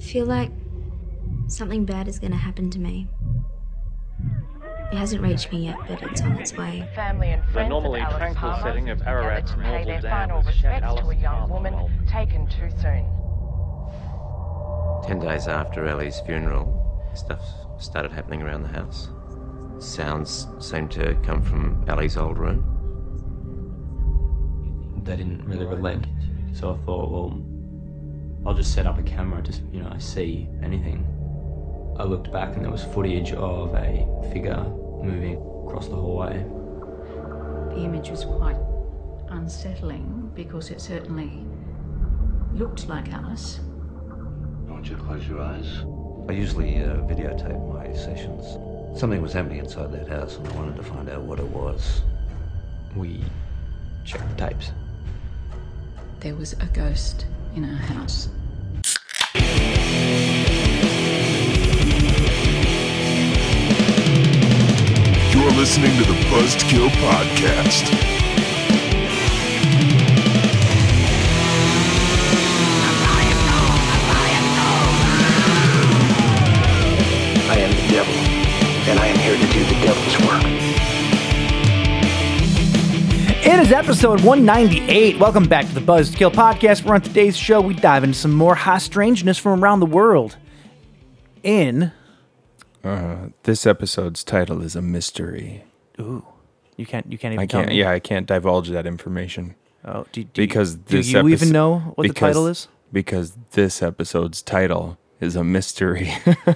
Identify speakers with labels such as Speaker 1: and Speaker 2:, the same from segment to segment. Speaker 1: feel like something bad is going to happen to me. It hasn't reached me yet, but it's on its way.
Speaker 2: Family and
Speaker 3: The
Speaker 2: friends
Speaker 3: normally
Speaker 2: of Alice
Speaker 3: tranquil
Speaker 2: Palmer
Speaker 3: setting of
Speaker 2: gather
Speaker 3: Ararat's
Speaker 2: to pay
Speaker 3: Norval
Speaker 2: their
Speaker 3: Dam
Speaker 2: final
Speaker 3: was shed
Speaker 2: respects to a
Speaker 3: Alice
Speaker 2: young
Speaker 3: Palmer
Speaker 2: woman
Speaker 3: role.
Speaker 2: taken too soon.
Speaker 4: Ten days after Ellie's funeral, stuff started happening around the house. Sounds seemed to come from Ellie's old room.
Speaker 5: They didn't really relent. So I thought, well, I'll just set up a camera, just, you know, see anything. I looked back and there was footage of a figure moving across the hallway.
Speaker 6: The image was quite unsettling because it certainly looked like Alice.
Speaker 7: Don't you close your eyes? I usually uh, videotape my sessions. Something was happening inside that house, and I wanted to find out what it was.
Speaker 5: We checked the tapes.
Speaker 6: There was a ghost in our house.
Speaker 8: You're listening to the Buzzkill Podcast.
Speaker 9: I am the devil, and I am here to do the devil's work.
Speaker 10: It is episode 198. Welcome back to the Buzz Kill podcast. We're on today's show. We dive into some more high strangeness from around the world. In
Speaker 11: This episode's title is a mystery.
Speaker 10: ooh, you can't you can't even
Speaker 11: I
Speaker 10: tell
Speaker 11: can't.
Speaker 10: me.
Speaker 11: Yeah, I can't divulge that information
Speaker 10: Oh, do, do you-
Speaker 11: because
Speaker 10: do
Speaker 11: this
Speaker 10: you even
Speaker 11: episo-
Speaker 10: know what the
Speaker 11: because-
Speaker 10: title is?
Speaker 11: Because this episode's title is a mystery.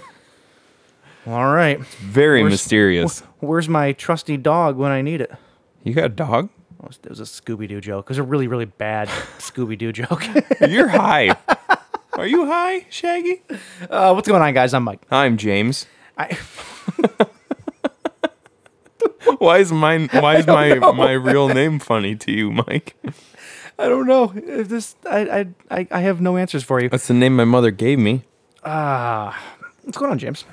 Speaker 10: All right.
Speaker 11: Very
Speaker 10: Where's-
Speaker 11: mysterious.
Speaker 10: wh- Where's my trusty dog when I need it? Oh,
Speaker 11: you got a dog?
Speaker 10: It was, it was a Scooby Doo joke. It was a really really bad Scooby Doo joke.
Speaker 11: You're high. Are you high, Shaggy?
Speaker 10: uh, what's going on, guys? I'm Mike.
Speaker 11: I'm James.
Speaker 10: I,
Speaker 11: Why is mine? Why is my my real name funny to you, Mike?
Speaker 10: I don't know. If This I, I I I have no answers for you. Ah,
Speaker 11: That's the name my mother gave me.
Speaker 10: What's going on, James?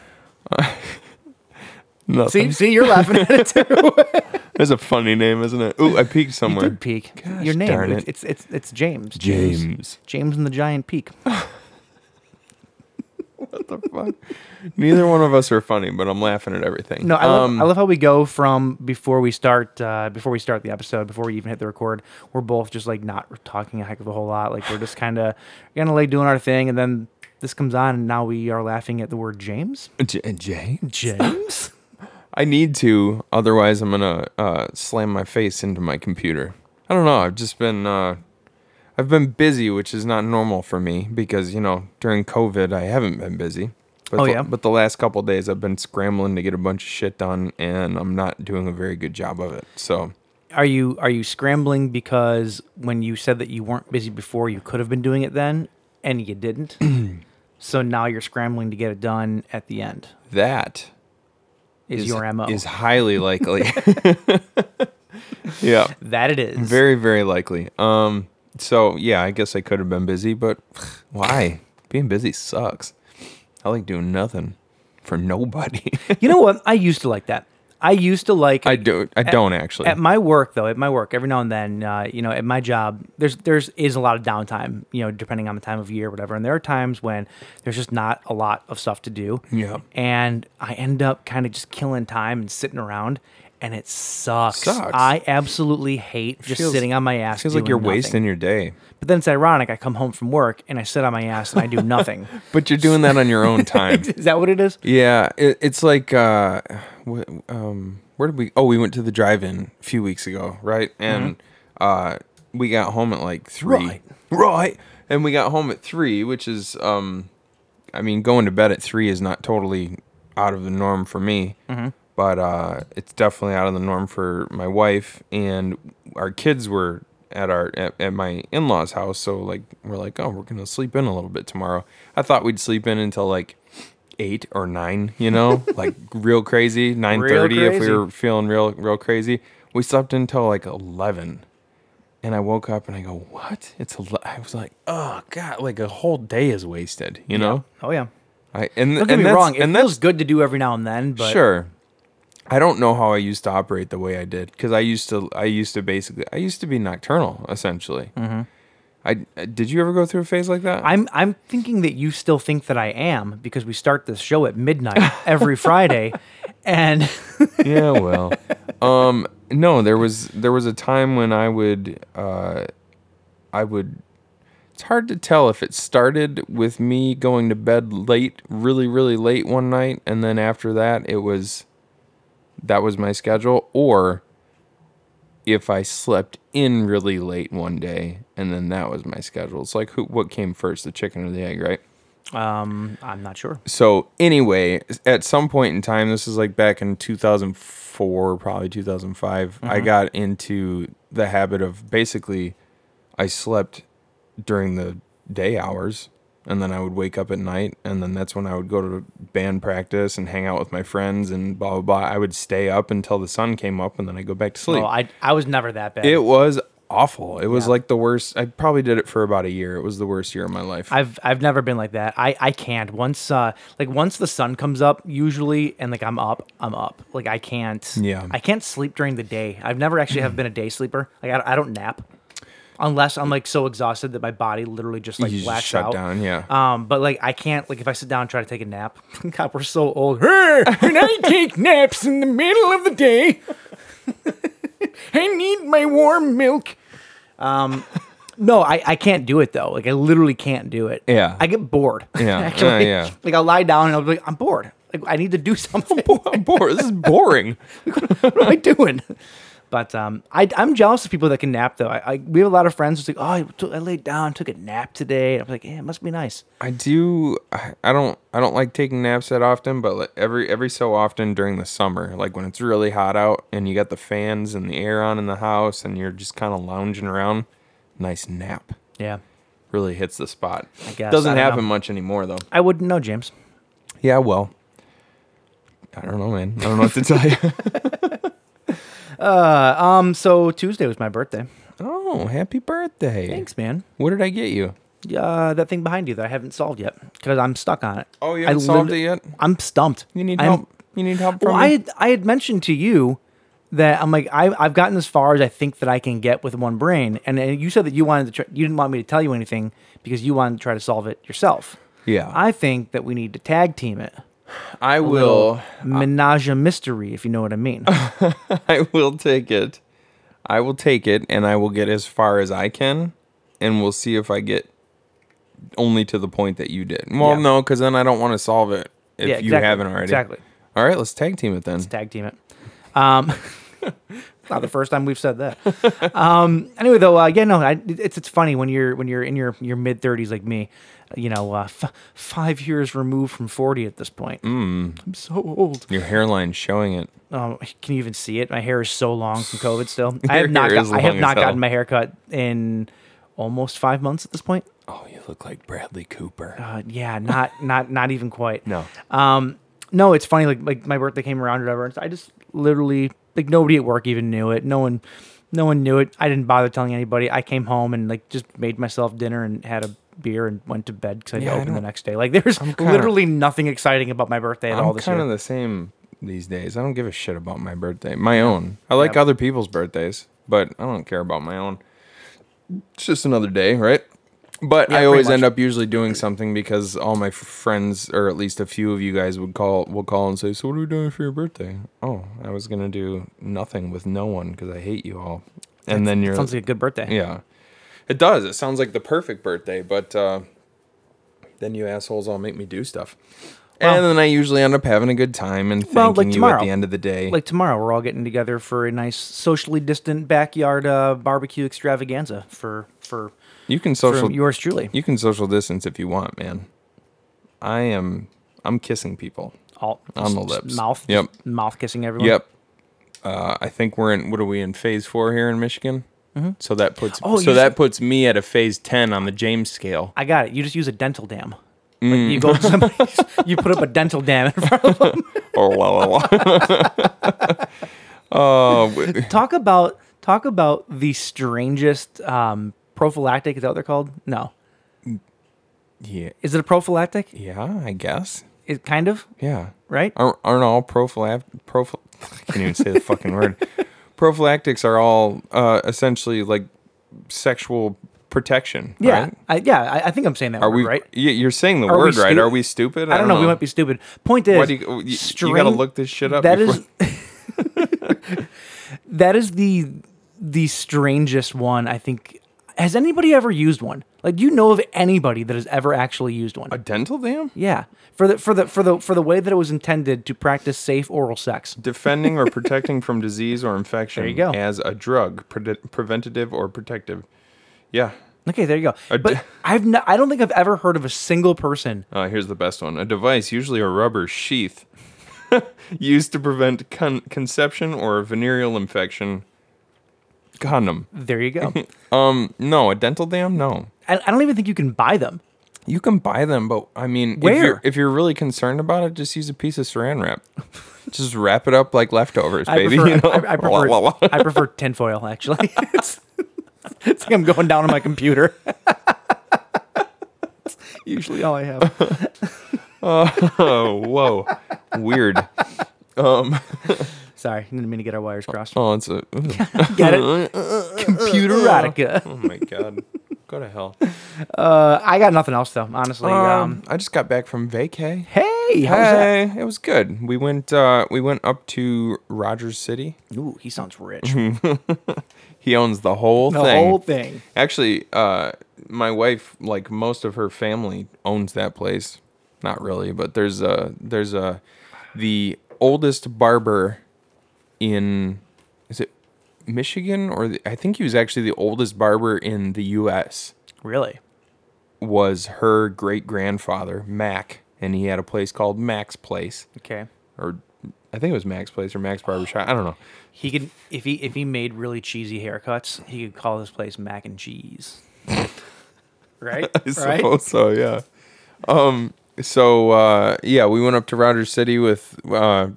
Speaker 11: Nothing.
Speaker 10: See, see, you're laughing at it too.
Speaker 11: That's a funny name, isn't it? Ooh, I peeked somewhere.
Speaker 10: Did Peak.
Speaker 11: Gosh
Speaker 10: Your name.
Speaker 11: darn
Speaker 10: It's, it's
Speaker 11: it.
Speaker 10: it's it's James.
Speaker 11: James.
Speaker 10: James and the Giant Peak.
Speaker 11: What the fuck? Neither one of us are funny, but I'm laughing at everything.
Speaker 10: No, I love,
Speaker 11: Um,
Speaker 10: I love how we go from before we start uh, before we start the episode before we even hit the record. We're both just like not talking a heck of a whole lot. Like we're just kind of kind of like doing our thing, and then this comes on, and now we are laughing at the word James.
Speaker 11: J- Jay?
Speaker 10: James.
Speaker 11: I need to, otherwise I'm gonna uh, slam my face into my computer. I don't know. I've just been, uh, I've been busy, which is not normal for me because you know during COVID I haven't been busy. But
Speaker 10: Oh,
Speaker 11: the,
Speaker 10: yeah?
Speaker 11: But the last couple days I've been scrambling to get a bunch of shit done, and I'm not doing a very good job of it. So
Speaker 10: are you are you scrambling because when you said that you weren't busy before, you could have been doing it then, and you didn't. so now you're scrambling to get it done at the end.
Speaker 11: that
Speaker 10: Is, your mo?
Speaker 11: is highly likely. yeah.
Speaker 10: That it is.
Speaker 11: Very, very likely. Um, so yeah, I guess I could have been busy, but why? Being busy sucks. I like doing nothing for nobody.
Speaker 10: you know what? I used to like that. I used to like.
Speaker 11: I do. I don't actually.
Speaker 10: At my work, though, at my work, every now and then, uh, you know, at my job, there's there's is a lot of downtime, you know, depending on the time of year, whatever. And there are times when there's just not a lot of stuff to do.
Speaker 11: Yeah.
Speaker 10: And I end up kind of just killing time and sitting around, and it sucks.
Speaker 11: Sucks.
Speaker 10: I absolutely hate just
Speaker 11: Feels-
Speaker 10: sitting on my ass.
Speaker 11: feels like
Speaker 10: doing
Speaker 11: you're
Speaker 10: nothing.
Speaker 11: wasting your day,
Speaker 10: But then it's ironic. I come home from work and I sit on my ass and I do nothing.
Speaker 11: but you're doing that on your own time.
Speaker 10: is that what it is?
Speaker 11: yeah, it, it's like uh, wh- um, where did we? Oh, we went to the drive-in a few weeks ago, right? And uh, we got home at like three.
Speaker 10: Mm-hmm. Right.
Speaker 11: Right. And we got home at three, which is um, I mean, going to bed at three is not totally out of the norm for me,
Speaker 10: Mm-hmm.
Speaker 11: but uh, it's definitely out of the norm for my wife. And our kids were at our at, at my in laws' house, so like we're like, oh, we're gonna sleep in a little bit tomorrow. I thought we'd sleep in until like eight or nine, you know, like real crazy, nine thirty if we
Speaker 10: crazy.
Speaker 11: were feeling real real crazy. We slept until like eleven and I woke up and I go, "What?" It's a lo-" I was like, "Oh God!" Like a whole day is wasted, you know.
Speaker 10: Oh yeah.
Speaker 11: I and
Speaker 10: Don't get
Speaker 11: and
Speaker 10: me
Speaker 11: that's,
Speaker 10: wrong. It
Speaker 11: and
Speaker 10: feels
Speaker 11: that's
Speaker 10: good to do every now and then, but
Speaker 11: sure. I don't know how I used to operate
Speaker 10: Mm-hmm.
Speaker 11: the way I did because I used to I used to basically I used to be nocturnal essentially. I uh, did you ever go through a phase like that?
Speaker 10: I'm I'm thinking that you still think that I am because we start this show at midnight every Friday, and
Speaker 11: yeah, well, um, no, there was there was a time when I would, uh, I would. It's hard to tell if it started with me going to bed late, really, really late one night, and then after that it was, that was my schedule, or if I slept in really late one day and then that was my schedule. It's like who, what came first, the chicken or the egg, right?
Speaker 10: um, I'm not sure.
Speaker 11: so anyway, at some point in time, this is like back in 2004, probably 2005,
Speaker 10: Mm-hmm.
Speaker 11: I got into the habit of basically I slept during the day hours and then I would wake up at night and then that's when I would go to band practice and hang out with my friends and blah blah blah. I would stay up until the sun came up and then I go back to sleep.
Speaker 10: No, Oh, I I was never that bad.
Speaker 11: It was awful. It was like the worst. I probably did it for about a year. It was the worst year of my life.
Speaker 10: I've I've never been like that. I I can't. Once uh like once the sun comes up usually and like I'm up, I'm up. Like I can't.
Speaker 11: Yeah.
Speaker 10: I can't sleep during the day. I've never actually have been a day sleeper. Like I, I don't nap. Unless I'm like so exhausted that my body literally just like
Speaker 11: You just
Speaker 10: blacks
Speaker 11: shut
Speaker 10: out.
Speaker 11: down, yeah.
Speaker 10: Um, but like I can't like if I sit down and try to take a nap. God, we're so old. and I take naps in the middle of the day. I need my warm milk. Um, No, I, I can't do it though. Like I literally can't do it.
Speaker 11: Yeah.
Speaker 10: I get bored.
Speaker 11: Yeah.
Speaker 10: Actually.
Speaker 11: Yeah, yeah.
Speaker 10: Like I'll lie down and I'll be like, I'm bored. Like I need to do something.
Speaker 11: I'm bored. This is boring.
Speaker 10: what am I doing? But um, I, I'm jealous of people that can nap though. I, I we have a lot of friends who's like, oh, I, took, I laid down, took a nap today. I'm like, yeah, it must be nice.
Speaker 11: I do. I I don't. I don't like taking naps that often, but like every every so often during the summer, like when it's really hot out and you got the fans and the air on in the house, and you're just kind of lounging around, nice nap
Speaker 10: Yeah,
Speaker 11: really hits the spot. I
Speaker 10: guess. I
Speaker 11: Doesn't
Speaker 10: don't
Speaker 11: happen
Speaker 10: know.
Speaker 11: much anymore though.
Speaker 10: I wouldn't know, James.
Speaker 11: Yeah. Well. I don't know, man. I don't know what to tell you.
Speaker 10: Um, so Tuesday was my birthday.
Speaker 11: oh, happy birthday!
Speaker 10: Thanks, man.
Speaker 11: What did I get you?
Speaker 10: Uh, that thing behind you that I haven't solved yet because I'm stuck on it.
Speaker 11: Oh, you
Speaker 10: I
Speaker 11: haven't solved
Speaker 10: literally-
Speaker 11: it yet?
Speaker 10: I'm stumped.
Speaker 11: You need
Speaker 10: I'm-
Speaker 11: help. You need help from
Speaker 10: well, I
Speaker 11: me?
Speaker 10: had, I had mentioned to you that I'm like I, I've gotten as far as I think that I can get with one brain, and, and you said that you wanted to try, you didn't want me to tell you anything because you wanted to try to solve it yourself.
Speaker 11: Yeah.
Speaker 10: I think that we need to tag team it.
Speaker 11: I
Speaker 10: Little
Speaker 11: will.
Speaker 10: menage a mystery, if you know what I mean.
Speaker 11: I will take it. I will take it, and I will get as far as I can, and we'll see if I get only to the point that you did. Well,
Speaker 10: Yeah.
Speaker 11: no, because then I don't want to solve it if
Speaker 10: Yeah,
Speaker 11: you
Speaker 10: exactly,
Speaker 11: haven't already.
Speaker 10: exactly.
Speaker 11: All right, let's tag team it then.
Speaker 10: tag team it. Um, not the first time we've said that. Um, anyway, though, uh, yeah, no, I, it's it's funny when you're when you're in your your mid thirties like me, you know, uh, f- five years removed from forty at this point.
Speaker 11: Mm.
Speaker 10: I'm so old.
Speaker 11: Your hairline showing it.
Speaker 10: Um, can you even see it? My hair is so long from COVID. Still, I
Speaker 11: Your
Speaker 10: have not.
Speaker 11: hair
Speaker 10: Got,
Speaker 11: is
Speaker 10: I have
Speaker 11: long as
Speaker 10: not
Speaker 11: hell.
Speaker 10: gotten my hair cut in almost five months at this point.
Speaker 11: Oh, you look like Bradley Cooper.
Speaker 10: Uh, yeah, not not not even quite.
Speaker 11: no.
Speaker 10: Um, no, it's funny. Like like my birthday came around or whatever. And I just literally like nobody at work even knew it. No one, no one knew it. I didn't bother telling anybody. I came home and like just made myself dinner and had a beer and went to bed because I had
Speaker 11: Yeah, I
Speaker 10: to open the
Speaker 11: don't-
Speaker 10: next day. Like there's
Speaker 11: kinda-
Speaker 10: literally nothing exciting about my birthday at all
Speaker 11: I'm
Speaker 10: this
Speaker 11: kind
Speaker 10: year.
Speaker 11: of the same these days. I don't give a shit about my birthday, my own. I like other people's birthdays, but I don't care about my own. It's just another day, right? But I
Speaker 10: pretty
Speaker 11: always
Speaker 10: much.
Speaker 11: end up usually doing something because all my f- friends, or at least a few of you guys, would call will call and say, "So what are we doing for your birthday?" Oh, I was gonna do nothing with no one because I hate you all. And then you're
Speaker 10: Sounds like a good birthday.
Speaker 11: yeah, it does. It sounds like the perfect birthday, but uh, then you assholes all make me do stuff. and
Speaker 10: Well-
Speaker 11: then I usually end up having a good time and thanking
Speaker 10: Well, like
Speaker 11: you
Speaker 10: tomorrow.
Speaker 11: at the end of the day.
Speaker 10: Like tomorrow, we're all getting together for a nice socially distant backyard uh, barbecue extravaganza for for
Speaker 11: you can social
Speaker 10: from yours truly.
Speaker 11: You can social distance if you want, man. I am. I'm kissing people.
Speaker 10: all
Speaker 11: On the
Speaker 10: just
Speaker 11: lips.
Speaker 10: mouth,
Speaker 11: Yep.
Speaker 10: just mouth kissing everyone.
Speaker 11: Yep. Uh, I think we're in. What are we in phase four here in Michigan? So that puts.
Speaker 10: Oh,
Speaker 11: so
Speaker 10: you
Speaker 11: that
Speaker 10: should-
Speaker 11: puts me at a phase ten on the James scale.
Speaker 10: I got it. You just use a dental dam. Like,
Speaker 11: Mm.
Speaker 10: you go to somebody's, you put up a dental dam. in front of them.
Speaker 11: oh, la, la, la. uh, w-
Speaker 10: Talk about talk about the strangest um, prophylactic. Is that what they're called? No,
Speaker 11: yeah.
Speaker 10: is it a prophylactic?
Speaker 11: Yeah, I guess.
Speaker 10: It kind of
Speaker 11: Yeah.
Speaker 10: right.
Speaker 11: Aren't, aren't all prophylactic? Prophy- I can't even say the fucking word. Prophylactics are all uh, essentially like sexual protection.
Speaker 10: Yeah,
Speaker 11: right?
Speaker 10: I, yeah, I, I think I'm saying that
Speaker 11: Are
Speaker 10: word
Speaker 11: we
Speaker 10: right.
Speaker 11: Yeah, you're saying the
Speaker 10: Are we
Speaker 11: word right.
Speaker 10: stu-
Speaker 11: Are we stupid?
Speaker 10: I, don't know. We might be stupid. Point is,
Speaker 11: Why do you- you- you gotta look this shit up
Speaker 10: That is that is the the strangest one. I think. Has anybody ever used one? Like, do you know of anybody that has ever actually used one?
Speaker 11: a dental dam.
Speaker 10: yeah, for the for the for the for the way that it was intended to practice safe oral sex.
Speaker 11: Defending or protecting from disease or infection
Speaker 10: There you go.
Speaker 11: as a drug, pre- preventative or protective. Yeah.
Speaker 10: Okay, there you go.
Speaker 11: A
Speaker 10: but
Speaker 11: d-
Speaker 10: I've no, I don't think I've ever heard of a single person.
Speaker 11: Uh, here's the best one: a device, usually a rubber sheath, used to prevent con- conception or venereal infection. Condom.
Speaker 10: There you go.
Speaker 11: Um, no, a dental dam. No,
Speaker 10: I, I don't even think you can buy them.
Speaker 11: you can buy them, but I mean, if
Speaker 10: Where?
Speaker 11: you're, if you're really concerned about it, just use a piece of Saran wrap. just wrap it up like leftovers,
Speaker 10: I
Speaker 11: baby.
Speaker 10: prefer,
Speaker 11: you know?
Speaker 10: I, I
Speaker 11: Wah,
Speaker 10: prefer,
Speaker 11: wah, wah.
Speaker 10: I prefer tinfoil, actually. it's, it's like I'm going down on my computer. It's usually all I have.
Speaker 11: oh, whoa, weird. Um,
Speaker 10: Sorry, didn't mean to get our wires crossed.
Speaker 11: Oh, it's a
Speaker 10: Get it? Computer erotica.
Speaker 11: oh my god. Go to hell.
Speaker 10: Uh, I got nothing else, though, honestly. Um,
Speaker 11: Um, I just got back from vacay.
Speaker 10: hey, how's that?
Speaker 11: Hey, it was good. We went uh we went up to Rogers City.
Speaker 10: Ooh, he sounds rich.
Speaker 11: He owns the whole
Speaker 10: The
Speaker 11: Mm-hmm. thing.
Speaker 10: whole thing.
Speaker 11: Actually, uh my wife, like most of her family owns that place. Not really, but there's a there's a the oldest barber in is it Michigan or the, I think he was actually the oldest barber in the US.
Speaker 10: Really?
Speaker 11: was her great grandfather, Mac, and he had a place called Mac's Place,
Speaker 10: Okay.
Speaker 11: or I think it was Mac's Place or Mac's Barbershop. I don't know.
Speaker 10: He could if he if he made really cheesy haircuts, he could call this place mac and cheese. right?
Speaker 11: I
Speaker 10: right?
Speaker 11: suppose so, yeah. Um, so uh, yeah, we went up to Rogers City with, uh,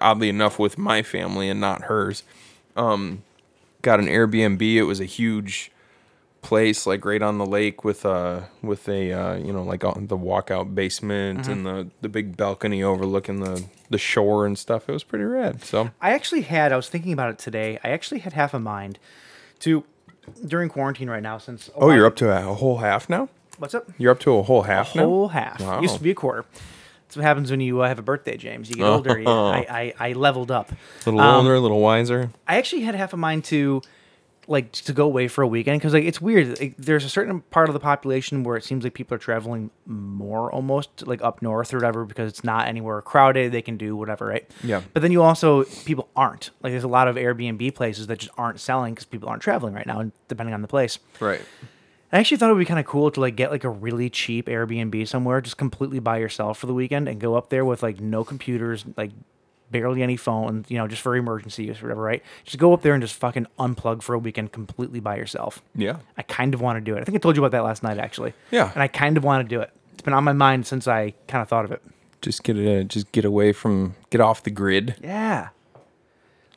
Speaker 11: oddly enough, with my family and not hers. Um, got an Airbnb. It was a huge place, like right on the lake, with a with a uh, you know like on the walkout basement and the the big balcony overlooking the the shore and stuff. It was pretty rad. So
Speaker 10: I actually had I was thinking about it today. I actually had half a mind to during quarantine right now since
Speaker 11: oh, you're up to a whole half now.
Speaker 10: What's up?
Speaker 11: You're up to a whole half now.
Speaker 10: Whole half.
Speaker 11: Wow.
Speaker 10: Used to be a quarter. That's what happens when you uh, have a birthday, James. You get older. you- I, I I leveled up.
Speaker 11: a little older, a little wiser.
Speaker 10: I actually had half a mind to like to go away for a weekend because like it's weird. Like, there's a certain part of the population where it seems like people are traveling more almost like up north or whatever because it's not anywhere crowded. They can do whatever, right?
Speaker 11: Yeah.
Speaker 10: But then you also people aren't like there's a lot of Airbnb places that just aren't selling because people aren't traveling right now, depending on the place.
Speaker 11: Right.
Speaker 10: I actually thought it would be kind of cool to like get like a really cheap Airbnb somewhere, just completely by yourself for the weekend, and go up there with like no computers, like barely any phone, you know, just for emergency use or whatever, right? Just go up there and just fucking unplug for a weekend completely by yourself.
Speaker 11: Yeah.
Speaker 10: I kind of want to do it. I think I told you about that last night, actually.
Speaker 11: Yeah.
Speaker 10: And I kind of want to do it. It's been on my mind since I kind of thought of it.
Speaker 11: Just get it. Just get away from. Get off the grid.
Speaker 10: Yeah.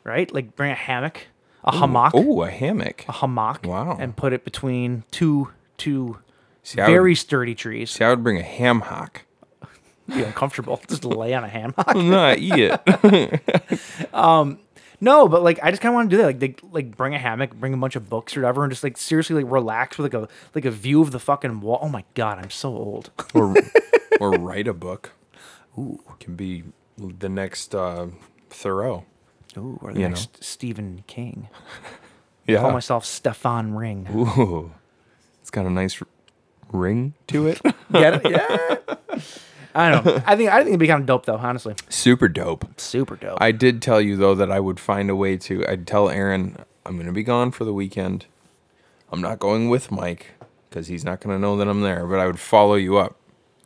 Speaker 10: Right? Like bring a hammock, a hammock,
Speaker 11: Oh, a hammock.
Speaker 10: a hammock,
Speaker 11: Wow.
Speaker 10: and put it between two two
Speaker 11: See, I
Speaker 10: very
Speaker 11: Would,
Speaker 10: sturdy trees.
Speaker 11: see, I would bring a ham hock.
Speaker 10: be uncomfortable. Just lay on a hammock.
Speaker 11: no, I eat it.
Speaker 10: No, but like I just kind of want to do that. Like they like bring a hammock, bring a bunch of books or whatever, and just like seriously like relax with like a like a view of the fucking wall. Oh my god, I'm so old.
Speaker 11: or, or write a book. Ooh, can be the next uh, Thoreau.
Speaker 10: Ooh, or the
Speaker 11: You
Speaker 10: next Oh. Stephen King.
Speaker 11: Yeah.
Speaker 10: Call myself Stefan Ring.
Speaker 11: Ooh, it's got a nice r- ring to it.
Speaker 10: Get it? Yeah. I don't know. I think I think it'd be kind of dope though. Honestly,
Speaker 11: Super dope.
Speaker 10: super dope.
Speaker 11: I did tell you though that I would find a way to. I'd tell Aaron I'm gonna be gone for the weekend. I'm not going with Mike because he's not gonna know that I'm there. But I would follow you up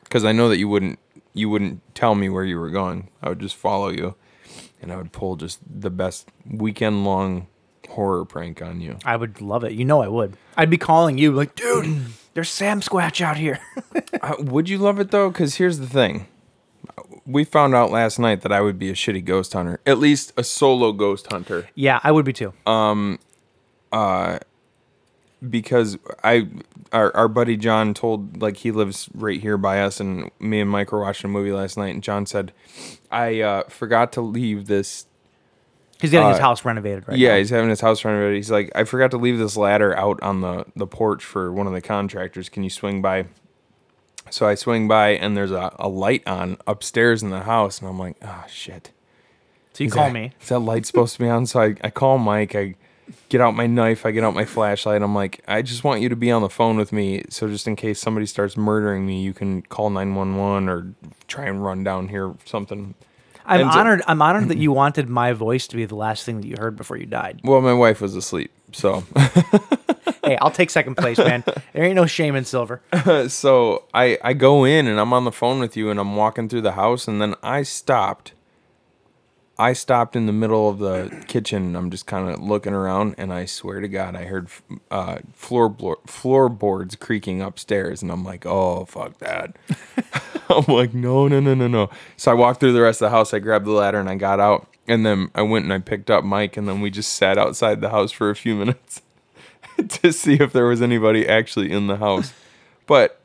Speaker 11: because I know that you wouldn't. You wouldn't tell me where you were going. I would just follow you, and I would pull just the best weekend long horror prank on you.
Speaker 10: I would love it. You know, I would. I'd be calling you like, dude, there's Sam Squatch out here.
Speaker 11: Uh, would you love it though? Because here's the thing. We found out last night that I would be a shitty ghost hunter, at least a solo ghost hunter.
Speaker 10: yeah, I would be too.
Speaker 11: because I our, our buddy John told like he lives right here by us and me and Mike were watching a movie last night and John said I uh, forgot to leave this
Speaker 10: He's getting his
Speaker 11: Uh,
Speaker 10: house renovated right
Speaker 11: yeah,
Speaker 10: now.
Speaker 11: he's having his house renovated. He's like, I forgot to leave this ladder out on the, the porch for one of the contractors. Can you swing by? So I swing by, and there's a, a light on upstairs in the house, and I'm like, oh, shit.
Speaker 10: So you
Speaker 11: Is
Speaker 10: call
Speaker 11: that-
Speaker 10: me.
Speaker 11: Is that light supposed to be on? So I, I call Mike. I get out my knife. I get out my flashlight. I'm like, I just want you to be on the phone with me. So just in case somebody starts murdering me, you can call 911 or try and run down here, something.
Speaker 10: I'm
Speaker 11: Ends up-
Speaker 10: honored. I'm honored that you wanted my voice to be the last thing that you heard before you died.
Speaker 11: Well, my wife was asleep. So
Speaker 10: hey, I'll take second place, man. There ain't no shame in silver.
Speaker 11: so I, I go in and I'm on the phone with you and I'm walking through the house and then I stopped. I stopped in the middle of the kitchen. and I'm just kind of looking around and I swear to God, I heard uh, floor floorboards creaking upstairs and I'm like, oh, fuck that. I'm like, no, no, no, no, no. So I walked through the rest of the house. I grabbed the ladder and I got out. And then I went and I picked up Mike and then we just sat outside the house for a few minutes to see if there was anybody actually in the house. But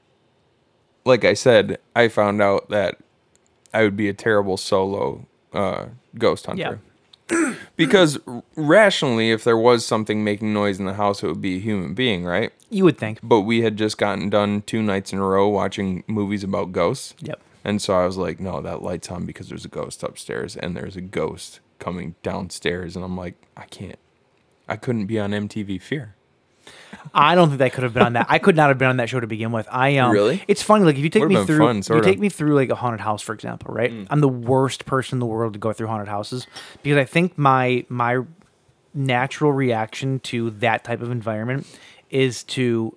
Speaker 11: like I said, I found out that I would be a terrible solo uh, ghost hunter. because r- rationally, if there was something making noise in the house, it would be a human being, right?
Speaker 10: You would think.
Speaker 11: But we had just gotten done two nights in a row watching movies about ghosts.
Speaker 10: Yep.
Speaker 11: And so I was like, no, that light's on because there's a ghost upstairs and there's a ghost coming downstairs. And I'm like, I can't. I couldn't be on MTV Fear.
Speaker 10: I don't think that could have been on that. I could not have been on that show to begin with. I um,
Speaker 11: Really?
Speaker 10: It's funny. Like if you take
Speaker 11: Would've
Speaker 10: me
Speaker 11: been
Speaker 10: through,
Speaker 11: fun,
Speaker 10: you
Speaker 11: sorta. Mm.
Speaker 10: take me through like a haunted house, for example, right? I'm the worst person in the world to go through haunted houses because I think my my natural reaction to that type of environment is to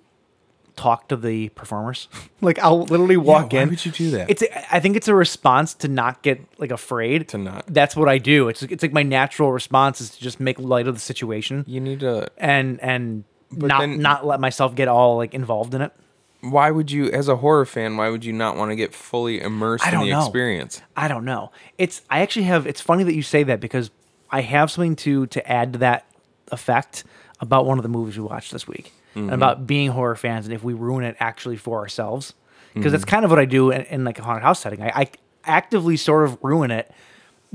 Speaker 10: talk to the performers. like I'll literally walk
Speaker 11: why
Speaker 10: in.
Speaker 11: would you do that?
Speaker 10: It's I think it's a response to not get like afraid.
Speaker 11: To not-
Speaker 10: That's what I do. It's it's like my natural response is to just make light of the situation
Speaker 11: You need to
Speaker 10: and and
Speaker 11: But
Speaker 10: not
Speaker 11: then-
Speaker 10: not let myself get all like involved in it.
Speaker 11: why would you as a horror fan why would you not want to get fully immersed
Speaker 10: I
Speaker 11: in
Speaker 10: don't
Speaker 11: the
Speaker 10: know.
Speaker 11: experience
Speaker 10: I don't know. It's I actually have. It's funny that you say that because I have something to to add to that effect about one of the movies we watched this week and
Speaker 11: Mm-hmm.
Speaker 10: about being horror fans and if we ruin it actually for ourselves because
Speaker 11: Mm-hmm.
Speaker 10: that's kind of what I do in, in like a haunted house setting. I, I actively sort of ruin it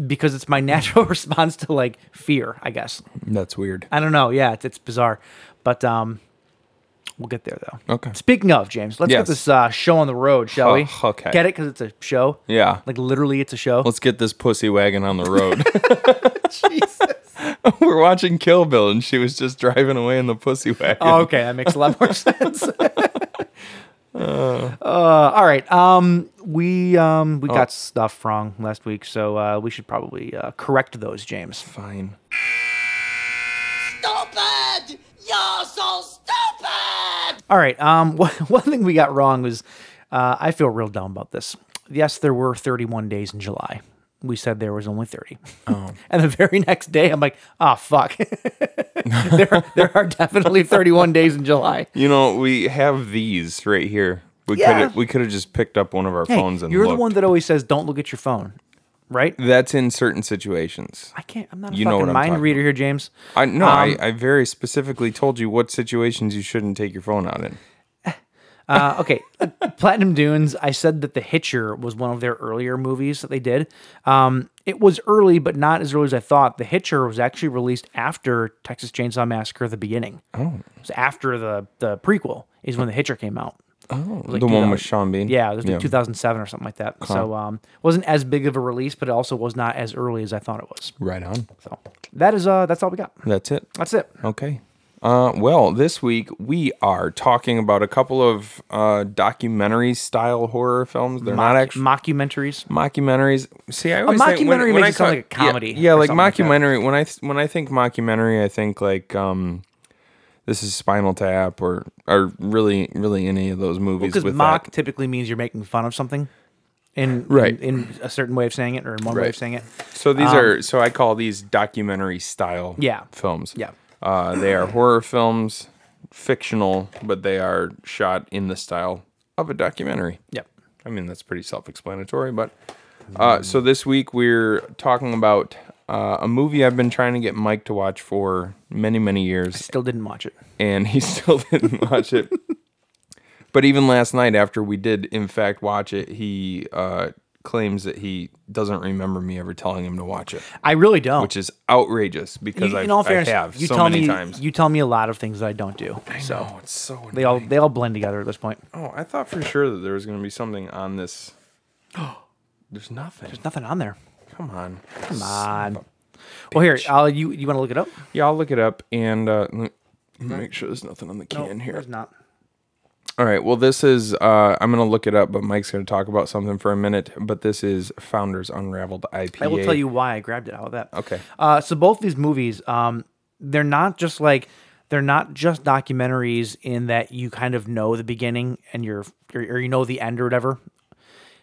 Speaker 10: because it's my natural response to like fear, I guess.
Speaker 11: that's weird
Speaker 10: I don't know. Yeah, it's, it's bizarre, but um, we'll get there though.
Speaker 11: Okay.
Speaker 10: Speaking of James, let's get
Speaker 11: Yes.
Speaker 10: this uh, show on the road, shall
Speaker 11: Huh,
Speaker 10: we?
Speaker 11: okay.
Speaker 10: Get it because it's a show.
Speaker 11: yeah
Speaker 10: Like literally, it's a show.
Speaker 11: let's get this pussy wagon on the road we're watching kill bill and she was just driving away in the pussy wagon
Speaker 10: oh, okay, that makes a lot more sense. Uh, all right. Um, we um we
Speaker 11: Oh.
Speaker 10: got stuff wrong last week, so uh, we should probably uh, correct those, James.
Speaker 11: fine
Speaker 10: All right. Um, one, one thing we got wrong was uh, I feel real dumb about this. Yes, there were 31 days in July. We said there was only 30.
Speaker 11: Oh.
Speaker 10: and the very next day, I'm like, ah, fuck. there, there are definitely 31 days in July.
Speaker 11: you know we have these right here we
Speaker 10: Yeah.
Speaker 11: could have we could have just picked up one of our
Speaker 10: Hey,
Speaker 11: phones and
Speaker 10: you're
Speaker 11: looked.
Speaker 10: the one that always says, don't look at your phone, right?
Speaker 11: that's in certain situations
Speaker 10: I can't. I'm not a
Speaker 11: You know
Speaker 10: fucking
Speaker 11: what I'm
Speaker 10: mind
Speaker 11: talking
Speaker 10: reader here, James.
Speaker 11: I no,
Speaker 10: Um,
Speaker 11: I, I very specifically told you what situations you shouldn't take your phone out in.
Speaker 10: Uh, okay, Platinum Dunes. I said that The Hitcher was one of their earlier movies that they did. Um, it was early, but not as early as I thought. The Hitcher was actually released after Texas Chainsaw Massacre: The Beginning. Oh, it was after the the prequel is when The Hitcher came out.
Speaker 11: Oh,
Speaker 10: like
Speaker 11: the one
Speaker 10: 2000
Speaker 11: with Sean Bean.
Speaker 10: Yeah, it was like
Speaker 11: yeah.
Speaker 10: 2007 or something like that. So, um, wasn't as big of a release, but it also was not as early as I thought it was.
Speaker 11: Right on.
Speaker 10: So that is uh, that's all we got.
Speaker 11: That's it.
Speaker 10: That's it.
Speaker 11: Okay. Uh, well, this week we are talking about a couple of uh, documentary style horror films. They're not actually
Speaker 10: mockumentaries.
Speaker 11: mockumentaries. See, I always think
Speaker 10: mockumentary
Speaker 11: when, when
Speaker 10: makes
Speaker 11: I
Speaker 10: it sound
Speaker 11: ca-
Speaker 10: like a comedy
Speaker 11: Yeah, yeah
Speaker 10: or
Speaker 11: like
Speaker 10: something like that.
Speaker 11: mockumentary. when I th- when I think mockumentary, I think like um, this is Spinal Tap or or really really any of those movies
Speaker 10: because
Speaker 11: with
Speaker 10: mock
Speaker 11: that.
Speaker 10: typically means you're making fun of something in,
Speaker 11: Right.
Speaker 10: in in a certain way of saying it or in one way of
Speaker 11: Right.
Speaker 10: saying it
Speaker 11: So these are so I call these documentary style
Speaker 10: um, Yeah.
Speaker 11: films.
Speaker 10: Yeah.
Speaker 11: Uh, they are horror films, fictional, but they are shot in the style of a documentary.
Speaker 10: yep
Speaker 11: I mean that's pretty self-explanatory, but uh, so this week we're talking about uh, a movie I've been trying to get Mike to watch for many many years,
Speaker 10: still didn't watch it
Speaker 11: and he still didn't watch it. But even last night, after we did in fact watch it, he uh, claims that he doesn't remember me ever telling him to watch it,
Speaker 10: I really don't.
Speaker 11: which is outrageous
Speaker 10: Oh.
Speaker 11: because
Speaker 10: You-
Speaker 11: I've,
Speaker 10: in all fairness,
Speaker 11: I have
Speaker 10: you
Speaker 11: so
Speaker 10: tell
Speaker 11: many
Speaker 10: me
Speaker 11: times.
Speaker 10: you tell me a lot of things that I don't do. so
Speaker 11: oh, it's so
Speaker 10: they all they all blend together at this point.
Speaker 11: Oh, I thought for sure that there was going to be something on this. There's nothing.
Speaker 10: There's nothing on there.
Speaker 11: Come on.
Speaker 10: Come on. Well, here, I'll, you you want to look it up?
Speaker 11: Yeah, I'll look it up and uh, let me make sure there's nothing on the can here.
Speaker 10: There's not.
Speaker 11: All right. Well, this is. Uh, I'm going to look it up, but Mike's going to talk about something for a minute. But this is Founders Unraveled IPA.
Speaker 10: I will tell you why I grabbed it out of that.
Speaker 11: Okay.
Speaker 10: Uh, so both these movies, um, they're not just like they're not just documentaries in that you kind of know the beginning and you're or, or you know the end or whatever.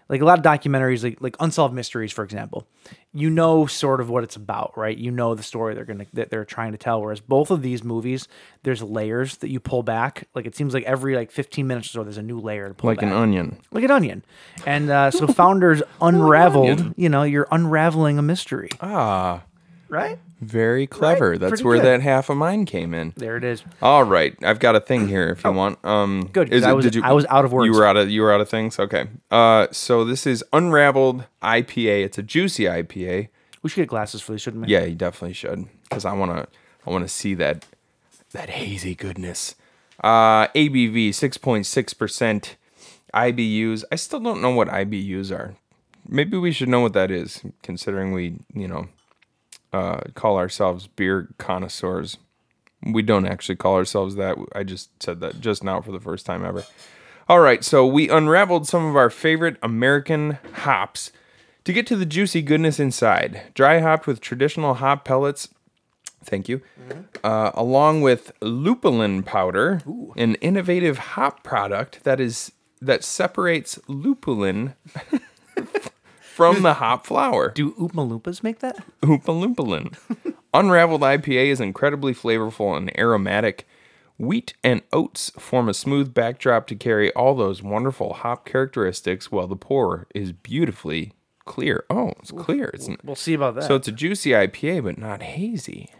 Speaker 10: Like a lot of documentaries, like like Unsolved Mysteries, for example, you know sort of what it's about, right? You know the story they're gonna that they're trying to tell. Whereas both of these movies, there's layers that you pull back. Like it seems like every like 15 minutes or so, there's a new layer to pull
Speaker 11: Like
Speaker 10: back
Speaker 11: an onion.
Speaker 10: like an onion. And uh, so founders unraveled, you know, you're unraveling a mystery.
Speaker 11: Ah,
Speaker 10: Right?
Speaker 11: very clever. That's
Speaker 10: Pretty
Speaker 11: where
Speaker 10: good.
Speaker 11: that half of mine came in.
Speaker 10: There it is.
Speaker 11: All right, I've got a thing here if you want. Um,
Speaker 10: Oh, Good, 'cause I was- I was out of
Speaker 11: You
Speaker 10: words.
Speaker 11: were out of you were out of things. Okay. Uh, so this is Unraveled IPA. It's a juicy IPA.
Speaker 10: We should get glasses for this, shouldn't we?
Speaker 11: Yeah, you definitely should because I wanna I wanna see that that hazy goodness. Uh, ABV six point six percent. IBUs. I still don't know what IBUs are. Maybe we should know what that is, considering we you know uh, call ourselves beer connoisseurs. We don't actually call ourselves that. I just said that just now for the first time ever. All right, so we unraveled some of our favorite American hops to get to the juicy goodness inside. Dry hopped with traditional hop pellets. Thank you. Uh, along with lupulin powder, an innovative hop product that is that separates lupulin from the hop flower.
Speaker 10: Do Oompa Loompas make that?
Speaker 11: Oompa Loompalin. Unraveled IPA is incredibly flavorful and aromatic. Wheat and oats form a smooth backdrop to carry all those wonderful hop characteristics while the pour is beautifully clear. Oh, it's clear. It's n-
Speaker 10: We'll see about that.
Speaker 11: so it's a juicy IPA but not hazy.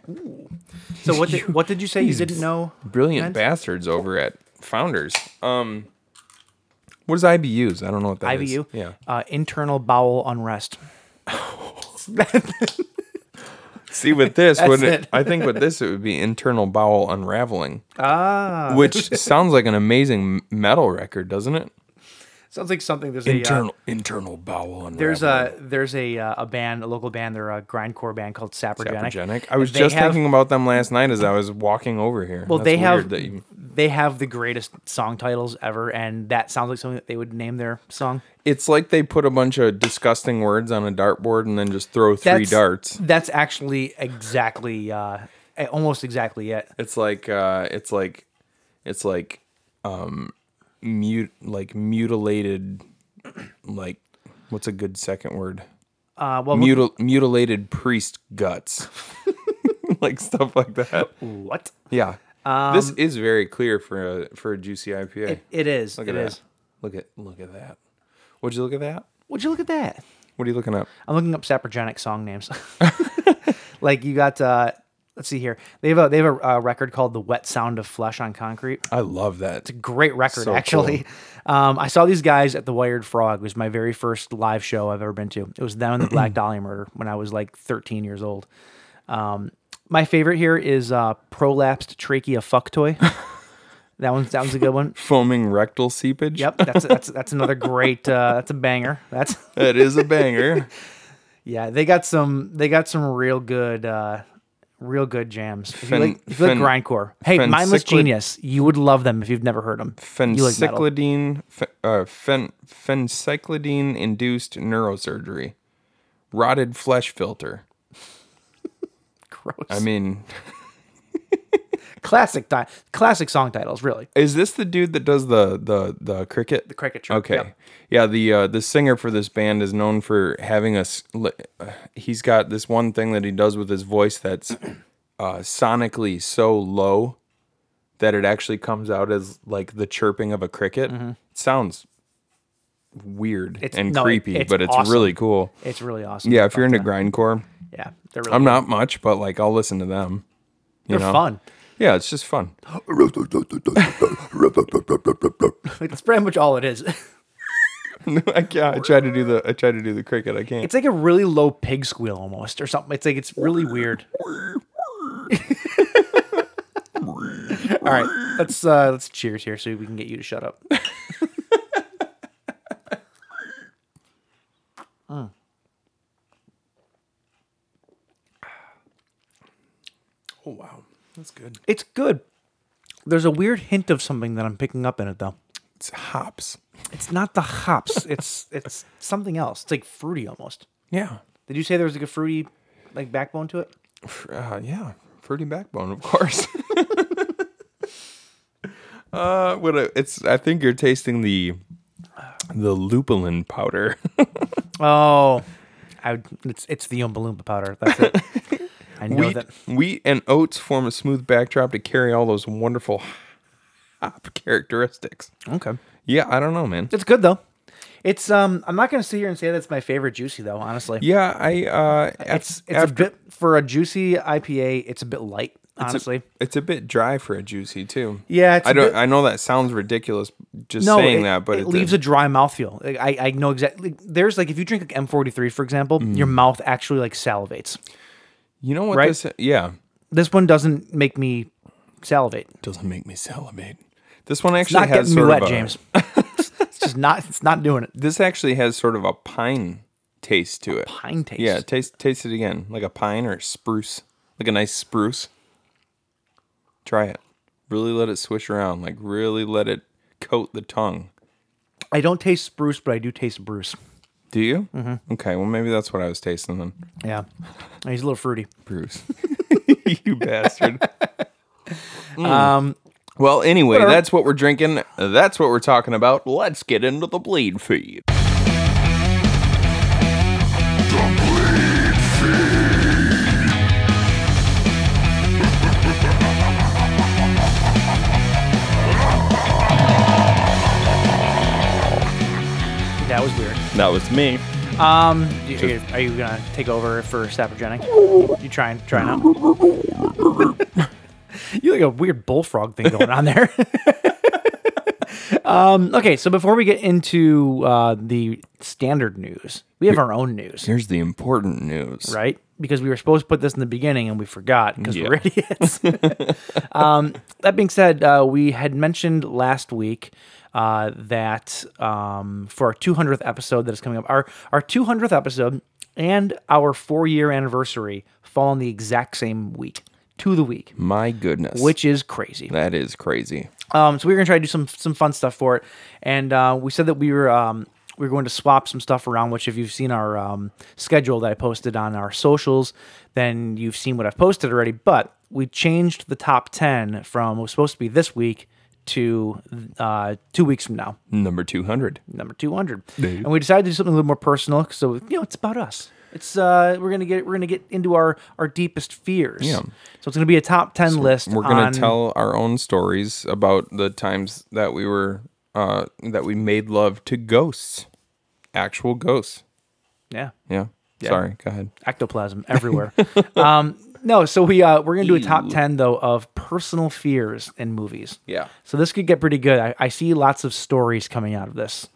Speaker 10: So what did, what did you say you didn't know?
Speaker 11: Brilliant
Speaker 10: Nice.
Speaker 11: bastards over at Founders. Um what is IBUs? I don't know what that is.
Speaker 10: IBU?
Speaker 11: Yeah.
Speaker 10: Uh, internal bowel unrest.
Speaker 11: See with this, would
Speaker 10: it.
Speaker 11: it, I think with this it would be internal bowel unraveling. Ah, which sounds like an amazing m- metal record, doesn't it?
Speaker 10: Sounds like something there's uh,
Speaker 11: Internal internal bowel unraveling.
Speaker 10: there's a there's a uh, a band, a local band, they're a grindcore band called Saprogenic.
Speaker 11: Saprogenic. I was
Speaker 10: They
Speaker 11: just
Speaker 10: have-
Speaker 11: thinking about them last night as I was walking over here.
Speaker 10: Well,
Speaker 11: That's
Speaker 10: they have
Speaker 11: weird that you-
Speaker 10: they have the greatest song titles ever, and that sounds like something that they would name their song.
Speaker 11: it's like they put a bunch of disgusting words on a dartboard and then just throw three darts.
Speaker 10: That's actually exactly, uh, eh, almost exactly it.
Speaker 11: It's like uh, it's like it's like um mute like mutilated like what's a good second word?
Speaker 10: Uh, well,
Speaker 11: Mutil- mutilated priest guts. like stuff like that.
Speaker 10: what
Speaker 11: Yeah. this is very clear for a for a juicy IPA.
Speaker 10: Um, it, it is?
Speaker 11: look
Speaker 10: it
Speaker 11: at that.
Speaker 10: is.
Speaker 11: Look at look at that. Would you look at that?
Speaker 10: Would you look at that?
Speaker 11: What are you looking up?
Speaker 10: I'm looking up saprogenic song names. like you got, uh, let's see here. They have a they have a uh, record called "The Wet Sound of Flesh on Concrete."
Speaker 11: I love that.
Speaker 10: great record
Speaker 11: So
Speaker 10: actually um, i saw these guys at the wired frog it was my very first live show i've ever been to it was them and the black dahlia murder when i was like 13 years old um, my favorite here is uh, prolapsed trachea fuck toy that one that was a good one
Speaker 11: Foaming rectal seepage.
Speaker 10: yep that's that's that's another great uh, that's a banger that's
Speaker 11: That is a banger.
Speaker 10: yeah they got some they got some real good uh, real good jams if you
Speaker 11: Fen-
Speaker 10: like if you like
Speaker 11: fen-
Speaker 10: grindcore hey mindless
Speaker 11: fenciclid-
Speaker 10: genius you would love them if you've never heard them you like metal.
Speaker 11: Fencyclidine fe- uh, fen- fencyclidine induced neurosurgery. Rotted flesh filter.
Speaker 10: Gross.
Speaker 11: I mean,
Speaker 10: classic ti- classic song titles really
Speaker 11: Is this the dude that does the the the cricket? The
Speaker 10: cricket chirp,
Speaker 11: Okay.
Speaker 10: yep.
Speaker 11: Yeah. The uh, the singer for this band is known for having a. s- li- uh, He's got this one thing that he does with his voice that's uh, sonically so low that it actually comes out as like the chirping of a cricket. It sounds weird
Speaker 10: Mm-hmm. It's-
Speaker 11: and
Speaker 10: no, it-
Speaker 11: creepy,
Speaker 10: it's
Speaker 11: but it's
Speaker 10: awesome.
Speaker 11: really cool.
Speaker 10: It's really awesome.
Speaker 11: Yeah, if you're into
Speaker 10: Fuck
Speaker 11: grindcore,
Speaker 10: yeah, Yeah, they're really
Speaker 11: I'm
Speaker 10: good.
Speaker 11: not much, but like I'll listen to them.
Speaker 10: They're fun.
Speaker 11: Yeah, it's just fun.
Speaker 10: Like, that's pretty much all it is.
Speaker 11: No, I can't. I tried to do the. I tried to do the cricket. I can't.
Speaker 10: It's like a really low pig squeal almost or something. It's like it's really weird. All right, let's uh let's cheers here so we can get you to shut up. Mm.
Speaker 11: oh wow, that's good.
Speaker 10: It's good. There's a weird hint of something that I'm picking up in it though.
Speaker 11: It's hops.
Speaker 10: It's not the hops. it's it's something else. It's like fruity almost.
Speaker 11: Yeah.
Speaker 10: Did you say there was like a fruity like backbone to it?
Speaker 11: Fr- Uh, yeah, fruity backbone, of course. uh, what a, it's. I think you're tasting the the lupulin powder.
Speaker 10: Oh, I would, it's it's the Oompa Loompa powder. That's it. I know
Speaker 11: wheat,
Speaker 10: that.
Speaker 11: wheat and oats form a smooth backdrop to carry all those wonderful hop characteristics.
Speaker 10: Okay.
Speaker 11: Yeah, I don't know, man.
Speaker 10: It's good though. It's um. I'm not gonna sit here and say that's my favorite juicy though. Honestly,
Speaker 11: Yeah, I. Uh,
Speaker 10: It's
Speaker 11: af-
Speaker 10: it's a bit for a juicy IPA. It's a bit light. Honestly,
Speaker 11: it's a, it's a bit dry for a juicy too.
Speaker 10: Yeah, it's
Speaker 11: I
Speaker 10: a
Speaker 11: don't.
Speaker 10: bit-
Speaker 11: I know that sounds ridiculous, just saying
Speaker 10: it,
Speaker 11: that, but
Speaker 10: it, leaves a dry mouthfeel. Like, I I know exactly. There's like if you drink like M43 for example,
Speaker 11: Mm.
Speaker 10: your mouth actually like salivates.
Speaker 11: You know what?
Speaker 10: right?
Speaker 11: This, yeah,
Speaker 10: This one doesn't make me salivate.
Speaker 11: doesn't make me salivate. This one actually
Speaker 10: Not
Speaker 11: has
Speaker 10: getting me
Speaker 11: sort
Speaker 10: wet,
Speaker 11: of a,
Speaker 10: James. it's just not. It's not doing it.
Speaker 11: This actually has sort of a pine taste to it.
Speaker 10: Pine taste.
Speaker 11: Yeah, taste taste it again, like a pine or spruce, like a nice spruce. Try it. Really let it swish around. Like really let it coat the tongue.
Speaker 10: I don't taste spruce, but I do taste Bruce.
Speaker 11: Do you? Mm-hmm. Okay. Well, maybe that's what I was tasting then.
Speaker 10: Yeah, he's a little fruity.
Speaker 11: Bruce. you bastard. Um. Well, anyway,
Speaker 10: whatever.
Speaker 11: that's what we're drinking. That's what we're talking about. Let's get into the bleed feed.
Speaker 10: That was weird.
Speaker 11: That was me.
Speaker 10: You- Are you, are you gonna take over for Sappergenic? You trying trying out? you like a weird bullfrog thing going on there. um, okay, so before we get into uh, the standard news, we have our own news,
Speaker 11: Here's the important news.
Speaker 10: right? Because we were supposed to put this in the beginning and we forgot because
Speaker 11: Yeah.
Speaker 10: we're idiots. um, that being said, uh, we had mentioned last week. Uh, that um, for our 200th episode that is coming up, our our 200th episode and our four year anniversary fall on the exact same week, to the week,
Speaker 11: My goodness.
Speaker 10: which is crazy.
Speaker 11: that is crazy.
Speaker 10: Um, so we were gonna try to do some some fun stuff for it, and uh, we said that we were um, we were going to swap some stuff around. Which, if you've seen our um, schedule that I posted on our socials, then you've seen what I've posted already. But we changed the top ten from what was supposed to be this week to uh, two weeks from now,
Speaker 11: Number 200.
Speaker 10: number two hundred. And we decided to do something a little more personal, so you know it's about us. It's uh, we're gonna get we're gonna get into our our deepest fears.
Speaker 11: Yeah.
Speaker 10: So it's gonna be a top ten list.
Speaker 11: We're going
Speaker 10: on-
Speaker 11: to tell our own stories about the times that we were, uh, that we made love to ghosts, actual ghosts.
Speaker 10: Yeah.
Speaker 11: Yeah. Sorry. Go ahead.
Speaker 10: ectoplasm everywhere. um, no, so we uh, we're gonna do a top ten though of personal fears in movies.
Speaker 11: Yeah.
Speaker 10: So this could get pretty good. I, I see lots of stories coming out of this.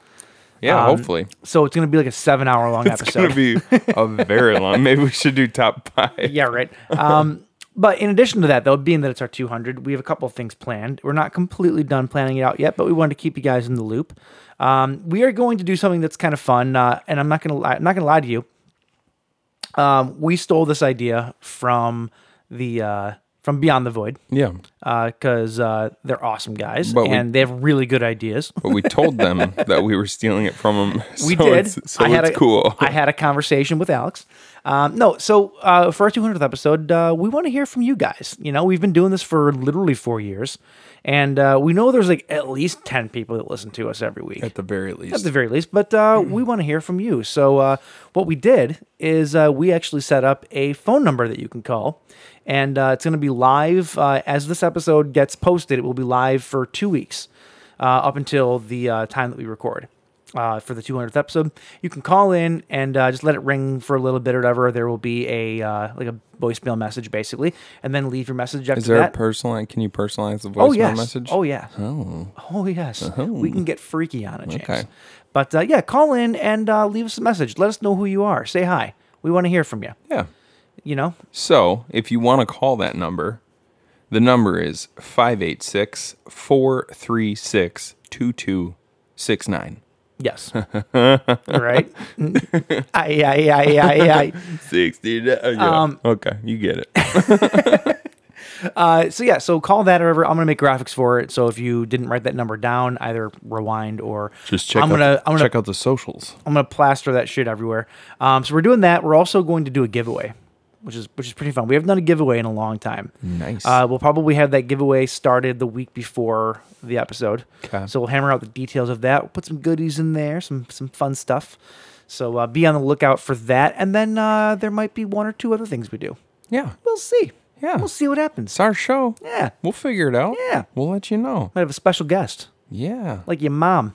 Speaker 11: Yeah.
Speaker 10: Um,
Speaker 11: Oh, hopefully.
Speaker 10: So it's gonna be like a seven hour long episode.
Speaker 11: It's going to be a very long. Maybe we should do top five.
Speaker 10: yeah, right. Um, but in addition to that, though, being that it's our 200, we have a couple of things planned. We're not completely done planning it out yet, but we wanted to keep you guys in the loop. Um, we are going to do something that's kind of fun, uh, and I'm not gonna lie, I'm not gonna lie to you. Um, we stole this idea from the uh, from Beyond the Void
Speaker 11: Yeah.
Speaker 10: because uh, they're awesome guys
Speaker 11: But we-
Speaker 10: and they have really good ideas.
Speaker 11: But we told them that we were stealing it from them.
Speaker 10: We
Speaker 11: so
Speaker 10: did.
Speaker 11: It's, so
Speaker 10: I had
Speaker 11: it's
Speaker 10: a,
Speaker 11: cool.
Speaker 10: I had a conversation with Alex. Um, no, so uh, for our 200th episode, uh, we want to hear from you guys. You know, we've been doing this for literally four years, and uh, we know there's like at least 10 people that listen to us every week.
Speaker 11: At the very
Speaker 10: At
Speaker 11: least. Hmm.
Speaker 10: the very least, but uh, we want to hear from you. So uh, what we did is uh, we actually set up a phone number that you can call, and uh, it's going to be live uh, as this episode gets posted. It will be live for two weeks, uh, up until the uh, time that we record. uh, for the 200th episode. You can call in and uh, just let it ring for a little bit or whatever. There will be a uh, like a voicemail message basically, and then leave your message after
Speaker 11: Is there
Speaker 10: that.
Speaker 11: a personal? Can you personalize the voicemail
Speaker 10: oh yes.
Speaker 11: message?
Speaker 10: Oh yeah.
Speaker 11: Oh.
Speaker 10: Oh yes. We can get freaky on it, James.
Speaker 11: Okay.
Speaker 10: But uh, yeah, call in and uh, leave us a message. Let us know who you are. Say hi. We want to hear from you.
Speaker 11: Yeah.
Speaker 10: You know,
Speaker 11: So if you want to call that number, the number is 586 436 2269.
Speaker 10: Yes. right? Aye, aye, aye, aye, aye.
Speaker 11: 60.
Speaker 10: Um,
Speaker 11: okay, you get it.
Speaker 10: Uh, so yeah, so call that or whatever. I'm gonna make graphics for it. So if you didn't write that number down, either rewind or
Speaker 11: Just check,
Speaker 10: I'm
Speaker 11: out,
Speaker 10: gonna I'm gonna
Speaker 11: check out the socials.
Speaker 10: I'm gonna plaster that shit everywhere. Um, so we're doing that. We're also going to do a giveaway, which is which is pretty fun. We haven't done a giveaway in a long time.
Speaker 11: Nice.
Speaker 10: Uh, we'll probably have that giveaway started the week before the episode.
Speaker 11: 'Kay.
Speaker 10: So we'll hammer out the details of that. We'll put some goodies in there, some some fun stuff. So uh, be on the lookout for that. And then uh, there might be one or two other things we do.
Speaker 11: Yeah.
Speaker 10: We'll see.
Speaker 11: Yeah.
Speaker 10: We'll see what happens.
Speaker 11: It's our show.
Speaker 10: Yeah.
Speaker 11: We'll figure it out.
Speaker 10: Yeah.
Speaker 11: We'll let you know.
Speaker 10: Might have a special guest,
Speaker 11: Yeah.
Speaker 10: like your mom.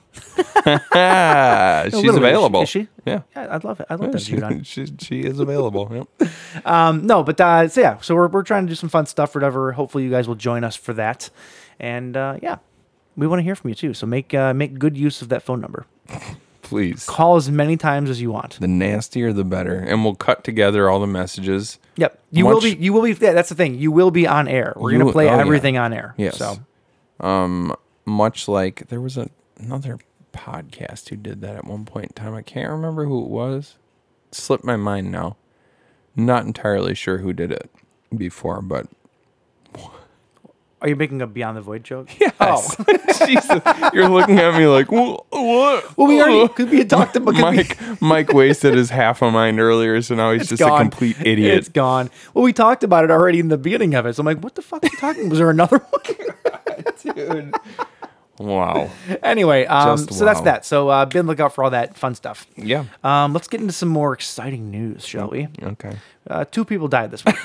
Speaker 11: Ah,
Speaker 10: No,
Speaker 11: she's
Speaker 10: literally,
Speaker 11: available.
Speaker 10: Is she? is she?
Speaker 11: Yeah.
Speaker 10: Yeah, I'd love it. I'd love to
Speaker 11: Yeah,
Speaker 10: have
Speaker 11: she,
Speaker 10: you on.
Speaker 11: she, she is available. Yep.
Speaker 10: No, but uh, so yeah, so we're, we're trying to do some fun stuff or whatever. Hopefully, you guys will join us for that. And uh, yeah, we want to hear from you too. So make uh, make good use of that phone number.
Speaker 11: Please.
Speaker 10: Call as many times as you want.
Speaker 11: The nastier, the better. And we'll cut together all the messages.
Speaker 10: Yep, you will
Speaker 11: Much-
Speaker 10: be. You will be. Yeah, that's the thing. You will be on air. We're
Speaker 11: You-
Speaker 10: gonna play
Speaker 11: oh, yeah.
Speaker 10: everything on air.
Speaker 11: Yes.
Speaker 10: So
Speaker 11: Much like there was a, another podcast who did that at one point in time. I can't remember who it was. It slipped my mind now. Not entirely sure who did it before, but
Speaker 10: are you making a Beyond the Void joke? Oh.
Speaker 11: yes. Jesus, you're looking at me like "Wha- what?
Speaker 10: Well, we already could be talked about. could be-
Speaker 11: Mike Mike wasted his half a mind earlier, so now he's
Speaker 10: it's
Speaker 11: just
Speaker 10: gone.
Speaker 11: a complete idiot.
Speaker 10: It's gone. Well, we talked about it already in the beginning of it. So I'm like, what the fuck are you talking? Was there another one?
Speaker 11: Wow.
Speaker 10: anyway, um,
Speaker 11: Just
Speaker 10: so that's
Speaker 11: wow.
Speaker 10: that. So uh, be on the lookout for all that fun stuff.
Speaker 11: Yeah.
Speaker 10: Um, let's get into some more exciting news, shall we?
Speaker 11: Okay.
Speaker 10: Uh, two people died this week.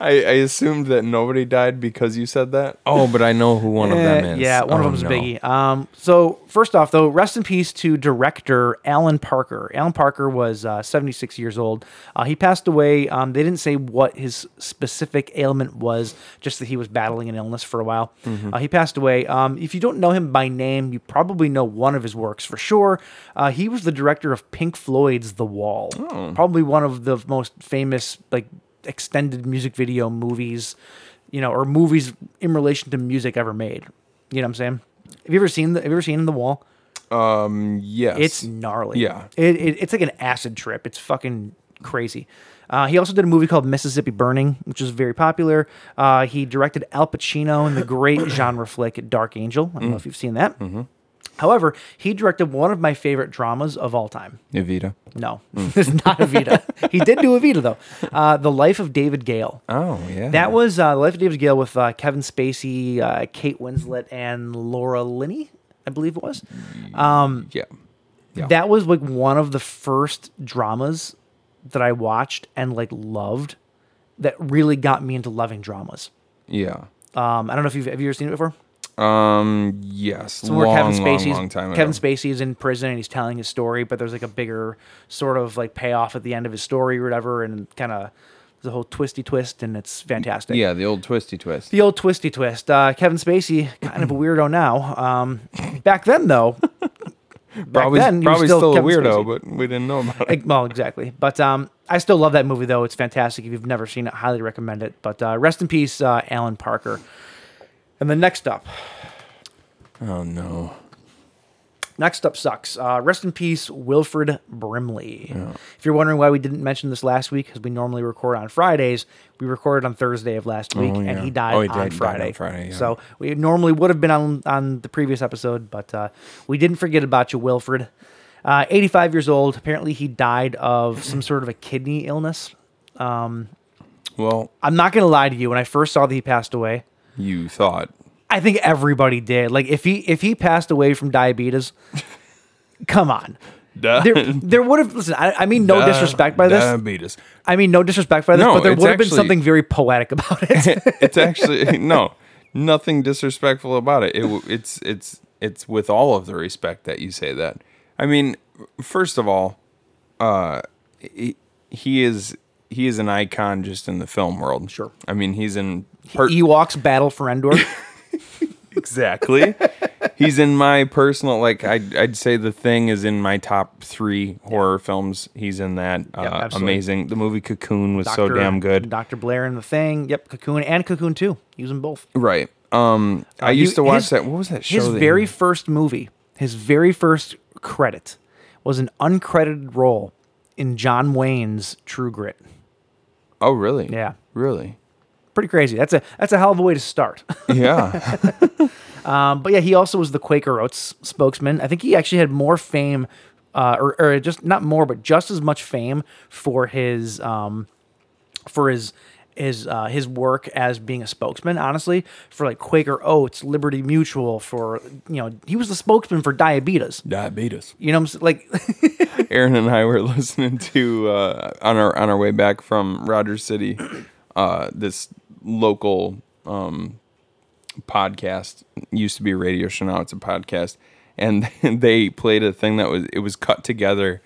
Speaker 11: I, I assumed that nobody died because you said that. Oh, but I know who one of them
Speaker 10: Eh,
Speaker 11: is.
Speaker 10: yeah, one of
Speaker 11: Oh,
Speaker 10: them's
Speaker 11: no.
Speaker 10: Biggie. Um, so first off, though, rest in peace to director Alan Parker. Alan Parker was uh, 76 years old. Uh, he passed away. Um, they didn't say what his specific ailment was, just that he was battling an illness for a while.
Speaker 11: Mm-hmm.
Speaker 10: Uh, he passed away. Um, if you don't know him by name, you probably know one of his works for sure. Uh, he was the director of Pink Floyd's The Wall,
Speaker 11: Oh.
Speaker 10: probably one of the most famous like extended music video movies. You know, or movies in relation to music ever made. You know what I'm saying? Have you ever seen the Have you ever seen the wall?
Speaker 11: Mm, Yes.
Speaker 10: It's gnarly.
Speaker 11: Yeah.
Speaker 10: it, it, it's like an acid trip. It's fucking crazy. Uh, he also did a movie called Mississippi Burning, which was very popular. Uh, he directed Al Pacino in the great genre flick Dark Angel. I don't
Speaker 11: Mm.
Speaker 10: know if you've seen that.
Speaker 11: Mm-hmm.
Speaker 10: However, he directed one of my favorite dramas of all time.
Speaker 11: Evita.
Speaker 10: No,
Speaker 11: Mm.
Speaker 10: it's not Evita. he did do Evita though. Uh, the Life of David Gale.
Speaker 11: Oh yeah.
Speaker 10: That was uh, The Life of David Gale with uh, Kevin Spacey, uh, Kate Winslet, and Laura Linney, I believe it was.
Speaker 11: yeah. Yeah.
Speaker 10: That was like one of the first dramas that I watched and like loved that really got me into loving dramas.
Speaker 11: Yeah.
Speaker 10: Um, I don't know if you've have you ever seen it before.
Speaker 11: Um. Yes.
Speaker 10: It's where
Speaker 11: long,
Speaker 10: Kevin Spacey's
Speaker 11: long, long time ago.
Speaker 10: Kevin Spacey is in prison and he's telling his story, but there's like a bigger sort of like payoff at the end of his story or whatever, and kind of the whole twisty twist, and it's fantastic.
Speaker 11: Yeah, the old twisty twist.
Speaker 10: the old twisty twist. Uh, Kevin Spacey, kind of a weirdo now. Um, back then, though, back
Speaker 11: probably
Speaker 10: then, he was
Speaker 11: probably
Speaker 10: still
Speaker 11: still, a
Speaker 10: Kevin
Speaker 11: weirdo,
Speaker 10: Spacey.
Speaker 11: but we didn't know about it.
Speaker 10: like, well, exactly. But um, I still love that movie, though. It's fantastic. If you've never seen it, highly recommend it. But uh, rest in peace, uh, Alan Parker. And then next up,
Speaker 11: Oh no.
Speaker 10: Next up sucks. Uh, rest in peace, Wilfred Brimley. If you're wondering why we didn't mention this last week, because we normally record on Fridays, we recorded on Thursday of last week, and
Speaker 11: yeah.
Speaker 10: he died,
Speaker 11: Oh, he did-
Speaker 10: on
Speaker 11: died on
Speaker 10: Friday.
Speaker 11: Friday, yeah.
Speaker 10: So we normally would have been on on the previous episode, but uh, we didn't forget about you, Wilfred. Uh, 85 years old. Apparently, he died of some sort of a kidney illness.
Speaker 11: Well,
Speaker 10: I'm not gonna lie to you. When I first saw that he passed away,
Speaker 11: you thought.
Speaker 10: I think everybody did. Like if he if he passed away from diabetes, come on.
Speaker 11: Duh.
Speaker 10: there, there would have listen. I, I mean, no
Speaker 11: Duh.
Speaker 10: disrespect by this.
Speaker 11: Diabetes.
Speaker 10: I mean, no disrespect by this,
Speaker 11: No,
Speaker 10: but there
Speaker 11: it's
Speaker 10: would have been
Speaker 11: actually-
Speaker 10: something very poetic about it.
Speaker 11: it's actually no, nothing disrespectful about it. It w- it's it's it's with all of the respect that you say that. I mean, first of all, uh, he, he is he is an icon just in the film world. Sure. I mean, he's in per-
Speaker 10: Ewoks battle for Endor.
Speaker 11: exactly. he's in my personal like I'd, I'd say the thing is in my top three horror films. He's in that. uh,
Speaker 10: absolutely.
Speaker 11: amazing. The movie Cocoon was so damn good.
Speaker 10: Doctor Blair and the Thing. Yep, Cocoon and Cocoon Two. Use them both.
Speaker 11: Right. Um, I
Speaker 10: Uh,
Speaker 11: used
Speaker 10: you-
Speaker 11: to watch
Speaker 10: his-
Speaker 11: that. What was that show?
Speaker 10: His
Speaker 11: that he
Speaker 10: very
Speaker 11: made?
Speaker 10: first movie, his very first credit, was an uncredited role in John Wayne's True Grit.
Speaker 11: oh really?
Speaker 10: Yeah.
Speaker 11: Really.
Speaker 10: Pretty crazy. That's a that's a hell of a way to start.
Speaker 11: Yeah.
Speaker 10: Um, but yeah, he also was the Quaker Oats spokesman. I think he actually had more fame, uh, or, or just not more, but just as much fame for his um, for his his uh, his work as being a spokesman. Honestly, for like Quaker Oats, Liberty Mutual, for you know, he was the spokesman for diabetes.
Speaker 11: Diabetes.
Speaker 10: You know, what I'm s- like
Speaker 11: Aaron and I were listening to uh, on our on our way back from Rogers City, uh, this local um, podcast It used to be a radio show now it's a podcast, and they played a thing that was it was cut together,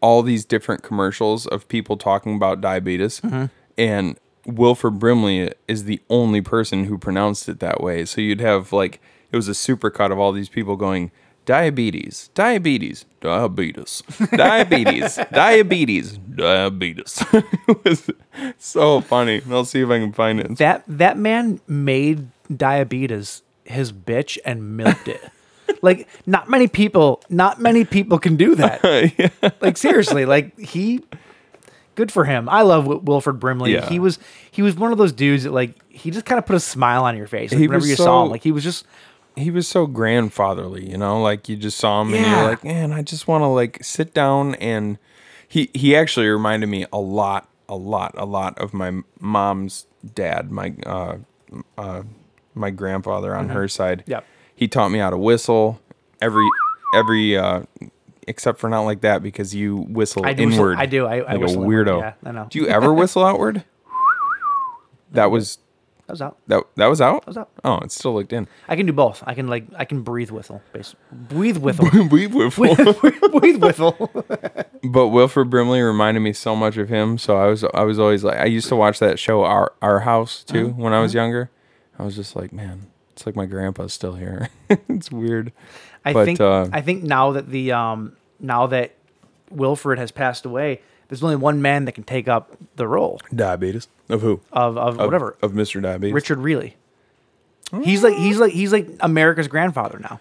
Speaker 11: all these different commercials of people talking about diabetes, and Wilford Brimley is the only person who pronounced it that way. So you'd have like it was a supercut of all these people going diabetes, diabetes, diabetes, diabetes, diabetes, diabetes. it was so funny. I'll see if I can find it.
Speaker 10: that that man made diabetes his bitch and milked it. like not many people, not many people can do that. Like seriously, like he good for him. I love Wil- Wilford Brimley.
Speaker 11: Yeah.
Speaker 10: He was he was one of those dudes that like he just kind of put a smile on your face like,
Speaker 11: He
Speaker 10: whenever
Speaker 11: was
Speaker 10: you saw him.
Speaker 11: so-
Speaker 10: Like he was just
Speaker 11: he was so grandfatherly, you know, like you just saw him and
Speaker 10: Yeah.
Speaker 11: you're like, man, I just want to like sit down and he he actually reminded me a lot, a lot, a lot of my mom's dad, my uh, uh my grandfather on her side.
Speaker 10: Mm-hmm. Yep.
Speaker 11: He taught me how to whistle every every uh except for not like that because you whistle
Speaker 10: I do whistle-
Speaker 11: inward.
Speaker 10: I do, I- I
Speaker 11: like
Speaker 10: whistle
Speaker 11: a
Speaker 10: inward,
Speaker 11: weirdo.
Speaker 10: yeah, I know.
Speaker 11: Do you ever whistle outward? that was
Speaker 10: that was out.
Speaker 11: that that was out? That
Speaker 10: was out.
Speaker 11: Oh, it still looked in.
Speaker 10: I can do both. I can like I can breathe whistle. Base breathe whistle.
Speaker 11: we whistle.
Speaker 10: breathe whistle.
Speaker 11: But Wilford Brimley reminded me so much of him. So I was I was always like I used to watch that show Our Our House too
Speaker 10: Uh-huh,
Speaker 11: when I was younger. I was just like, man, it's like my grandpa's still here. it's weird.
Speaker 10: I
Speaker 11: But,
Speaker 10: think
Speaker 11: uh,
Speaker 10: I think now that the um now that Wilfred has passed away, there's only one man that can take up the role
Speaker 11: Diabetes of who?
Speaker 10: of of, whatever
Speaker 11: of Mm. Mr. Diabetes.
Speaker 10: Richard Reilly. He's like he's like he's like America's grandfather now.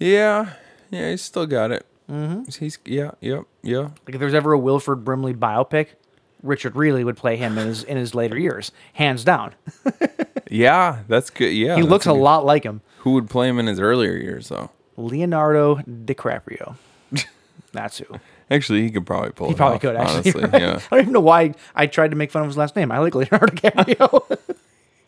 Speaker 11: Yeah, yeah, he's still got it. Mm-hmm. He's yeah, yep, yeah.
Speaker 10: Like if there's ever a Wilfred Brimley biopic, Richard Reilly would play him in his in his later years, hands down.
Speaker 11: Yeah, that's good. Yeah,
Speaker 10: He
Speaker 11: Oh, that's
Speaker 10: looks a
Speaker 11: good-
Speaker 10: lot like him,
Speaker 11: Who would play him in his earlier years though?
Speaker 10: Leonardo DiCaprio. That's who.
Speaker 11: Actually, he could probably pull.
Speaker 10: He
Speaker 11: it
Speaker 10: probably
Speaker 11: off,
Speaker 10: could actually.
Speaker 11: Honestly, yeah.
Speaker 10: I don't even know why I tried to make fun of his last name. I like Leonardo DiCaprio.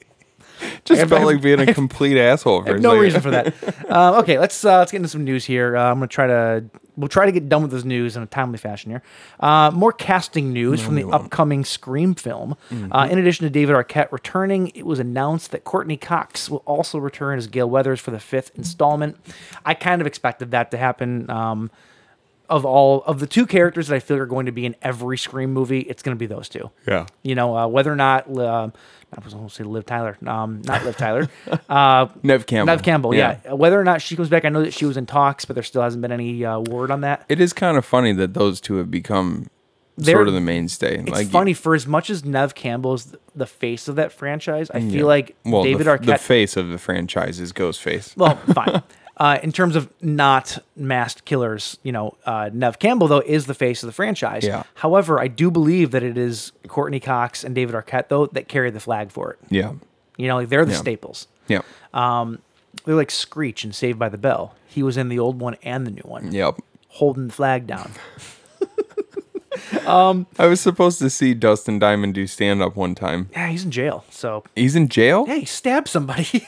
Speaker 11: Just
Speaker 10: have- I
Speaker 11: felt
Speaker 10: have-
Speaker 11: like being a complete asshole for
Speaker 10: I
Speaker 11: a
Speaker 10: have no
Speaker 11: second.
Speaker 10: reason for that. um, okay, let's uh, let's get into some news here. Uh, I'm gonna try to we'll try to get done with this news in a timely fashion here. Uh, more casting news from the upcoming Scream film. Uh, in addition to David Arquette returning, it was announced that Courtney Cox will also return as Gail Weathers for the fifth installment. I kind of expected that to happen. Um, of all of the two characters that I feel are going to be in every Scream movie, it's going to be those two.
Speaker 11: Yeah.
Speaker 10: You know, uh, whether or not um I was going to say Liv Tyler, um, not Liv Tyler, uh,
Speaker 11: Nev Campbell.
Speaker 10: Nev Campbell, yeah. Whether or not she comes back, I know that she was in talks, but there still hasn't been any uh, word on that.
Speaker 11: It is kind of funny that those two have become
Speaker 10: They're-
Speaker 11: sort of the mainstay.
Speaker 10: It's funny for as much as Nev Campbell is th- the face of that franchise, I feel like
Speaker 11: well, the
Speaker 10: David
Speaker 11: f-
Speaker 10: Arquette.
Speaker 11: the face of the franchise is Ghostface.
Speaker 10: well, fine. Uh, in terms of not masked killers, you know, uh, Nev Campbell though is the face of the franchise.
Speaker 11: Yeah.
Speaker 10: However, I do believe that it is Courtney Cox and David Arquette though that carry the flag for it.
Speaker 11: yeah,
Speaker 10: You know, like they're the
Speaker 11: Yeah.
Speaker 10: staples.
Speaker 11: yeah,
Speaker 10: They're like Screech and Saved by the Bell. He was in the old one and the new one,
Speaker 11: yep.
Speaker 10: holding the flag down.
Speaker 11: I was supposed to see Dustin Diamond do stand up one time.
Speaker 10: Yeah, he's in jail. So
Speaker 11: He's in jail.
Speaker 10: yeah, he stabbed somebody.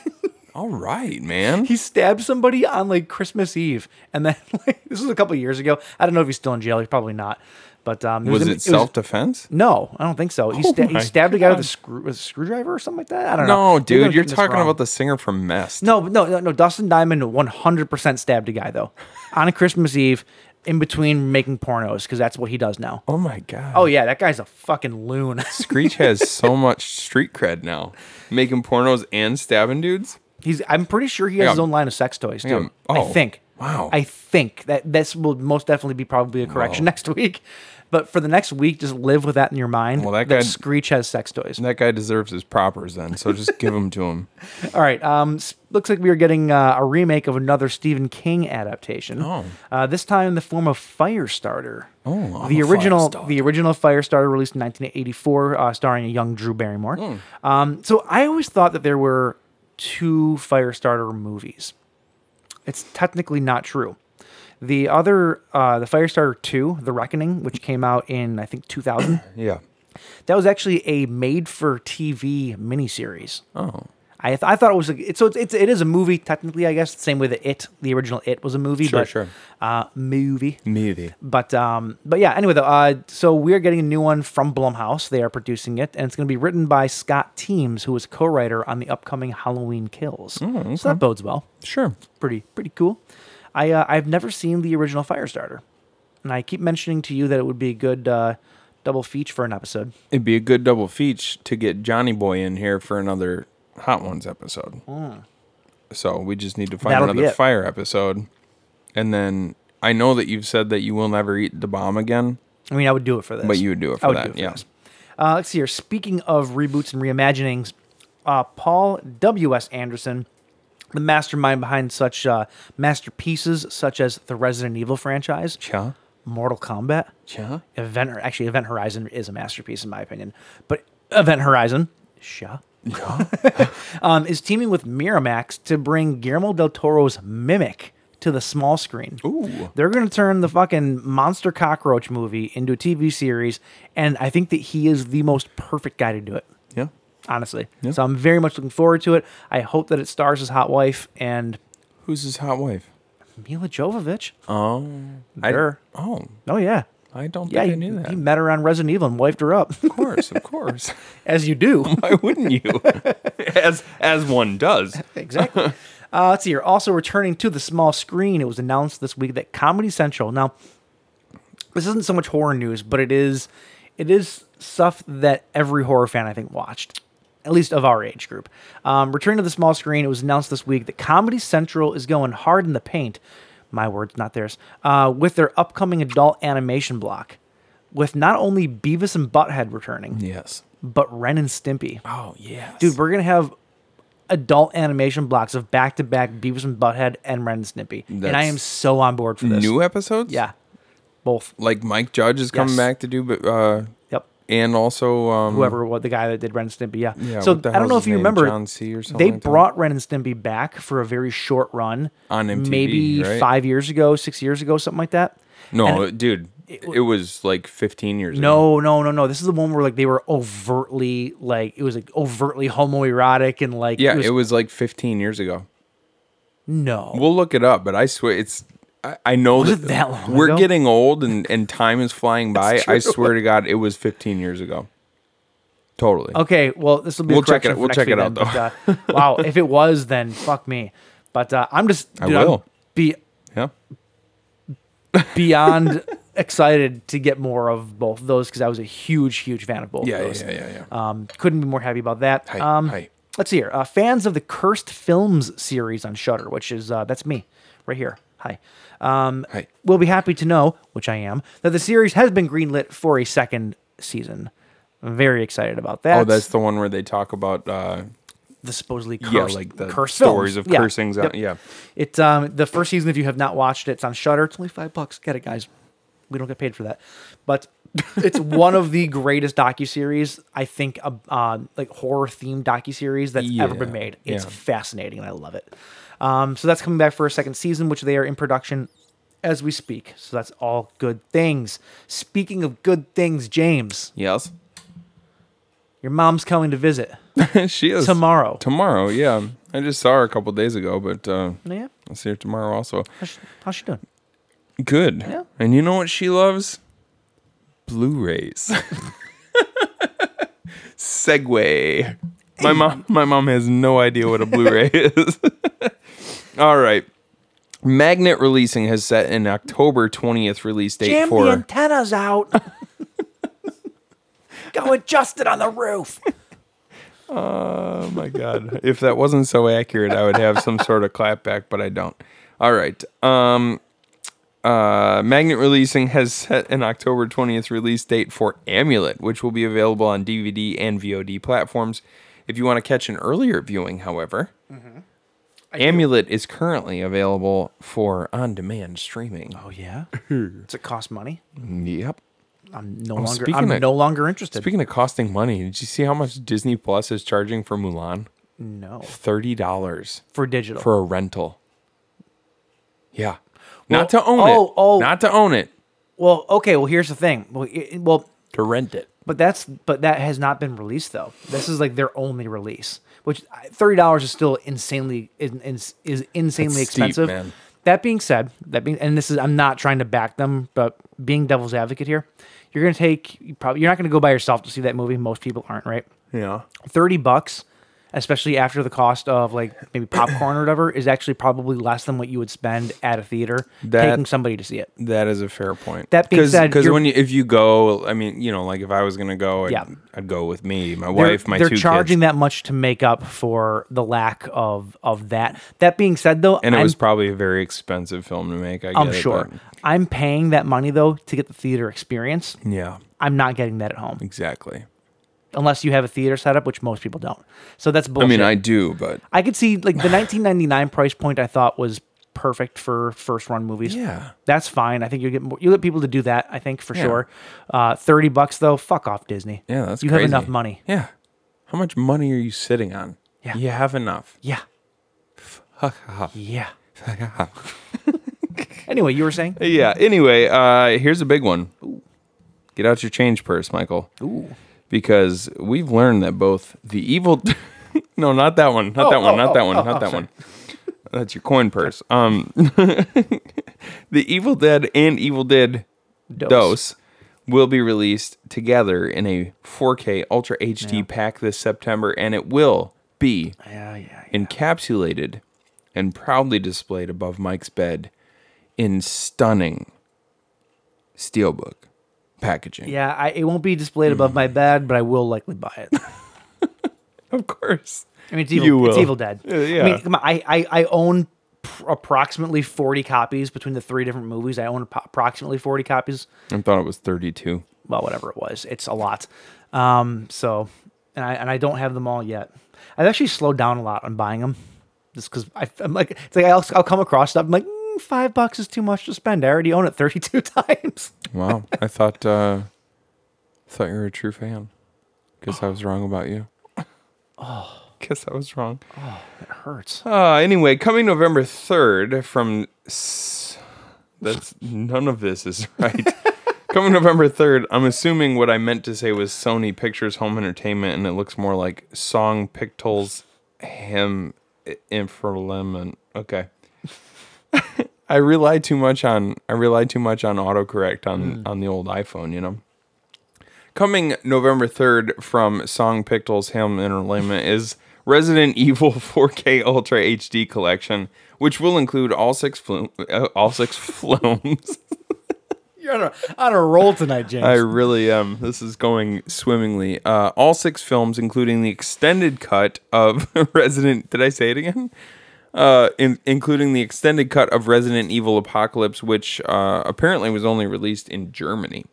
Speaker 11: All right, man.
Speaker 10: he stabbed somebody on like Christmas Eve, and then like, this was a couple years ago. I don't know if he's still in jail. He's probably not. But um,
Speaker 11: Was
Speaker 10: a-
Speaker 11: it self defense?
Speaker 10: No, I don't think so. He,
Speaker 11: Oh
Speaker 10: sta- he
Speaker 11: my
Speaker 10: stabbed a guy with a,
Speaker 11: God.
Speaker 10: screw- with a screwdriver or something like that. I don't know. Maybe
Speaker 11: No,
Speaker 10: I'm
Speaker 11: dude, you're
Speaker 10: getting this
Speaker 11: talking
Speaker 10: wrong.
Speaker 11: about the singer from Mess.
Speaker 10: No, but no, no, no. Dustin Diamond 100% stabbed a guy though, on a Christmas Eve, in between making pornos because that's what he does now.
Speaker 11: Oh my god.
Speaker 10: Oh yeah, that guy's a fucking loon.
Speaker 11: Screech has so much street cred now, making pornos and stabbing dudes.
Speaker 10: He's. I'm pretty sure he has
Speaker 11: Hang
Speaker 10: his
Speaker 11: on.
Speaker 10: own line of sex toys
Speaker 11: Hang
Speaker 10: too.
Speaker 11: on.
Speaker 10: I
Speaker 11: Oh,
Speaker 10: think.
Speaker 11: wow.
Speaker 10: I think that this will most definitely be probably a correction next week, but for the next week, just live with that in your mind.
Speaker 11: Well, that guy-
Speaker 10: Screech has sex toys.
Speaker 11: And that guy deserves his propers then, so just give them to him.
Speaker 10: All right. Um, s- looks like we are getting uh, a remake of another Stephen King adaptation.
Speaker 11: Oh.
Speaker 10: Uh, this time in the form of Firestarter.
Speaker 11: Oh, I'm
Speaker 10: the
Speaker 11: a
Speaker 10: original,
Speaker 11: Firestarter.
Speaker 10: the original Firestarter released in 1984, uh, starring a young Drew Barrymore.
Speaker 11: Hmm.
Speaker 10: Um, so I always thought that there were two Firestarter movies. It's technically not true. The other, uh, the Firestarter 2, The Reckoning, which came out in I think 2000,
Speaker 11: Yeah.
Speaker 10: that was actually a made-for-TV miniseries. Oh, I, th- I thought it was a, it, so it's, it's it is a movie technically, I guess. The same way that it, the original it, was a movie,
Speaker 11: Sure,
Speaker 10: but
Speaker 11: sure.
Speaker 10: Uh, movie.
Speaker 11: Movie.
Speaker 10: But um, but yeah. Anyway, though, uh, so we're getting a new one from Blumhouse. They are producing it, and it's going to be written by Scott Teams, who is co-writer on the upcoming Halloween Kills.
Speaker 11: Mm,
Speaker 10: So that bodes well.
Speaker 11: Sure.
Speaker 10: Pretty pretty cool. I uh, I've never seen the original Firestarter, and I keep mentioning to you that it would be a good uh, double feature for an episode.
Speaker 11: It'd be a good double feature to get Johnny Boy in here for another Hot Ones episode. So we just need to find
Speaker 10: That'll be
Speaker 11: another
Speaker 10: it.
Speaker 11: fire episode. And then I know that you've said that you will never eat the bomb again.
Speaker 10: I mean, I would do it for this.
Speaker 11: But you would do it for that, yeah.
Speaker 10: this. Uh, let's see here. Speaking of reboots and reimaginings, uh, Paul W.S. Anderson, the mastermind behind such uh, masterpieces such as the Resident Evil franchise,
Speaker 11: Cha.
Speaker 10: Mortal Kombat,
Speaker 11: Cha.
Speaker 10: Event, actually, Event Horizon is a masterpiece in my opinion, but Event Horizon, sha, um, is teaming with Miramax to bring Guillermo del Toro's Mimic to the small screen.
Speaker 11: Ooh.
Speaker 10: They're going to turn the fucking monster cockroach movie into a TV series, and I think that he is the most perfect guy to do it.
Speaker 11: Yeah.
Speaker 10: Honestly, so I'm very much looking forward to it. I hope that it stars his hot wife and
Speaker 11: Who's his hot wife?
Speaker 10: Mila Jovovich.
Speaker 11: Oh.
Speaker 10: Sure.
Speaker 11: I, oh.
Speaker 10: Oh yeah,
Speaker 11: I don't
Speaker 10: yeah.
Speaker 11: think
Speaker 10: He,
Speaker 11: I knew that.
Speaker 10: he met her on Resident Evil and wifed her up,
Speaker 11: Of course, of course.
Speaker 10: as you do.
Speaker 11: Why wouldn't you? as as one does.
Speaker 10: exactly. Uh, let's see here. Also returning to the small screen, it was announced this week that Comedy Central. Now, this isn't so much horror news, but it is, it is stuff that every horror fan I think watched, at least of our age group. Um, returning to the small screen, it was announced this week that Comedy Central is going hard in the paint. My words, not theirs. Uh, with their upcoming adult animation block, with not only Beavis and Butthead returning,
Speaker 11: Yes.
Speaker 10: but Ren and Stimpy
Speaker 11: Oh yes.
Speaker 10: dude, we're gonna have adult animation blocks of back to back Beavis and Butthead and Ren and Snippy, and I
Speaker 11: That's
Speaker 10: am so on board for this.
Speaker 11: new episodes?
Speaker 10: yeah, both.
Speaker 11: Like Mike Judge is coming
Speaker 10: Yes.
Speaker 11: back to do but uh
Speaker 10: Yep.
Speaker 11: and also um
Speaker 10: Whoever what the guy that did Ren and Stimpy, yeah.
Speaker 11: Yeah,
Speaker 10: so
Speaker 11: what the
Speaker 10: I don't know
Speaker 11: hell's
Speaker 10: if you
Speaker 11: his name?
Speaker 10: remember,
Speaker 11: John C. or something
Speaker 10: they
Speaker 11: like that?
Speaker 10: brought Ren and Stimpy back for a very short run
Speaker 11: On MTV,
Speaker 10: maybe
Speaker 11: right?
Speaker 10: five years ago, six years ago, something like that.
Speaker 11: No,
Speaker 10: And-
Speaker 11: dude. It, was like 15 years ago.
Speaker 10: No, no, no, no. This is the one where like they were overtly like it was like overtly homoerotic and like
Speaker 11: Yeah, it was like 15 years ago.
Speaker 10: no.
Speaker 11: We'll look it up, but I swear it's. I, I know
Speaker 10: Was it that long
Speaker 11: we're
Speaker 10: ago?
Speaker 11: getting old and and time is flying by. I swear to God, it was 15 years ago. Totally.
Speaker 10: Okay, well, this will be. a
Speaker 11: We'll check
Speaker 10: correction
Speaker 11: it-
Speaker 10: for
Speaker 11: we'll
Speaker 10: next
Speaker 11: check it
Speaker 10: week
Speaker 11: out,
Speaker 10: then, but, uh, wow, if it was, then fuck me. But uh, I'm just.
Speaker 11: I
Speaker 10: Dude, I'm
Speaker 11: will.
Speaker 10: be
Speaker 11: Yeah.
Speaker 10: beyond excited to get more of both of those because I was a huge, huge fan of both.
Speaker 11: Yeah.
Speaker 10: of
Speaker 11: Yeah.
Speaker 10: those.
Speaker 11: Yeah. Yeah. yeah.
Speaker 10: Um, couldn't be more happy about that.
Speaker 11: Hi,
Speaker 10: um,
Speaker 11: hi.
Speaker 10: Let's see here. Uh, fans of the Cursed Films series on Shudder, which is uh, that's me right here. Hi. Um,
Speaker 11: Hi.
Speaker 10: We'll be happy to know, which I am, that the series has been greenlit for a second season. Very excited about that
Speaker 11: oh, that's the one where they talk about. Uh,
Speaker 10: the supposedly cursed,
Speaker 11: yeah, like the
Speaker 10: cursed
Speaker 11: stories
Speaker 10: films.
Speaker 11: of cursings. out-
Speaker 10: Yep.
Speaker 11: Yeah.
Speaker 10: It's um the first season. If you have not watched it, it's on Shutter. It's only five bucks. Get it, guys. We don't get paid for that, but it's one of the greatest docu series I think, uh, uh, like horror themed docu series that's ever been
Speaker 11: Yeah,
Speaker 10: made. It's
Speaker 11: yeah.
Speaker 10: fascinating and I love it. Um, so that's coming back for a second season, which they are in production as we speak. So that's all good things. Speaking of good things, James,
Speaker 11: Yes.
Speaker 10: your mom's coming to visit
Speaker 11: she is
Speaker 10: tomorrow.
Speaker 11: Tomorrow. Yeah. I just saw her a couple days ago, but uh,
Speaker 10: yeah,
Speaker 11: I'll see her tomorrow also.
Speaker 10: how's she, how's she doing?
Speaker 11: Good.
Speaker 10: Yeah.
Speaker 11: And you know what she loves? Blu-rays. Segway. My mom my mom has no idea what a Blu-ray is. All right. Magnet Releasing has set an October 20th release date
Speaker 10: Jam
Speaker 11: for
Speaker 10: the antennas out. Go adjust it on the roof.
Speaker 11: Oh my god. if that wasn't so accurate, I would have some sort of clapback, but I don't. All right. Um uh Magnet Releasing has set an October 20th release date for Amulet, which will be available on DVD and VOD platforms. If you want to catch an earlier viewing, however,
Speaker 10: Mm-hmm.
Speaker 11: Amulet is currently available for on-demand streaming.
Speaker 10: Oh yeah. Does it cost money?
Speaker 11: Yep.
Speaker 10: I'm no longer.
Speaker 11: speaking
Speaker 10: I'm
Speaker 11: of-
Speaker 10: no longer interested.
Speaker 11: Speaking of costing money, did you see how much Disney Plus is charging for Mulan?
Speaker 10: no
Speaker 11: $30.
Speaker 10: for digital.
Speaker 11: for a rental. Yeah. Not to own
Speaker 10: oh,
Speaker 11: it.
Speaker 10: oh.
Speaker 11: Not to own it.
Speaker 10: well, okay. Well, here's the thing. Well, it, it- well,
Speaker 11: To rent it.
Speaker 10: but that's but that has not been released though. This is like their only release, which I- thirty dollars is still insanely is, is, is insanely
Speaker 11: That's steep,
Speaker 10: expensive.
Speaker 11: man.
Speaker 10: That being said, that being and this is I'm not trying to back them, but being devil's advocate here, you're gonna take you probably you're not gonna go by yourself to see that movie. Most people aren't, right?
Speaker 11: Yeah.
Speaker 10: 30 bucks especially after the cost of like maybe popcorn or whatever is actually probably less than what you would spend at a theater
Speaker 11: That-
Speaker 10: taking somebody to see it
Speaker 11: That is a fair point.
Speaker 10: That being said,
Speaker 11: because
Speaker 10: you're-
Speaker 11: when you, if you go, I mean, you know, like if I was gonna go, I'd,
Speaker 10: Yeah.
Speaker 11: I'd go with me, my
Speaker 10: They're-
Speaker 11: wife, my
Speaker 10: they're
Speaker 11: two
Speaker 10: charging
Speaker 11: kids,
Speaker 10: that much to make up for the lack of of that that being said though
Speaker 11: and it
Speaker 10: I'm,
Speaker 11: was probably a very expensive film to make. I
Speaker 10: I'm
Speaker 11: get it,
Speaker 10: sure
Speaker 11: but-
Speaker 10: i'm paying that money though to get the theater experience
Speaker 11: yeah.
Speaker 10: i'm not getting that at home
Speaker 11: Exactly.
Speaker 10: unless you have a theater setup which most people don't so that's bullshit
Speaker 11: I mean, I do, but
Speaker 10: I could see like the 1999 price point. I thought was perfect for first run movies.
Speaker 11: Yeah.
Speaker 10: that's fine. I think you get more, you get people to do that. I think for
Speaker 11: Yeah.
Speaker 10: sure. Uh, Thirty bucks though, fuck off Disney.
Speaker 11: yeah, that's
Speaker 10: you
Speaker 11: crazy.
Speaker 10: have enough money.
Speaker 11: Yeah. How much money are you sitting on?
Speaker 10: Yeah.
Speaker 11: You have enough.
Speaker 10: Yeah, yeah. anyway, you were saying
Speaker 11: Yeah. Anyway, uh, here's a big one. Get out your change purse, Michael. Ooh. Because we've learned that both the evil, no, not that one, not that one, not that one, not that one. That's your coin purse. Um, the Evil Dead and Evil Dead Dose. will be released together in a 4K Ultra HD pack this September, and it will be encapsulated and proudly displayed above Mike's bed in stunning steelbook packaging.
Speaker 10: Yeah, I, it won't be displayed above my bed, but I will likely buy it.
Speaker 11: of course.
Speaker 10: I mean, it's
Speaker 11: You
Speaker 10: evil.
Speaker 11: will.
Speaker 10: It's Evil Dead.
Speaker 11: Uh, yeah.
Speaker 10: I mean, come on, I I, I own pr- approximately 40 copies between the three different movies. I own appro- approximately 40 copies.
Speaker 11: I thought it was 32.
Speaker 10: well, whatever it was. It's a lot. Um, so, and I and I don't have them all yet. I've actually slowed down a lot on buying them, just because I'm like, it's like I'll, I'll come across stuff. I'm like, "Mm, five bucks is too much to spend. I already own it 32 times.
Speaker 11: Wow. I thought uh thought you were a true fan. Guess I was wrong about you. Oh. Guess I was wrong.
Speaker 10: It hurts.
Speaker 11: Uh anyway, coming November 3rd from s- that's none of this is right. coming November 3rd, I'm assuming what I meant to say was Sony Pictures Home Entertainment and it looks more like Song Pictels Hem Infolemon. Okay. I rely too much on I rely too much on autocorrect on on the old iPhone, you know. Coming November 3rd from Song Pictels Him Interlayment is Resident Evil 4K Ultra HD Collection, which will include all six flu- uh, all six films.
Speaker 10: You're on a, on a roll tonight, James.
Speaker 11: I really am. This is going swimmingly. Uh, all six films, including the extended cut of Resident. Did I say it again? Uh, in, including the extended cut of Resident Evil Apocalypse, which uh, apparently was only released in Germany.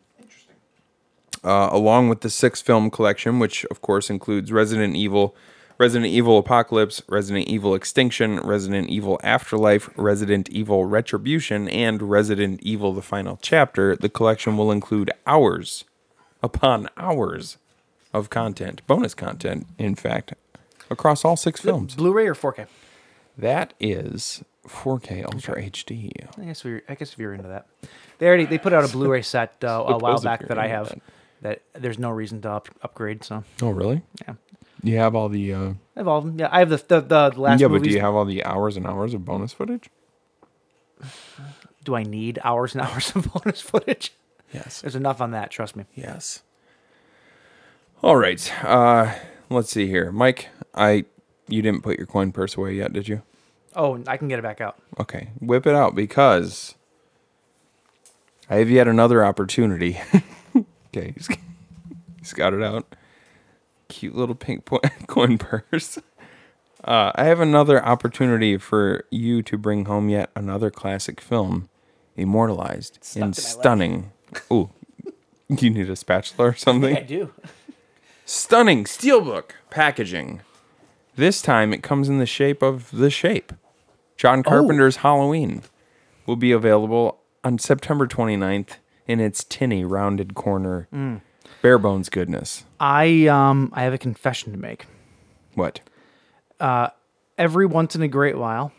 Speaker 11: Uh, along with the six film collection, which of course includes Resident Evil, Resident Evil Apocalypse, Resident Evil Extinction, Resident Evil Afterlife, Resident Evil Retribution, and Resident Evil The Final Chapter, the collection will include hours upon hours of content, bonus content, in fact, across all six films.
Speaker 10: Blu-ray or 4K?
Speaker 11: That is 4K Ultra HD.
Speaker 10: I guess we. I guess if you're into that, they already they put out a Blu-ray set uh, a while
Speaker 11: if
Speaker 10: back
Speaker 11: you're
Speaker 10: that I
Speaker 11: into
Speaker 10: have. That. there's no reason to up, upgrade. So
Speaker 11: Oh, really?
Speaker 10: Yeah.
Speaker 11: You have all the. Uh,
Speaker 10: I have all of them. Yeah, I have the the, the last.
Speaker 11: yeah, but do
Speaker 10: movies.
Speaker 11: you have all the hours and hours of bonus footage?
Speaker 10: do I need hours and hours of bonus footage?
Speaker 11: Yes.
Speaker 10: There's enough on that. Trust me.
Speaker 11: Yes. All right. Uh, let's see here, Mike. I you didn't put your coin purse away yet, did you?
Speaker 10: Oh, I can get it back out.
Speaker 11: Okay, whip it out because I have yet another opportunity. okay, he's, he's got it out. Cute little pink po- coin purse. Uh, I have another opportunity for you to bring home yet another classic film, immortalized in stunning. Ooh, you need a spatula or something?
Speaker 10: do.
Speaker 11: Stunning steelbook packaging. This time it comes in the shape of the shape. John Carpenter's Halloween will be available on September 29th in its tinny rounded corner. Bare bones goodness.
Speaker 10: I um I have a confession to make.
Speaker 11: What?
Speaker 10: Every once in a great while,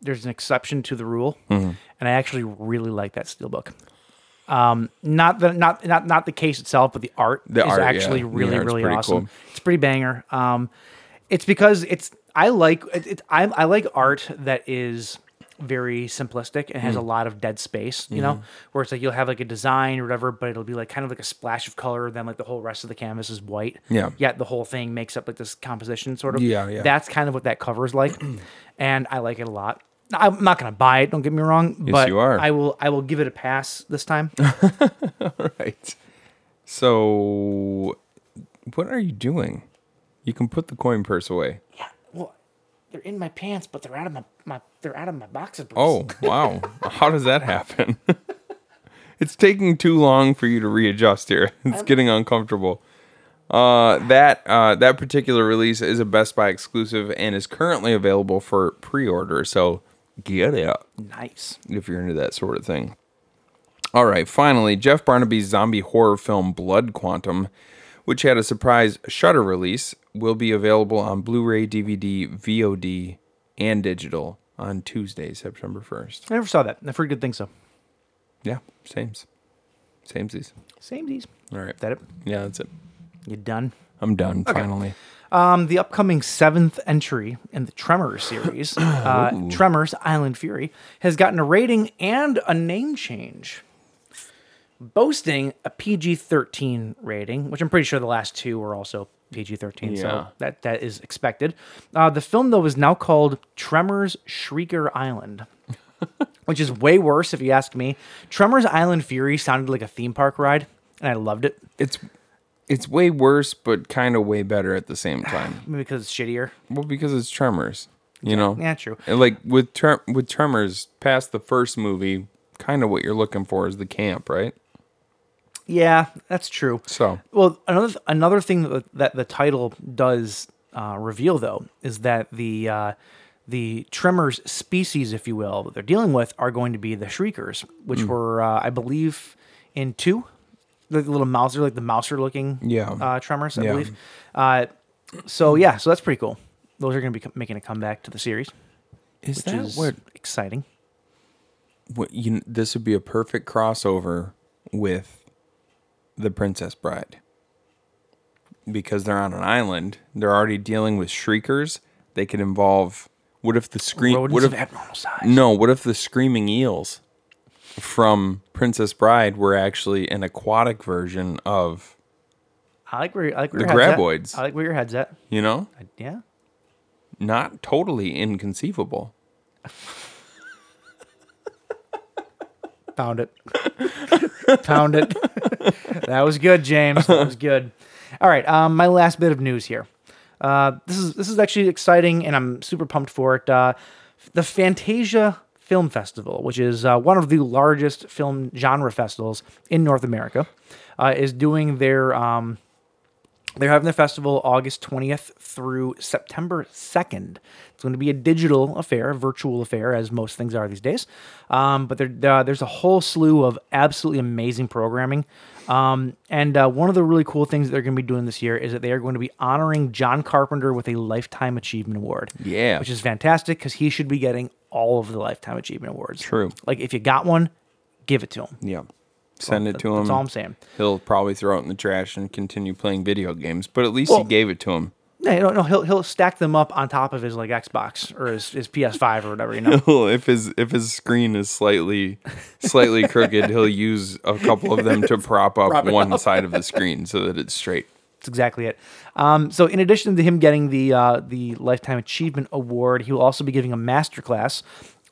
Speaker 10: there's an exception to the rule,
Speaker 11: Mm-hmm.
Speaker 10: and I actually really like that steelbook. Um, not the not not not the case itself, but the art
Speaker 11: The
Speaker 10: is
Speaker 11: art, yeah.
Speaker 10: actually
Speaker 11: The
Speaker 10: really
Speaker 11: art's
Speaker 10: really
Speaker 11: pretty
Speaker 10: awesome.
Speaker 11: cool.
Speaker 10: It's pretty banger. Um, it's because it's I like it, it, I I like art that is very simplistic and
Speaker 11: Mm.
Speaker 10: has a lot of dead space. You know,
Speaker 11: Mm-hmm.
Speaker 10: where it's like you'll have like a design or whatever, but it'll be like kind of like a splash of color. Then like the whole rest of the canvas is white.
Speaker 11: Yeah.
Speaker 10: Yet the whole thing makes up like this composition sort of.
Speaker 11: Yeah, yeah.
Speaker 10: That's kind of what that cover's like, and I like it a lot. I'm not gonna buy it. Don't get me wrong. Yes, but
Speaker 11: you are.
Speaker 10: I will. I will give it a pass this time.
Speaker 11: Right. So, what are you doing? You can put the coin purse away.
Speaker 10: well, they're in my pants, but they're out of my, my they're out of my boxes.
Speaker 11: Oh, wow. How does that happen? it's taking too long for you to readjust here. It's getting uncomfortable. Uh, that uh, that particular release is a Best Buy exclusive and is currently available for pre-order. So get it
Speaker 10: nice.
Speaker 11: if you're into that sort of thing. All right, finally, Jeff Barnaby's zombie horror film Blood Quantum, which had a surprise shutter release, will be available on Blu ray, DVD, VOD, and digital on Tuesday, September 1st.
Speaker 10: I never saw that. I've heard good things so.
Speaker 11: Yeah, sames. Samesies.
Speaker 10: Same these.
Speaker 11: All right.
Speaker 10: That it?
Speaker 11: Yeah, that's it.
Speaker 10: You done?
Speaker 11: I'm done finally.
Speaker 10: Um, the upcoming seventh entry in the Tremors series, uh, Tremors Island Fury, has gotten a rating and a name change, boasting a PG 13 rating, which I'm pretty sure the last two were also PG 13,
Speaker 11: Yeah.
Speaker 10: so that, that is expected. Uh, the film, though, is now called Tremors Shrieker Island. Which is way worse if you ask me. Tremors Island Fury sounded like a theme park ride, and I loved it
Speaker 11: It's it's way worse, but kind of way better at the same time.
Speaker 10: maybe because it's shittier.
Speaker 11: well, because it's Tremors, you know.
Speaker 10: Yeah, true.
Speaker 11: And like with Trem with Tremors, past the first movie, kind of what you're looking for is the camp, right?
Speaker 10: Yeah, that's true.
Speaker 11: So
Speaker 10: Well, another th- another thing that the, that the title does uh, reveal, though, is that the uh, the tremors species, if you will, that they're dealing with are going to be the shriekers, which
Speaker 11: Hmm.
Speaker 10: were, uh, I believe, in two, the little mouser, like the mouser looking
Speaker 11: Yeah.
Speaker 10: uh, tremors, I
Speaker 11: Yeah.
Speaker 10: believe. Uh, so yeah, so that's pretty cool. Those are going to be co- making a comeback to the series,
Speaker 11: is
Speaker 10: which is exciting.
Speaker 11: what you? This would be a perfect crossover with the Princess Bride because they're on an island. They're already dealing with shriekers. They could involve. What if the screen?
Speaker 10: Rodents
Speaker 11: What if
Speaker 10: of abnormal size.
Speaker 11: No, what if the screaming eels from Princess Bride were actually an aquatic version of,
Speaker 10: I like where I like where
Speaker 11: The
Speaker 10: your head's at.
Speaker 11: graboids.
Speaker 10: I like where your head's at.
Speaker 11: you know,
Speaker 10: I- Yeah.
Speaker 11: not totally inconceivable.
Speaker 10: Found it. Found it. that was good, James. That was good. All right. Um, my last bit of news here. Uh, this is this is actually exciting, and I'm super pumped for it. Uh, the Fantasia Film Festival, which is uh, one of the largest film genre festivals in North America, uh, is doing their um, they're having their festival August 20th through September 2nd. It's going to be a digital affair, a virtual affair, as most things are these days. Um, but there, uh, there's a whole slew of absolutely amazing programming. Um, and uh, one of the really cool things that they're going to be doing this year is that they are going to be honoring John Carpenter with a Lifetime Achievement Award.
Speaker 11: Yeah.
Speaker 10: Which is fantastic because he should be getting all of the Lifetime Achievement Awards.
Speaker 11: True.
Speaker 10: Like, if you got one, give it to him.
Speaker 11: Yeah. Send it
Speaker 10: that-
Speaker 11: to him.
Speaker 10: that's all I'm saying.
Speaker 11: He'll probably throw it in the trash and continue playing video games, but at least
Speaker 10: Well-
Speaker 11: he gave it to him.
Speaker 10: No, no, no, he'll he'll stack them up on top of his like Xbox or his, his PS5 or whatever, you know.
Speaker 11: if his if his screen is slightly slightly crooked, he'll use a couple of them to prop up
Speaker 10: Prop it
Speaker 11: one side of the screen so that it's straight.
Speaker 10: That's exactly it. Um, so, in addition to him getting the uh, the lifetime achievement award, he will also be giving a masterclass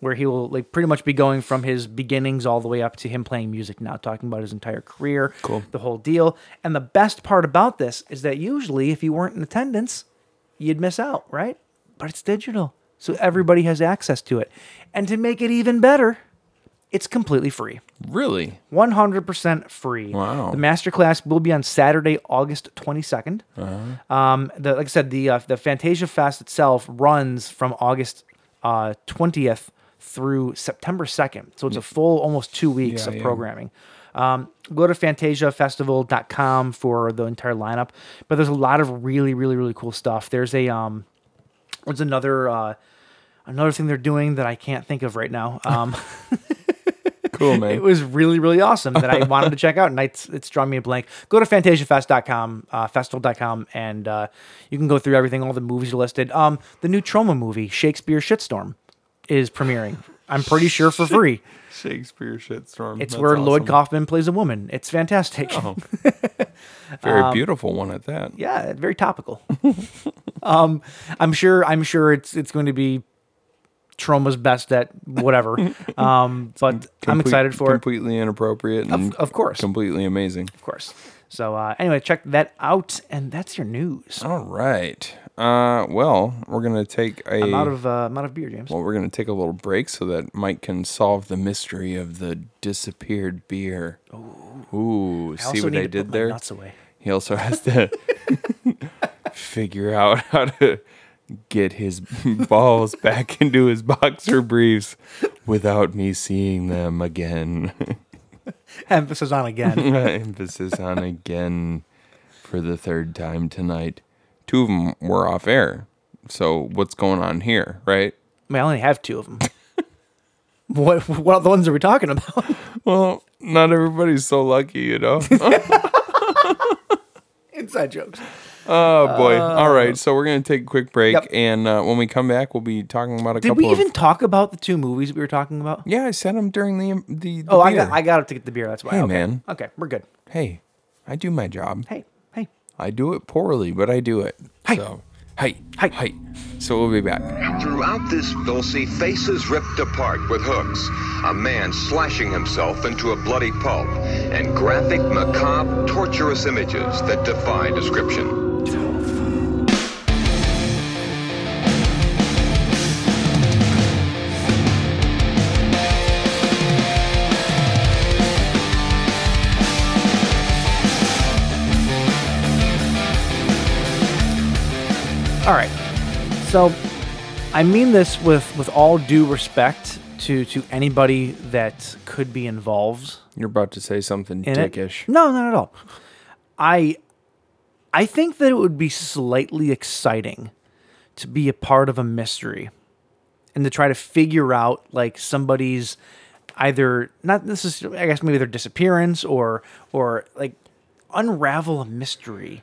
Speaker 10: where he will like pretty much be going from his beginnings all the way up to him playing music now, talking about his entire career, cool. the whole deal. And the best part about this is that usually, if you weren't in attendance, you'd miss out, right? But it's digital, so everybody has access to it. And to make it even better, it's completely free.
Speaker 11: Really?
Speaker 10: 100% free.
Speaker 11: Wow.
Speaker 10: The masterclass will be on Saturday, August 22nd.
Speaker 11: Uh-huh.
Speaker 10: Um, the, like I said, the uh, the Fantasia Fest itself runs from August uh, 20th through September 2nd. So it's a full almost two weeks
Speaker 11: Yeah,
Speaker 10: of
Speaker 11: yeah.
Speaker 10: programming. Um, go to fantasiafestival.com for the entire lineup. But there's a lot of really, really, really cool stuff. There's a. Um, there's another uh, another thing they're doing that I can't think of right now. Um,
Speaker 11: Cool, man.
Speaker 10: it was really, really awesome that I wanted to check out, and I, it's, it's drawn me a blank. Go to fantasiafest.com, uh, festival.com, and uh, you can go through everything, all the movies are listed. Um, the new Trauma movie, Shakespeare Shitstorm, is premiering. I'm pretty sure for free.
Speaker 11: Shakespeare shitstorm.
Speaker 10: It's
Speaker 11: That's
Speaker 10: where Lloyd
Speaker 11: awesome. Oh.
Speaker 10: Kaufman plays a woman. It's fantastic.
Speaker 11: Very beautiful one at that.
Speaker 10: um, yeah, very topical. um, I'm sure. I'm sure it's it's going to be Troma's best at whatever. Um, but I'm
Speaker 11: Complete-
Speaker 10: excited for it.
Speaker 11: Completely inappropriate. And
Speaker 10: of course.
Speaker 11: Completely amazing.
Speaker 10: of course. So uh, anyway, check that out, and that's your news.
Speaker 11: All right. Uh, well, we're gonna take a.
Speaker 10: I'm out of uh, I'm out of beer, James.
Speaker 11: well, we're gonna take a little break so that Mike can solve the mystery of the disappeared beer. Ooh,
Speaker 10: I also
Speaker 11: see what
Speaker 10: need
Speaker 11: I
Speaker 10: to
Speaker 11: did
Speaker 10: put my
Speaker 11: there?
Speaker 10: nuts away.
Speaker 11: He also has to figure out how to get his balls back into his boxer briefs without me seeing them again.
Speaker 10: Emphasis on again.
Speaker 11: Emphasis on again for the third time tonight. Two of them were off air. So what's going on here, right?
Speaker 10: I, mean, I only have two of them. what what other ones are we talking about?
Speaker 11: Well, not everybody's so lucky, you know.
Speaker 10: Inside jokes.
Speaker 11: oh boy. All right, so we're gonna take a quick break,
Speaker 10: Yep.
Speaker 11: and uh, when we come back, we'll be talking about a
Speaker 10: Did
Speaker 11: couple
Speaker 10: we even
Speaker 11: of.
Speaker 10: talk about the two movies we were talking about?
Speaker 11: Yeah, I said them during the um, the. the
Speaker 10: oh, I got
Speaker 11: beer.
Speaker 10: I got up to get the beer. That's why.
Speaker 11: Hey,
Speaker 10: okay.
Speaker 11: man.
Speaker 10: Okay, we're good.
Speaker 11: hey, I do my job.
Speaker 10: Hey, hey.
Speaker 11: I do it poorly, but I do it.
Speaker 10: Hey.
Speaker 11: So, hey,
Speaker 10: Hey.
Speaker 11: hey. So we'll be back.
Speaker 9: Throughout this, they'll see faces ripped apart with hooks, a man slashing himself into a bloody pulp, and graphic, macabre, torturous images that defy description.
Speaker 10: All right. So, I mean this with with all due respect to to anybody that could be involved
Speaker 11: You're about to say something
Speaker 10: in it.
Speaker 11: dickish.
Speaker 10: No, not at all. I I think that it would be slightly exciting to be a part of a mystery and to try to figure out like somebody's either not necessarily I guess maybe their disappearance or or like unravel a mystery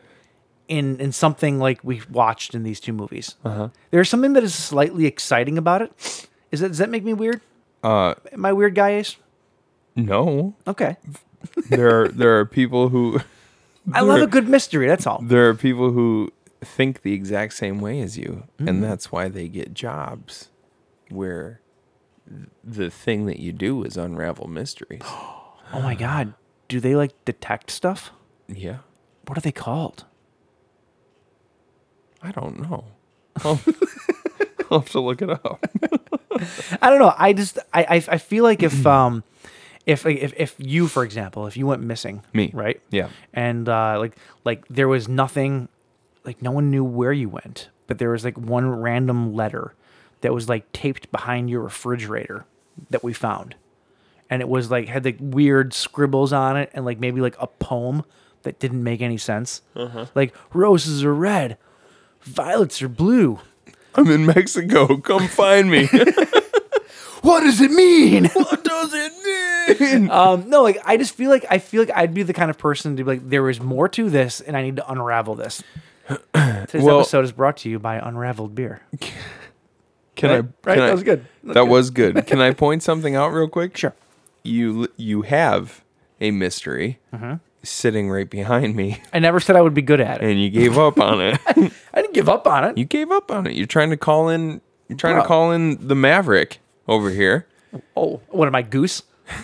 Speaker 10: in in something like we watched in these two movies. Uh-huh. There's something that is slightly exciting about it. Is that does that make me weird? Uh, Am I weird, guy? Ace?
Speaker 11: No,
Speaker 10: Okay.
Speaker 11: there are, there are people who
Speaker 10: I love a good mystery. That's all.
Speaker 11: there are people who think the exact same way as you,
Speaker 10: Mm-hmm.
Speaker 11: and that's why they get jobs where th- the thing that you do is unravel mysteries.
Speaker 10: Oh my god. Do they like detect stuff?
Speaker 11: yeah,
Speaker 10: What are they called?
Speaker 11: I don't know. I'll, I'll have to look it up.
Speaker 10: I don't know. I just I I, I feel like if um if, if if you for example if you went missing
Speaker 11: Me.
Speaker 10: right
Speaker 11: Yeah.
Speaker 10: and uh, like like there was nothing like no one knew where you went but there was like one random letter that was like taped behind your refrigerator that we found and it was like had like weird scribbles on it and like maybe like a poem that didn't make any sense like roses are red violets are blue
Speaker 11: I'm in Mexico. Come find me.
Speaker 10: what does it mean
Speaker 11: what does it mean?
Speaker 10: Um, no, like I just feel like I feel like I'd be the kind of person to be like, there is more to this, and I need to unravel this. Today's
Speaker 11: Well-
Speaker 10: episode is brought to you by Unraveled Beer.
Speaker 11: Can
Speaker 10: Right?
Speaker 11: I?
Speaker 10: Right?
Speaker 11: can
Speaker 10: That
Speaker 11: I-
Speaker 10: was good. That was
Speaker 11: That,
Speaker 10: good.
Speaker 11: was good. Can I point something out real quick?
Speaker 10: Sure.
Speaker 11: You l- you have a mystery
Speaker 10: Uh-huh.
Speaker 11: sitting right behind me,
Speaker 10: I never said I would be good at it.
Speaker 11: and you gave up on it.
Speaker 10: I didn't give up on it.
Speaker 11: you gave up on it. You're trying to call in. You're trying
Speaker 10: Bro.
Speaker 11: to call in the Maverick over here.
Speaker 10: oh, what am I, Goose?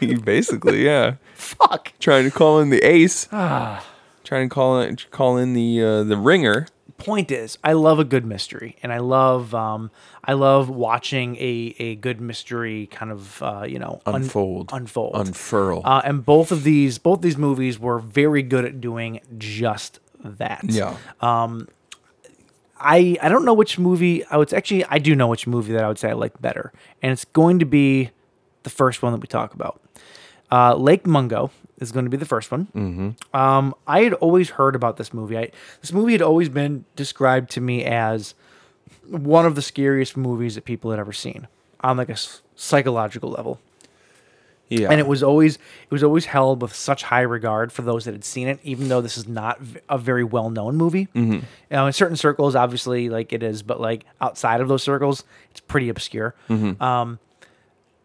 Speaker 11: You basically, yeah.
Speaker 10: Fuck. Ah.
Speaker 11: Trying to call in the Ace. trying to call in call in the uh, the Ringer.
Speaker 10: point is, I love a good mystery, and I love um, I love watching a a good mystery kind of uh, you know un-
Speaker 11: Unfold.
Speaker 10: unfold,
Speaker 11: Unfurl.
Speaker 10: Uh, and both of these both these movies were very good at doing just that.
Speaker 11: Yeah.
Speaker 10: Uh, I I don't know which movie I would actually I do know which movie that I would say I like better, and it's going to be the first one that we talk about. Uh, Lake Mungo is going to be the first one. Mm-hmm. Um, I had always heard about this movie. I, this movie had always been described to me as one of the scariest movies that people had ever seen on like a s- psychological level
Speaker 11: yeah.
Speaker 10: and it was always it was always held with such high regard for those that had seen it even though this is not v- a very well known movie
Speaker 11: Mm-hmm.
Speaker 10: mm in certain circles obviously like it is but like outside of those circles it's pretty obscure
Speaker 11: Mm-hmm.
Speaker 10: um,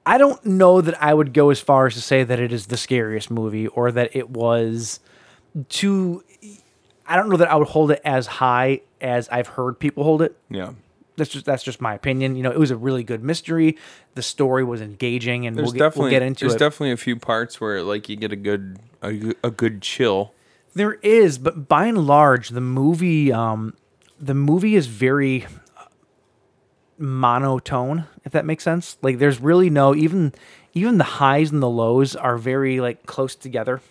Speaker 10: i don't know that i would go as far as to say that it is the scariest movie or that it was too i don't know that i would hold it as high as i've heard people hold it
Speaker 11: yeah.
Speaker 10: that's just that's just my opinion. You know, it was a really good mystery. The story was engaging, and
Speaker 11: There's
Speaker 10: we'll get,
Speaker 11: definitely
Speaker 10: we'll get into
Speaker 11: there's
Speaker 10: it.
Speaker 11: definitely a few parts where like you get a good a, g- a good chill.
Speaker 10: There is, but by and large, the movie, um, the movie is very monotone. If that makes sense, like there's really no even even the highs and the lows are very like close together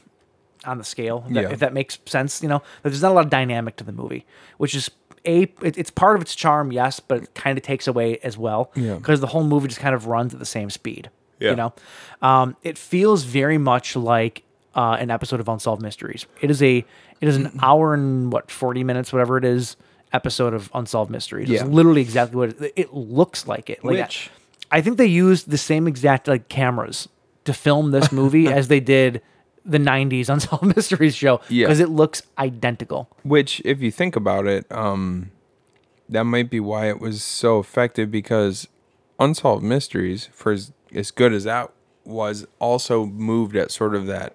Speaker 10: on the scale. If that,
Speaker 11: Yeah.
Speaker 10: if that makes sense, you know, there's not a lot of dynamic to the movie, which is a it, it's part of its charm, yes, but it kind of takes away as well
Speaker 11: Yeah.
Speaker 10: because the whole movie just kind of runs at the same speed.
Speaker 11: Yeah.
Speaker 10: You know, um, it feels very much like uh, an episode of Unsolved Mysteries. It is a it is an
Speaker 11: Mm-hmm.
Speaker 10: hour and what forty minutes, whatever it is, episode of Unsolved Mysteries. It's
Speaker 11: Yeah.
Speaker 10: literally exactly what it, it looks like. It like I-
Speaker 11: Which-
Speaker 10: I, think they used the same exact like cameras to film this movie as they did the '90s Unsolved Mysteries show
Speaker 11: Yeah.
Speaker 10: because it looks identical.
Speaker 11: Which, if you think about it, um, that might be why it was so effective because Unsolved Mysteries, for as, as good as that was, also moved at sort of that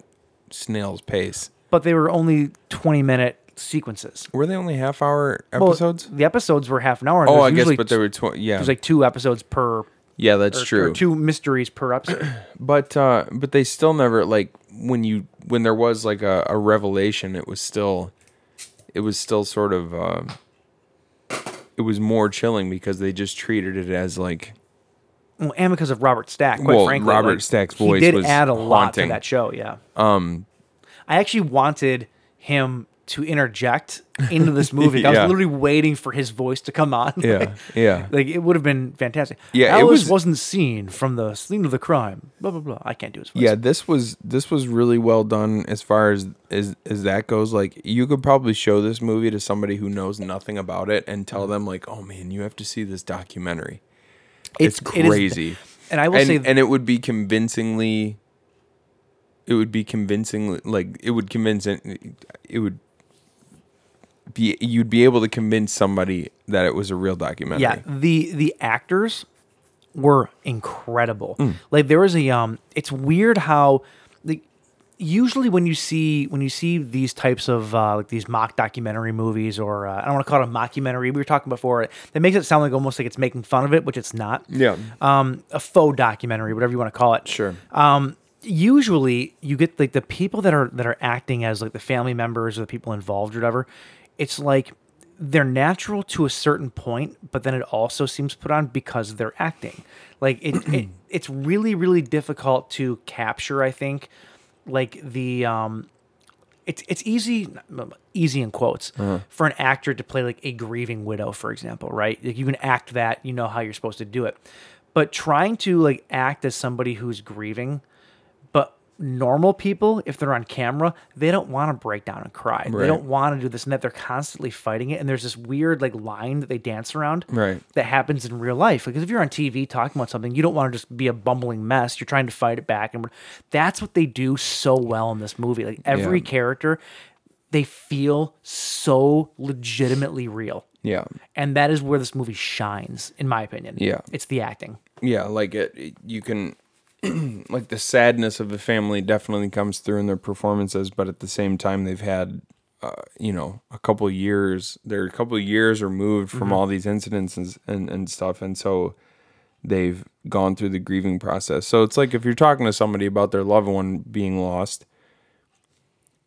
Speaker 11: snail's pace.
Speaker 10: But they were only twenty minute sequences.
Speaker 11: Were they only half hour
Speaker 10: Well,
Speaker 11: episodes?
Speaker 10: the episodes were half an hour. and
Speaker 11: oh,
Speaker 10: there's
Speaker 11: I guess,
Speaker 10: usually
Speaker 11: but there were twenty. Yeah,
Speaker 10: there's like two episodes per.
Speaker 11: yeah, that's
Speaker 10: or-
Speaker 11: true.
Speaker 10: Or two mysteries per episode.
Speaker 11: But uh, but they still never like when you when there was like a, a revelation, it was still it was still sort of uh, it was more chilling because they just treated it as like
Speaker 10: well, and because of Robert Stack, quite
Speaker 11: Well,
Speaker 10: frankly,
Speaker 11: Robert
Speaker 10: like,
Speaker 11: Stack's
Speaker 10: he
Speaker 11: voice
Speaker 10: did
Speaker 11: was
Speaker 10: add a lot to
Speaker 11: haunting.
Speaker 10: that show. Yeah. Um, I actually wanted him to interject into this movie. I was
Speaker 11: Yeah.
Speaker 10: literally waiting for his voice to come on.
Speaker 11: Yeah,
Speaker 10: like,
Speaker 11: yeah.
Speaker 10: Like it would have been fantastic.
Speaker 11: Yeah, it
Speaker 10: Alice
Speaker 11: was-
Speaker 10: wasn't seen from the scene of the crime. Blah blah blah. I can't do his voice.
Speaker 11: yeah this was this was really well done as far as as as that goes like you could probably show this movie to somebody who knows nothing about it and tell them like oh man you have to see this documentary it's,
Speaker 10: it is-
Speaker 11: crazy
Speaker 10: and I will
Speaker 11: and,
Speaker 10: say,
Speaker 11: and it would be convincingly it would be convincingly like it would convince it would be you'd be able to convince somebody that it was a real documentary
Speaker 10: yeah, the the actors were incredible.
Speaker 11: Mm.
Speaker 10: Like there was a um it's weird how like usually when you see when you see these types of uh, like these mock documentary movies or uh, I don't want to call it a mockumentary we were talking before that makes it sound like almost like it's making fun of it which it's not
Speaker 11: yeah
Speaker 10: um a faux documentary whatever you want to call it
Speaker 11: sure
Speaker 10: um, usually you get like the people that are that are acting as like the family members or the people involved or whatever. It's like they're natural to a certain point, but then it also seems put on because they're acting. Like it, it it's really really difficult to capture. I think like the um. It's, it's easy easy in quotes for an actor to play like a grieving widow for example right like you can act that you know how you're supposed to do it but trying to like act as somebody who's grieving but normal people if they're on camera they don't want to break down and cry they
Speaker 11: Right.
Speaker 10: don't want to do this and that they're constantly fighting it and there's this weird like line that they dance around
Speaker 11: Right.
Speaker 10: that happens in real life because if you're on tv talking about something you don't want to just be a bumbling mess you're trying to fight it back and that's what they do so well in this movie like every
Speaker 11: Yeah.
Speaker 10: character they feel so legitimately real.
Speaker 11: Yeah.
Speaker 10: And that is where this movie shines, in my opinion.
Speaker 11: Yeah.
Speaker 10: It's the acting.
Speaker 11: Yeah, like it, it- you can like the sadness of the family definitely comes through in their performances, but at the same time they've had uh, you know, a couple years, they're a couple years removed
Speaker 10: Mm-hmm.
Speaker 11: from all these incidents and, and and stuff and so they've gone through the grieving process. So it's like if you're talking to somebody about their loved one being lost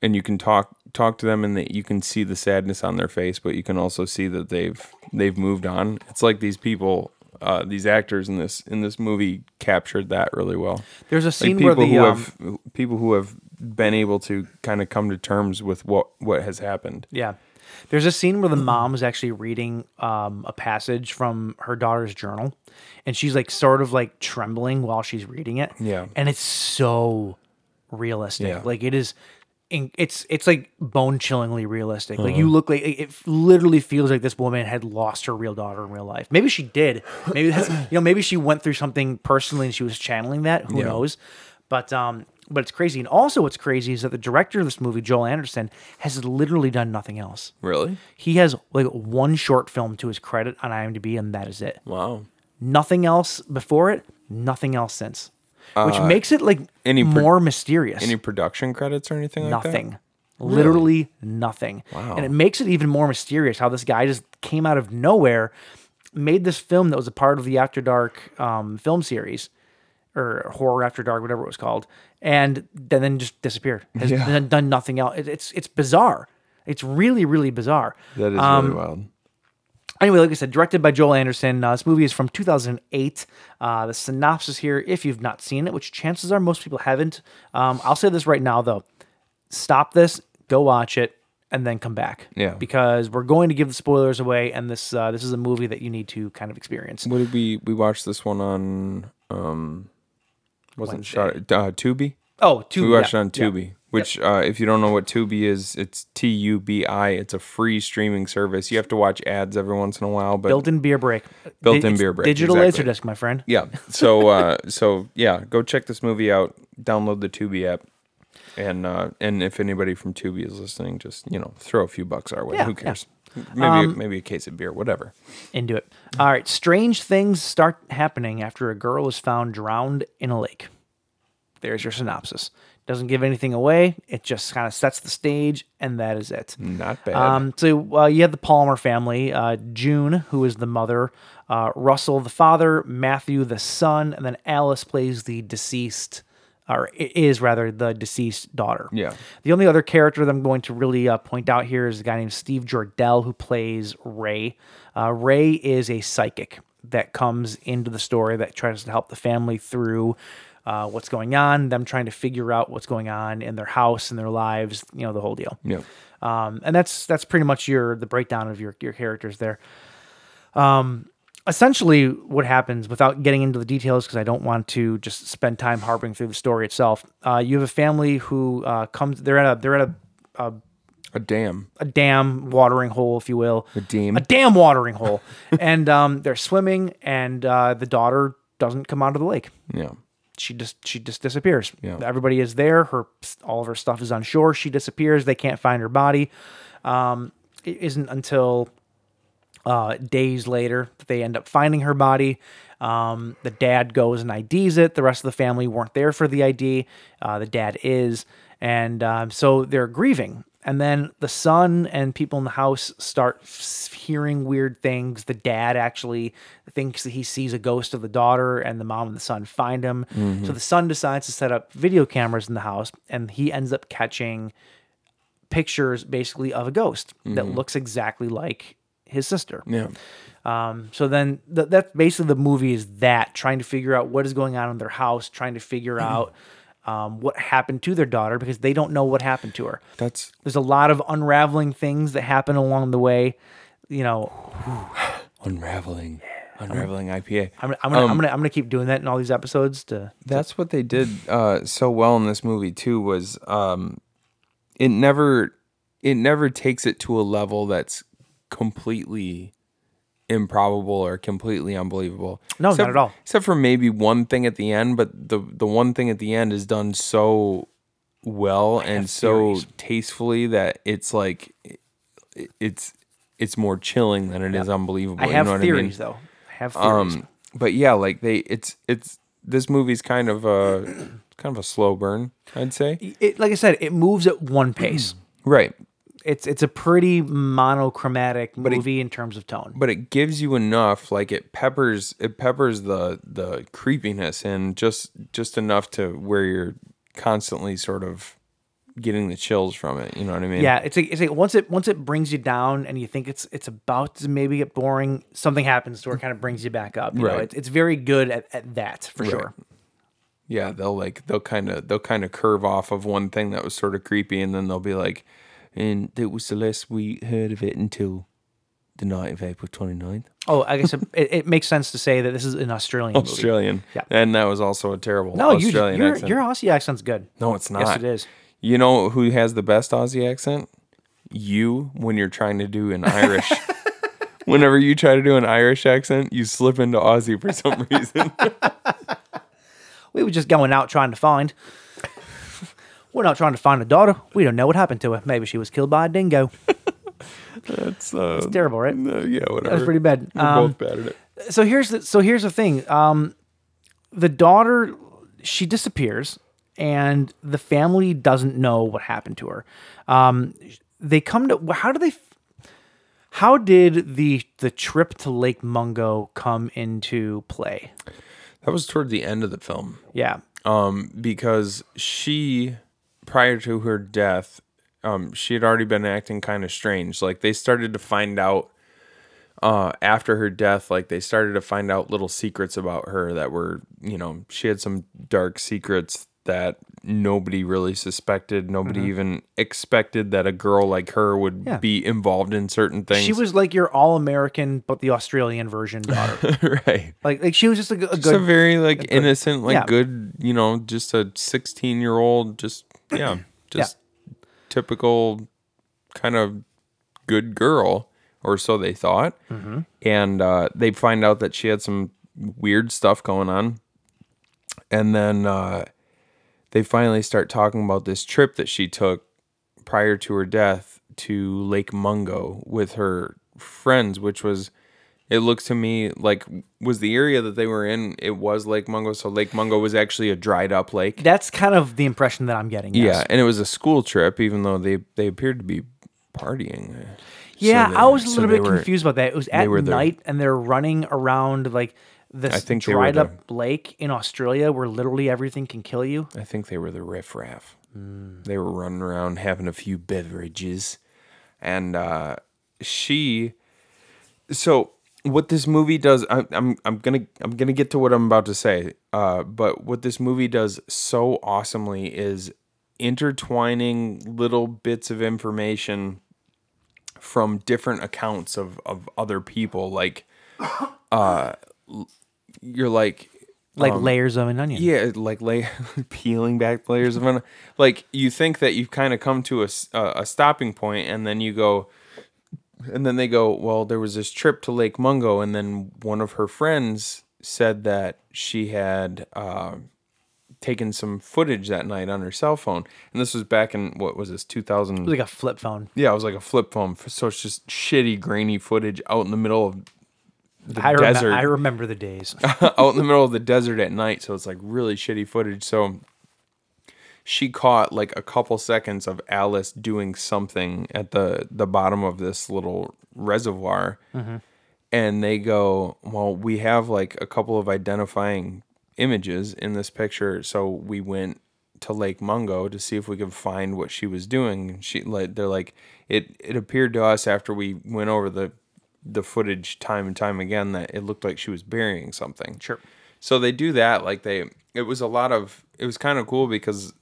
Speaker 11: and you can talk talk to them and that you can see the sadness on their face, but you can also see that they've they've moved on. It's like these people uh, these actors in this in this movie captured that really well.
Speaker 10: There's a
Speaker 11: Like
Speaker 10: scene where
Speaker 11: people
Speaker 10: the
Speaker 11: who
Speaker 10: um,
Speaker 11: have people who have been able to kind of come to terms with what what has happened.
Speaker 10: Yeah. There's a scene where the mom is actually reading um, a passage from her daughter's journal, and she's like sort of like trembling while she's reading it.
Speaker 11: Yeah.
Speaker 10: and it's so realistic.
Speaker 11: Yeah.
Speaker 10: Like it is, in- it's it's like bone chillingly realistic. Like
Speaker 11: Uh-huh.
Speaker 10: you look like it it literally feels like this woman had lost her real daughter in real life. Maybe she did. Maybe that's you know maybe she went through something personally and she was channeling that. Who
Speaker 11: Yeah.
Speaker 10: knows? But um, but it's crazy. And also, what's crazy is that the director of this movie, Joel Anderson, has literally done nothing else.
Speaker 11: Really?
Speaker 10: He has like one short film to his credit on IMDb, and that is it.
Speaker 11: Wow.
Speaker 10: Nothing else before it. Nothing else since, which makes it like
Speaker 11: Uh, any pro-
Speaker 10: more mysterious.
Speaker 11: Any production credits or anything like that?
Speaker 10: nothing. Literally nothing. Wow. And it makes it even more mysterious how this guy just came out of nowhere, made this film that was a part of the After Dark um, film series or Horror After Dark, whatever it was called, and then, then just disappeared. Has done- done nothing else. It- it's it's bizarre. It's really really bizarre.
Speaker 11: That is
Speaker 10: Um,
Speaker 11: really wild.
Speaker 10: Anyway, like I said, directed by Joel Anderson. Uh, this movie is from 2008. Uh, the synopsis here, if you've not seen it, which chances are most people haven't. Um, I'll say this right now, though. Stop this, go watch it, and then come back.
Speaker 11: Yeah.
Speaker 10: Because we're going to give the spoilers away, and this uh, this is a movie that you need to kind of experience.
Speaker 11: What did we we watched this one on? Um, wasn't shot uh, Tubi.
Speaker 10: Oh, two.
Speaker 11: We watched
Speaker 10: yeah,
Speaker 11: it on
Speaker 10: yeah.
Speaker 11: Tubi, which uh, if you don't know what Tubi is, it's T U B I. It's a free streaming service. You have to watch ads every once in a while, but
Speaker 10: Built-in beer break.
Speaker 11: Built-in
Speaker 10: It's
Speaker 11: beer break,
Speaker 10: Digital
Speaker 11: exactly.
Speaker 10: laser disc, my friend.
Speaker 11: yeah. So uh, so yeah, go check this movie out. Download the Tubi app, and uh, and if anybody from Tubi is listening, just you know throw a few bucks our way.
Speaker 10: Yeah, Um,
Speaker 11: Who
Speaker 10: yeah.
Speaker 11: cares? Maybe maybe a case of beer, whatever.
Speaker 10: Into it. All right. Strange things start happening after a girl is found drowned in a lake. There's your synopsis. Doesn't give anything away. It just kind of sets the stage, and that is it.
Speaker 11: Not bad.
Speaker 10: Um, so uh, you have the Palmer family, uh, June, who is the mother, uh, Russell, the father, Matthew, the son, and then Alice plays the deceased, or i- is rather the deceased daughter.
Speaker 11: Yeah.
Speaker 10: The only other character that I'm going to really uh, point out here is a guy named Steve Jordell, who plays Ray. Uh, Ray is a psychic that comes into the story that tries to help the family through uh, what's going on, them trying to figure out what's going on in their house and their lives, you know, the whole deal.
Speaker 11: yeah.
Speaker 10: Um, and that's that's pretty much your the breakdown of your your characters there. Um, essentially, what happens without getting into the details because I don't want to just spend time harping through the story itself. Uh, you have a family who uh, comes. They're at a they're at a,
Speaker 11: A damn.
Speaker 10: a dam watering hole, if you will. A
Speaker 11: dam.
Speaker 10: A dam watering hole, and um, they're swimming, and uh, the daughter doesn't come out of the lake
Speaker 11: Yeah.
Speaker 10: she just she just disappears.
Speaker 11: Yeah.
Speaker 10: Everybody is there. Her all of her stuff is on shore. She disappears. They can't find her body. Um, it isn't until uh, days later that they end up finding her body. Um, the dad goes and IDs it. The rest of the family weren't there for the ID. Uh, the dad is, and um, so they're grieving. And then the son and people in the house start s- hearing weird things. The dad actually thinks that he sees a ghost of the daughter, and the mom and the son find him. So the son decides to set up video cameras in the house, and he ends up catching pictures basically of a ghost that looks exactly like his sister.
Speaker 11: Yeah.
Speaker 10: So then th- that's basically the movie is that trying to figure out what is going on in their house, trying to figure
Speaker 11: Mm-hmm.
Speaker 10: out um, what happened to their daughter because they don't know what happened to her.
Speaker 11: That's
Speaker 10: There's a lot of unraveling things that happen along the way. You know,
Speaker 11: unraveling. Unraveling IPA.
Speaker 10: I'm, I'm gonna I'm gonna I'm gonna keep doing that in all these episodes to
Speaker 11: Um, That's what they did uh, so well in this movie too. Was um, it never it never takes it to a level that's completely improbable or completely unbelievable.
Speaker 10: No, not
Speaker 11: Except-
Speaker 10: at all.
Speaker 11: Except for maybe one thing at the end, but the the one thing at the end is done so well and so
Speaker 10: theories.
Speaker 11: tastefully that it's like it- it's it's more chilling than it is unbelievable.
Speaker 10: I
Speaker 11: you
Speaker 10: have
Speaker 11: know what
Speaker 10: theories
Speaker 11: I mean?
Speaker 10: though. I have theories.
Speaker 11: Um, but yeah, like they, it's it's this movie's kind of a kind of a slow burn, I'd say.
Speaker 10: it, like I said, it moves at one pace.
Speaker 11: Right,
Speaker 10: it's it's a pretty monochromatic
Speaker 11: it-
Speaker 10: movie in terms of tone.
Speaker 11: but it gives you enough like it peppers it peppers the the creepiness and just just enough to where you're constantly sort of getting the chills from it you know what i mean
Speaker 10: yeah, it's like, it's like once it once it brings you down and you think it's it's about to maybe get boring, something happens to where it kind of brings you back up. You know,
Speaker 11: Right.
Speaker 10: it's, it's very good at, at that for sure.
Speaker 11: yeah they'll like they'll kind of they'll kind of curve off of one thing that was sort of creepy and then they'll be like and it was the last we heard of it until the night of april 29th
Speaker 10: Oh, I guess it, it, it makes sense to say that this is an Australian movie.
Speaker 11: australian
Speaker 10: Yeah.
Speaker 11: and that was also a terrible
Speaker 10: No, you,
Speaker 11: australian
Speaker 10: your,
Speaker 11: accent
Speaker 10: your Aussie accent's good.
Speaker 11: no it's not
Speaker 10: Yes, it is.
Speaker 11: You know who has the best Aussie accent? You, when you're trying to do an Irish. Whenever you try to do an Irish accent, you slip into Aussie for some reason.
Speaker 10: We were just going out trying to find. We're not trying to find a daughter. We don't know what happened to her. Maybe she was killed by a dingo.
Speaker 11: That's uh,
Speaker 10: terrible, right?
Speaker 11: no, yeah, whatever.
Speaker 10: That was pretty bad.
Speaker 11: We're
Speaker 10: Um,
Speaker 11: both bad at it.
Speaker 10: so here's the so here's the thing. Um, the daughter she disappears, and the family doesn't know what happened to her. Um, they come to how do they? How did the the trip to Lake Mungo come into play?
Speaker 11: That was toward the end of the film.
Speaker 10: Yeah,
Speaker 11: um, because she, prior to her death, um, she had already been acting kind of strange. Like they started to find out uh, after her death, like they started to find out little secrets about her that were, you know, she had some dark secrets that nobody really suspected. Nobody even expected that a girl like her would
Speaker 10: Mm-hmm. Yeah.
Speaker 11: be involved in certain things.
Speaker 10: she was like your all American, but the Australian version daughter.
Speaker 11: right.
Speaker 10: like like she was just a, g- a
Speaker 11: Just a
Speaker 10: good
Speaker 11: very like innocent, like
Speaker 10: yeah.
Speaker 11: good, you know, just a sixteen year old, just yeah, just typical kind of good girl, or so they thought.
Speaker 10: Mm-hmm.
Speaker 11: And uh, they find out that she had some weird stuff going on, and then uh, they finally start talking about this trip that she took prior to her death to Lake Mungo with her friends, which was it looks to me like was the area that they were in it was Lake Mungo, so Lake Mungo was actually a dried up lake.
Speaker 10: That's kind of the impression that I'm getting. yes.
Speaker 11: Yeah, and it was a school trip, even though they they appeared to be partying. So
Speaker 10: Yeah,
Speaker 11: they-
Speaker 10: I was a
Speaker 11: so
Speaker 10: little
Speaker 11: they
Speaker 10: bit
Speaker 11: were-
Speaker 10: confused about that. It was at
Speaker 11: were the-
Speaker 10: night, and they're running around like this
Speaker 11: I think they were
Speaker 10: dried
Speaker 11: the-
Speaker 10: up lake in Australia, where literally everything can kill you.
Speaker 11: I think they were the riffraff.
Speaker 10: Mm.
Speaker 11: They were running around having a few beverages. And uh, she so what this movie does I, I'm I'm gonna I'm gonna get to what I'm about to say. Uh, but what this movie does so awesomely is intertwining little bits of information from different accounts of, of other people. Like uh, l- you're like um,
Speaker 10: Like layers of an onion.
Speaker 11: yeah, like lay, peeling back the layers of an like you think that you've kind of come to a, s- a- a stopping point, and then you go, and then they go, well, there was this trip to Lake Mungo, and then one of her friends said that she had uh, taken some footage that night on her cell phone, and this was back in what was this two thousand?
Speaker 10: It was like a flip phone.
Speaker 11: yeah, it was like a flip phone, so it's just shitty, grainy footage out in the middle of the
Speaker 10: I, remem-
Speaker 11: desert
Speaker 10: I remember the days.
Speaker 11: out in the middle of the desert at night, so it's like really shitty footage. So she caught like a couple seconds of Alice doing something at the the bottom of this little reservoir, and they go, "Well, we have like a couple of identifying images in this picture, so we went." to Lake Mungo to see if we could find what she was doing. And she like they're like it it appeared to us after we went over the the footage time and time again that it looked like she was burying something. Sure. So they do that like they it was a lot of it was kind of cool because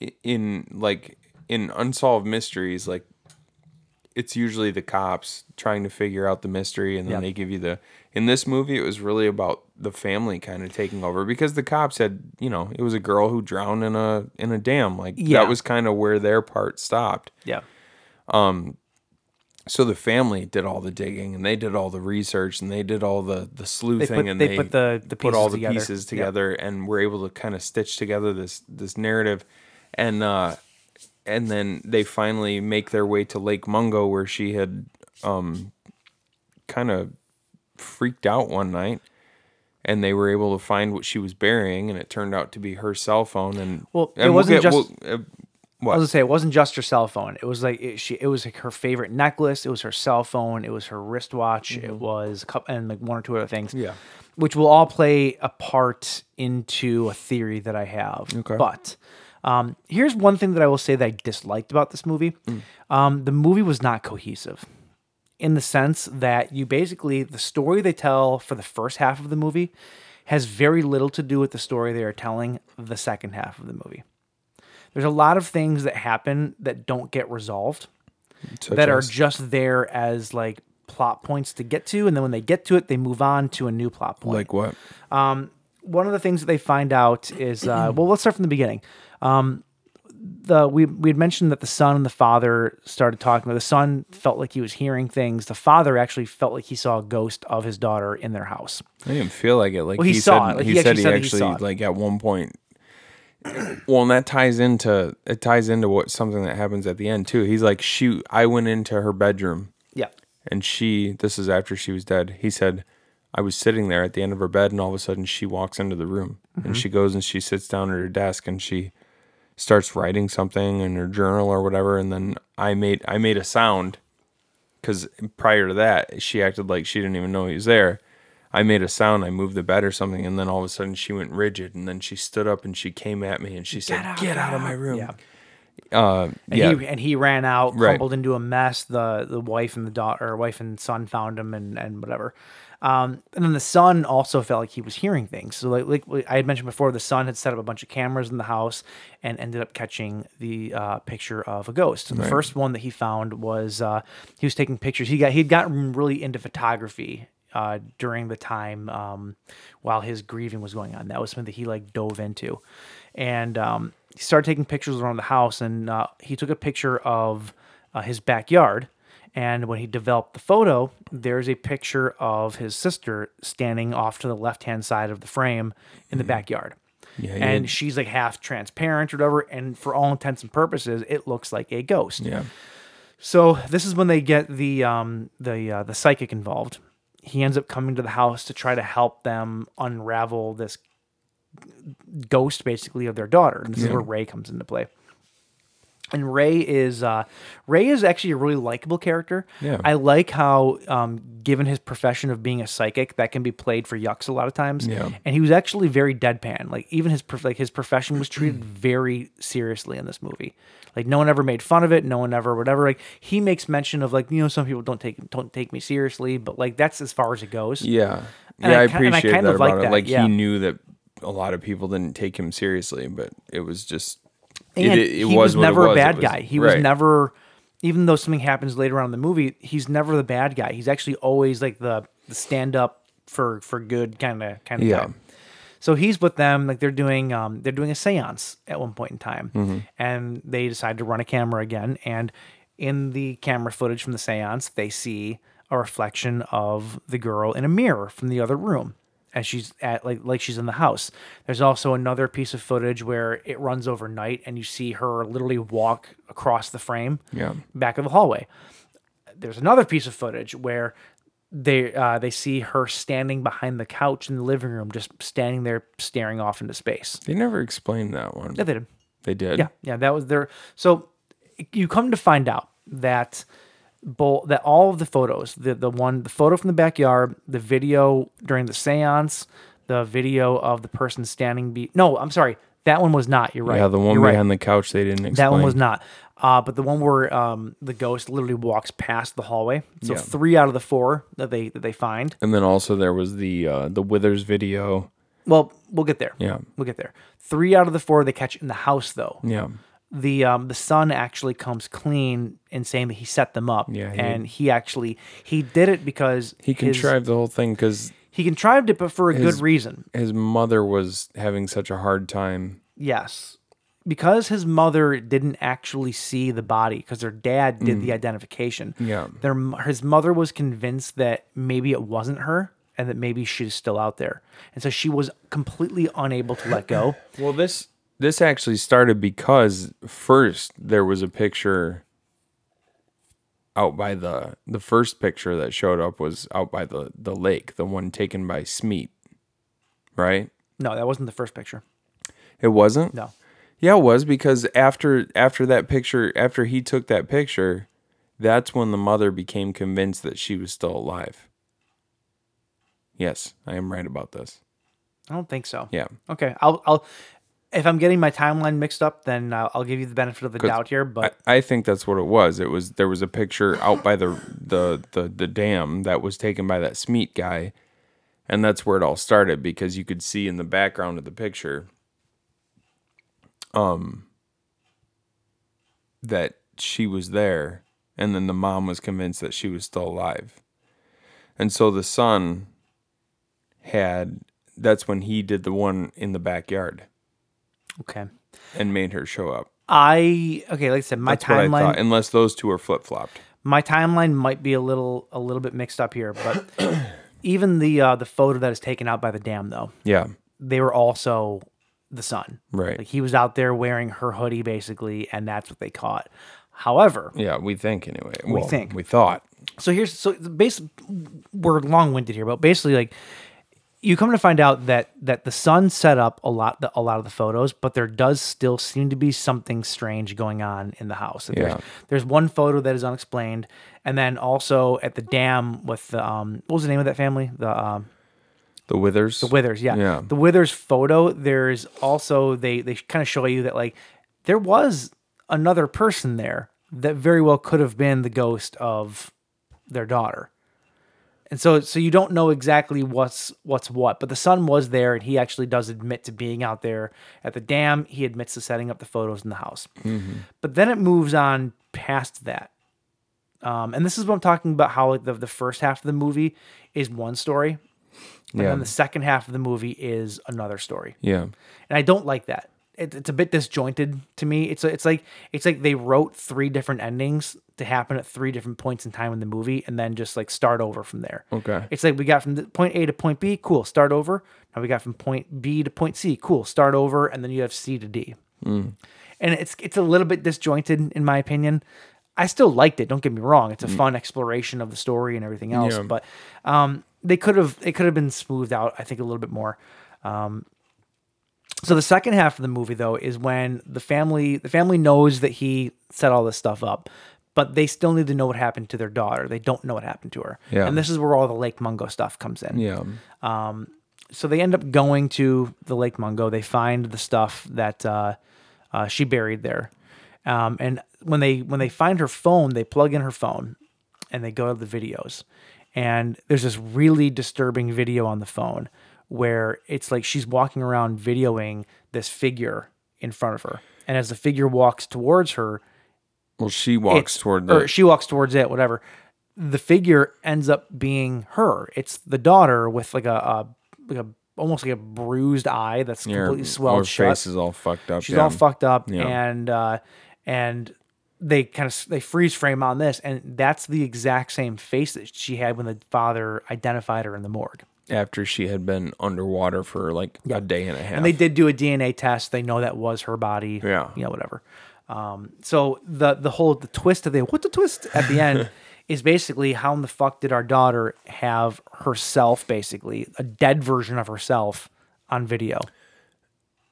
Speaker 11: i- in like in unsolved mysteries like it's usually the cops trying to figure out the mystery and then they give you the in this movie it was really about the family kind of taking over because the cops had you know it was a girl who drowned in a in a dam like
Speaker 10: Yeah.
Speaker 11: that was kind of where their part stopped
Speaker 10: yeah.
Speaker 11: so the family did all the digging and they did all the research and they did all the the sleuthing
Speaker 10: put-
Speaker 11: and
Speaker 10: they
Speaker 11: they,
Speaker 10: put the- the
Speaker 11: put all
Speaker 10: pieces
Speaker 11: the
Speaker 10: together.
Speaker 11: pieces
Speaker 10: Yep.
Speaker 11: together and were able to kind of stitch together this this narrative and uh, and then they finally make their way to Lake Mungo where she had um, kind of freaked out one night. And they were able to find what she was burying, and it turned out to be her cell phone. And
Speaker 10: Well,
Speaker 11: and
Speaker 10: it wasn't
Speaker 11: get-
Speaker 10: just-
Speaker 11: we'll- uh,
Speaker 10: I
Speaker 11: What?
Speaker 10: was gonna say it wasn't just her cell phone. It was like it, she. It was like her favorite necklace. It was her cell phone. It was her wristwatch. It was a couple and like one or two other things.
Speaker 11: Mm-hmm. Yeah.
Speaker 10: which will all play a part into a theory that I have.
Speaker 11: Okay.
Speaker 10: but um, here's one thing that I will say that I disliked about this movie.
Speaker 11: Mm.
Speaker 10: Um, the movie was not cohesive in the sense that you basically the story they tell for the first half of the movie has very little to do with the story they are telling the second half of the movie. There's a lot of things that happen that don't get resolved
Speaker 11: such
Speaker 10: that are
Speaker 11: as-
Speaker 10: just there as like plot points to get to and then when they get to it they move on to a new plot point.
Speaker 11: like what?
Speaker 10: one of the things that they find out is uh, well let's start from the beginning. Um the we we had mentioned that the son and the father started talking. The son felt like he was hearing things. The father actually felt like he saw a ghost of his daughter in their house.
Speaker 11: I didn't feel like it. Like
Speaker 10: Well, he
Speaker 11: he,
Speaker 10: saw
Speaker 11: said,
Speaker 10: it. Like,
Speaker 11: he,
Speaker 10: he
Speaker 11: said
Speaker 10: actually
Speaker 11: he
Speaker 10: said he
Speaker 11: actually
Speaker 10: saw it.
Speaker 11: like at one point. Well, and that ties into it ties into what something that happens at the end too. He's like, "Shoot, I went into her bedroom,
Speaker 10: Yeah.
Speaker 11: and she. This is after she was dead." He said, "I was sitting there at the end of her bed, and all of a sudden she walks into the room,
Speaker 10: Mm-hmm.
Speaker 11: and she goes and she sits down at her desk, and she starts writing something in her journal or whatever, and then I made I made a sound, because prior to that she acted like she didn't even know he was there. I made a sound, I moved the bed or something, and then all of a sudden she went rigid, and then she stood up and she came at me and she said, "Get out, of my room."
Speaker 10: Yeah.
Speaker 11: Uh,
Speaker 10: And
Speaker 11: yeah.
Speaker 10: he and he ran out,
Speaker 11: Right.
Speaker 10: crumpled into a mess. The the wife and the daughter, wife and son found him, and and whatever. Um, and then the son also felt like he was hearing things. So like like we- I had mentioned before, the son had set up a bunch of cameras in the house and ended up catching the uh, picture of a ghost. And the first one that he found was uh, he was taking pictures. He got he'd gotten really into photography. Uh, during the time um, while his grieving was going on, that was something that he like dove into, and um, he started taking pictures around the house and uh, he took a picture of uh, his backyard and when he developed the photo there's a picture of his sister standing off to the left hand side of the frame in the backyard
Speaker 11: Mm-hmm. Yeah, he
Speaker 10: and
Speaker 11: had-
Speaker 10: she's like half transparent or whatever and for all intents and purposes it looks like a ghost
Speaker 11: yeah.
Speaker 10: so this is when they get the um, the uh, the psychic involved. He ends up coming to the house to try to help them unravel this ghost, basically, of their daughter. And this is where Ray comes into play. And Ray is uh, Ray is actually a really likable character.
Speaker 11: Yeah.
Speaker 10: I like how, um, given his profession of being a psychic, that can be played for yucks a lot of times.
Speaker 11: Yeah.
Speaker 10: And he was actually very deadpan. Like even his prof- like his profession was treated very seriously in this movie. Like no one ever made fun of it. No one ever whatever. Like he makes mention of like you know some people don't take don't take me seriously, but like that's as far as it goes.
Speaker 11: Yeah.
Speaker 10: And
Speaker 11: yeah,
Speaker 10: I
Speaker 11: I,
Speaker 10: ki- and I
Speaker 11: appreciate
Speaker 10: kind
Speaker 11: that
Speaker 10: of
Speaker 11: about
Speaker 10: like
Speaker 11: it.
Speaker 10: that,
Speaker 11: Like
Speaker 10: yeah.
Speaker 11: he knew that a lot of people didn't take him seriously, but it was just it,
Speaker 10: And
Speaker 11: it, it
Speaker 10: he
Speaker 11: was,
Speaker 10: was,
Speaker 11: what it
Speaker 10: never
Speaker 11: was.
Speaker 10: a
Speaker 11: It
Speaker 10: bad
Speaker 11: was-
Speaker 10: guy. He
Speaker 11: right.
Speaker 10: was never, even though something happens later on in the movie, he's never the bad guy. He's actually always like the, the stand up for for good kind of kind of
Speaker 11: Yeah.
Speaker 10: guy. So he's with them, like they're doing um, they're doing a séance at one point in time, and they decide to run a camera again. And in the camera footage from the séance, they see a reflection of the girl in a mirror from the other room, as she's at like like she's in the house. There's also another piece of footage where it runs overnight, and you see her literally walk across the frame,
Speaker 11: Yeah.
Speaker 10: back of the hallway there's another piece of footage where they uh, they see her standing behind the couch in the living room, just standing there staring off into space.
Speaker 11: They never explained that one.
Speaker 10: Yeah, they did.
Speaker 11: They did.
Speaker 10: Yeah, yeah, that was their. So you come to find out that both that all of the photos, the the one, the photo from the backyard, the video during the séance, the video of the person standing. Be no, I'm sorry, that one was not. You're right.
Speaker 11: Yeah, the one
Speaker 10: You're right.
Speaker 11: behind the couch they didn't explain.
Speaker 10: That one was not. Uh, but the one where um, the ghost literally walks past the hallway. So
Speaker 11: Yeah.
Speaker 10: three out of the four that they that they find.
Speaker 11: And then also there was the uh, the Withers video.
Speaker 10: Well, we'll get there.
Speaker 11: Yeah.
Speaker 10: we'll get there. Three out of the four they catch in the house though.
Speaker 11: Yeah.
Speaker 10: The um, the son actually comes clean in saying that he set them up.
Speaker 11: Yeah, he-
Speaker 10: and he actually he did it because
Speaker 11: He
Speaker 10: his-
Speaker 11: contrived the whole thing because
Speaker 10: he contrived it, but for a good
Speaker 11: his-
Speaker 10: reason.
Speaker 11: his mother was having such a hard time.
Speaker 10: Yes. Because his mother didn't actually see the body, because their dad did the identification.
Speaker 11: Mm. Yeah.
Speaker 10: Their m- his mother was convinced that maybe it wasn't her, and that maybe she's still out there, and so she was completely unable to let go.
Speaker 11: Well, this this actually started because first there was a picture out by the the first picture that showed up was out by the the lake, the one taken by Smeet, right?
Speaker 10: No, that wasn't the first picture.
Speaker 11: It wasn't.
Speaker 10: No.
Speaker 11: Yeah, it was because after after that picture, after he took that picture, that's when the mother became convinced that she was still alive. Yes, I am right about this.
Speaker 10: I don't think so.
Speaker 11: Yeah.
Speaker 10: Okay. I'll. I'll. If I'm getting my timeline mixed up, then uh, I'll give you the benefit of the
Speaker 11: 'Cause
Speaker 10: doubt here. But
Speaker 11: I, I think that's what it was. It was there was a picture out by the the the, the dam that was taken by that Smeet guy, and that's where it all started because you could see in the background of the picture, um, that she was there, and then the mom was convinced that she was still alive, and so the son had that's when he did the one in the backyard
Speaker 10: okay.
Speaker 11: and made her show up.
Speaker 10: I okay. Like I said, my
Speaker 11: That's what I
Speaker 10: timeline.
Speaker 11: thought, unless those two are flip flopped.
Speaker 10: my timeline might be a little a little bit mixed up here, but even the uh, the photo that is taken out by the dam though,
Speaker 11: Yeah.
Speaker 10: they were also the son.
Speaker 11: Right.
Speaker 10: Like he was out there wearing her hoodie basically, and that's what they caught. However,
Speaker 11: yeah, we think anyway.
Speaker 10: We
Speaker 11: Well,
Speaker 10: think.
Speaker 11: We thought.
Speaker 10: so here's so the base we're long winded here, but basically like you come to find out that that the sun set up a lot the, a lot of the photos, but there does still seem to be something strange going on in the house. That
Speaker 11: Yeah.
Speaker 10: There's, there's one photo that is unexplained, and then also at the dam with the um what was the name of that family the um
Speaker 11: The Withers.
Speaker 10: the Withers, yeah.
Speaker 11: Yeah.
Speaker 10: The Withers photo, there's also they they kind of show you that like there was another person there that very well could have been the ghost of their daughter. And so so you don't know exactly what's what's what, but the son was there and he actually does admit to being out there at the dam. He admits to setting up the photos in the house. But then it moves on past that. Um, and this is what I'm talking about how like the, the first half of the movie is one story and
Speaker 11: yeah.
Speaker 10: then the second half of the movie is another story
Speaker 11: yeah.
Speaker 10: and i don't like that it, it's a bit disjointed to me it's it's like it's like they wrote three different endings to happen at three different points in time in the movie and then just like start over from there
Speaker 11: Okay.
Speaker 10: it's like we got from the point a to point b cool start over now we got from point b to point c cool start over and then you have c to d
Speaker 11: Hmm.
Speaker 10: and it's it's a little bit disjointed in my opinion i still liked it don't get me wrong it's a fun exploration of the story and everything else
Speaker 11: Hmm. Yeah.
Speaker 10: but um they could have it could have been smoothed out i think a little bit more so the second half of the movie though is when the family the family knows that he set all this stuff up, but they still need to know what happened to their daughter. They don't know what happened to her.
Speaker 11: Yeah.
Speaker 10: And this is where all the Lake Mungo stuff comes in.
Speaker 11: Yeah.
Speaker 10: So they end up going to the Lake Mungo. They find the stuff that uh, uh, she buried there. Um, and when they when they find her phone, they plug in her phone and they go to the videos. And there's this really disturbing video on the phone where it's like she's walking around videoing this figure in front of her. And as the figure walks towards her,
Speaker 11: Well, she walks
Speaker 10: it's-
Speaker 11: toward
Speaker 10: or
Speaker 11: the.
Speaker 10: she walks towards it, whatever. The figure ends up being her. It's the daughter with like a, a like a almost like a bruised eye that's
Speaker 11: yeah,
Speaker 10: completely
Speaker 11: her
Speaker 10: swelled shut.
Speaker 11: face is all fucked up.
Speaker 10: She's
Speaker 11: yeah.
Speaker 10: all fucked up,
Speaker 11: Yeah.
Speaker 10: and uh, and they kind of they freeze frame on this, and that's the exact same face that she had when the father identified her in the morgue.
Speaker 11: After she had been underwater for like a day and a half.
Speaker 10: And they did do a DNA test. They know that was her body.
Speaker 11: Yeah.
Speaker 10: You know, whatever. Um, so the the whole the twist of the what the twist at the end is basically how in the fuck did our daughter have herself basically a dead version of herself on video?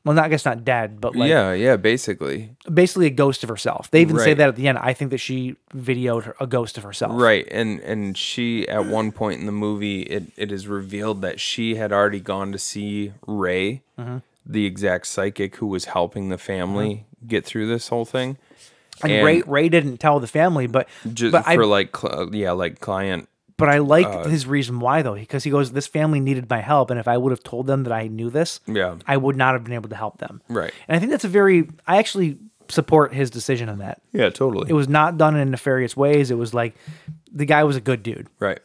Speaker 10: Well, not I guess not dead, but like
Speaker 11: yeah. Yeah. Basically.
Speaker 10: basically a ghost of herself. They even say
Speaker 11: Right.
Speaker 10: that at the end. I think that she videoed her, a ghost of herself.
Speaker 11: Right. And and she at one point in the movie it, it is revealed that she had already gone to see Ray,
Speaker 10: Mm-hmm.
Speaker 11: the exact psychic who was helping the family get through this whole thing.
Speaker 10: Mm-hmm. And,
Speaker 11: And-
Speaker 10: Ray Ray didn't tell the family, but
Speaker 11: Just
Speaker 10: but I
Speaker 11: for like cl- yeah, like client
Speaker 10: But I like
Speaker 11: Uh,
Speaker 10: his reason why though, because he goes, "This family needed my help, and if I would have told them that I knew this,
Speaker 11: Yeah.
Speaker 10: I would not have been able to help them."
Speaker 11: Right.
Speaker 10: And I think that's a very. I actually support his decision on that.
Speaker 11: Yeah, totally.
Speaker 10: It was not done in nefarious ways. It was like the guy was a good dude.
Speaker 11: Right.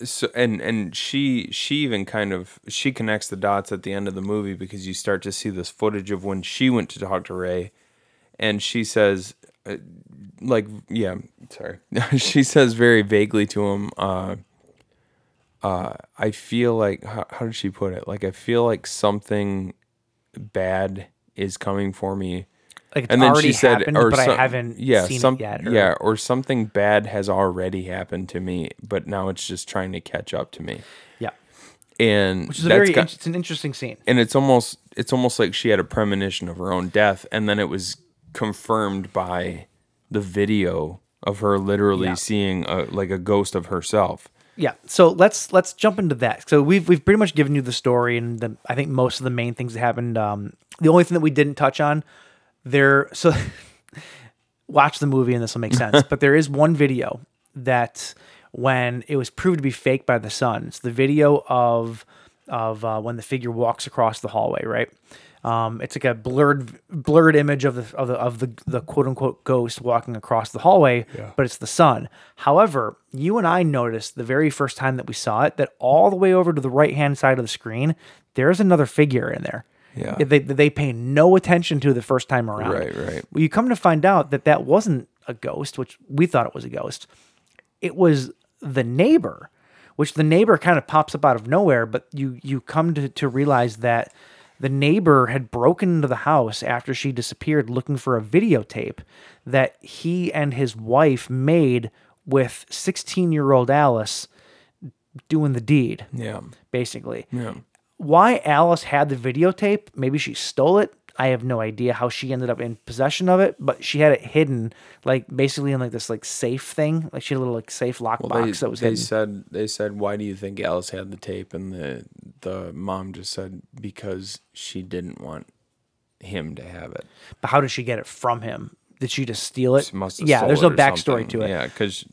Speaker 11: Um so and and she she even kind of she connects the dots at the end of the movie because you start to see this footage of when she went to talk to Ray and she says uh, like yeah, sorry. she says very vaguely to him uh uh, I feel like how, how did she put it? Like I feel like something bad is coming for me.
Speaker 10: Like it's already happened, but I
Speaker 11: some-
Speaker 10: haven't seen
Speaker 11: some-
Speaker 10: it yet. or-
Speaker 11: yeah, or something bad has already happened to me, but now it's just trying to catch up to me.
Speaker 10: yeah.
Speaker 11: And
Speaker 10: Which is a
Speaker 11: that's
Speaker 10: very
Speaker 11: got-
Speaker 10: it's an interesting scene.
Speaker 11: and it's almost it's almost like she had a premonition of her own death and then it was confirmed by the video of her literally
Speaker 10: Yeah.
Speaker 11: seeing a, like a ghost of herself
Speaker 10: Yeah. So let's let's jump into that. So we've we've pretty much given you the story and the I think most of the main things that happened. Um, the only thing that we didn't touch on there. So watch the movie and this will make sense. but there is one video that when it was proved to be fake by the sun. It's the video of of uh, when the figure walks across the hallway. Right. Um, it's like a blurred blurred image of the of the, of the, the quote unquote ghost walking across the hallway, but it's the sun. However, you and I noticed the very first time that we saw it that all the way over to the right hand side of the screen, there's another figure in there.
Speaker 11: Yeah.
Speaker 10: They, they pay no attention to the first time around.
Speaker 11: Right, right.
Speaker 10: Well, you come to find out that that wasn't a ghost, which we thought it was a ghost. It was the neighbor, which the neighbor kind of pops up out of nowhere, but you you come to, to realize that the neighbor had broken into the house after she disappeared looking for a videotape that he and his wife made with 16 year old Alice doing the deed
Speaker 11: yeah
Speaker 10: basically.
Speaker 11: Yeah.
Speaker 10: Why Alice had the videotape, maybe she stole it. I have no idea how she ended up in possession of it, but she had it hidden, like basically in like this like safe thing. Like she had a little like safe lockbox
Speaker 11: well they,
Speaker 10: that was
Speaker 11: they
Speaker 10: hidden.
Speaker 11: said they said why do you think alice had the tape and the the mom just said because she didn't want him to have it
Speaker 10: But how did she get it from him? Did she just steal it?
Speaker 11: She must have
Speaker 10: yeah,
Speaker 11: stole
Speaker 10: there's
Speaker 11: it
Speaker 10: no
Speaker 11: or
Speaker 10: backstory
Speaker 11: something.
Speaker 10: to it.
Speaker 11: yeah because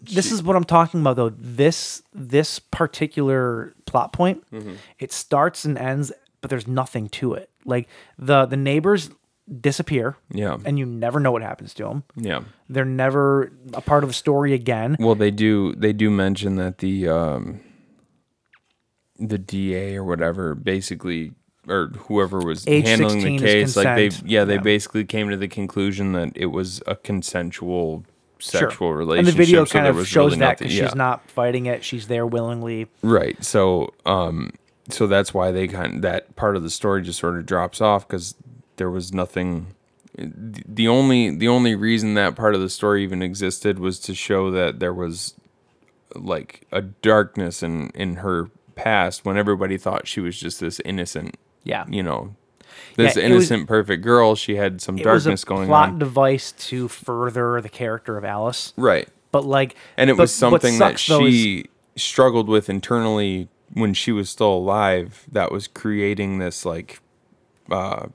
Speaker 10: this is what I'm talking about though. This this particular plot point,
Speaker 11: Mm-hmm.
Speaker 10: it starts and ends, but there's nothing to it. Like the the neighbors disappear.
Speaker 11: Yeah.
Speaker 10: And you never know what happens to them.
Speaker 11: yeah
Speaker 10: They're never a part of the story again.
Speaker 11: Well, they do. They do mention that the um, the DA or whatever, basically, or whoever was
Speaker 10: Age
Speaker 11: handling
Speaker 10: 16
Speaker 11: the
Speaker 10: is
Speaker 11: case, like they,
Speaker 10: consent.
Speaker 11: yeah, they
Speaker 10: Yeah.
Speaker 11: basically came to the conclusion that it was a consensual sexual
Speaker 10: And
Speaker 11: relationship.
Speaker 10: the video
Speaker 11: so
Speaker 10: kind
Speaker 11: there
Speaker 10: of
Speaker 11: was
Speaker 10: shows
Speaker 11: really
Speaker 10: that
Speaker 11: nothing-
Speaker 10: 'cause
Speaker 11: yeah.
Speaker 10: she's not fighting it. She's there willingly.
Speaker 11: Right. So, um, so that's why they kind that part of the story just sort of drops off because there was nothing. th- The only the only reason that part of the story even existed was to show that there was like a darkness in in her past when everybody thought she was just this innocent,
Speaker 10: Yeah.
Speaker 11: you know, this
Speaker 10: Yeah, it was-
Speaker 11: innocent perfect girl. She had some
Speaker 10: It
Speaker 11: darkness
Speaker 10: was a
Speaker 11: going
Speaker 10: plot
Speaker 11: on.
Speaker 10: device to further the character of Alice.
Speaker 11: right.
Speaker 10: But like
Speaker 11: and it
Speaker 10: but
Speaker 11: was
Speaker 10: what
Speaker 11: something that
Speaker 10: sucks, though, is-
Speaker 11: she struggled with internally when she was still alive that was creating this like uh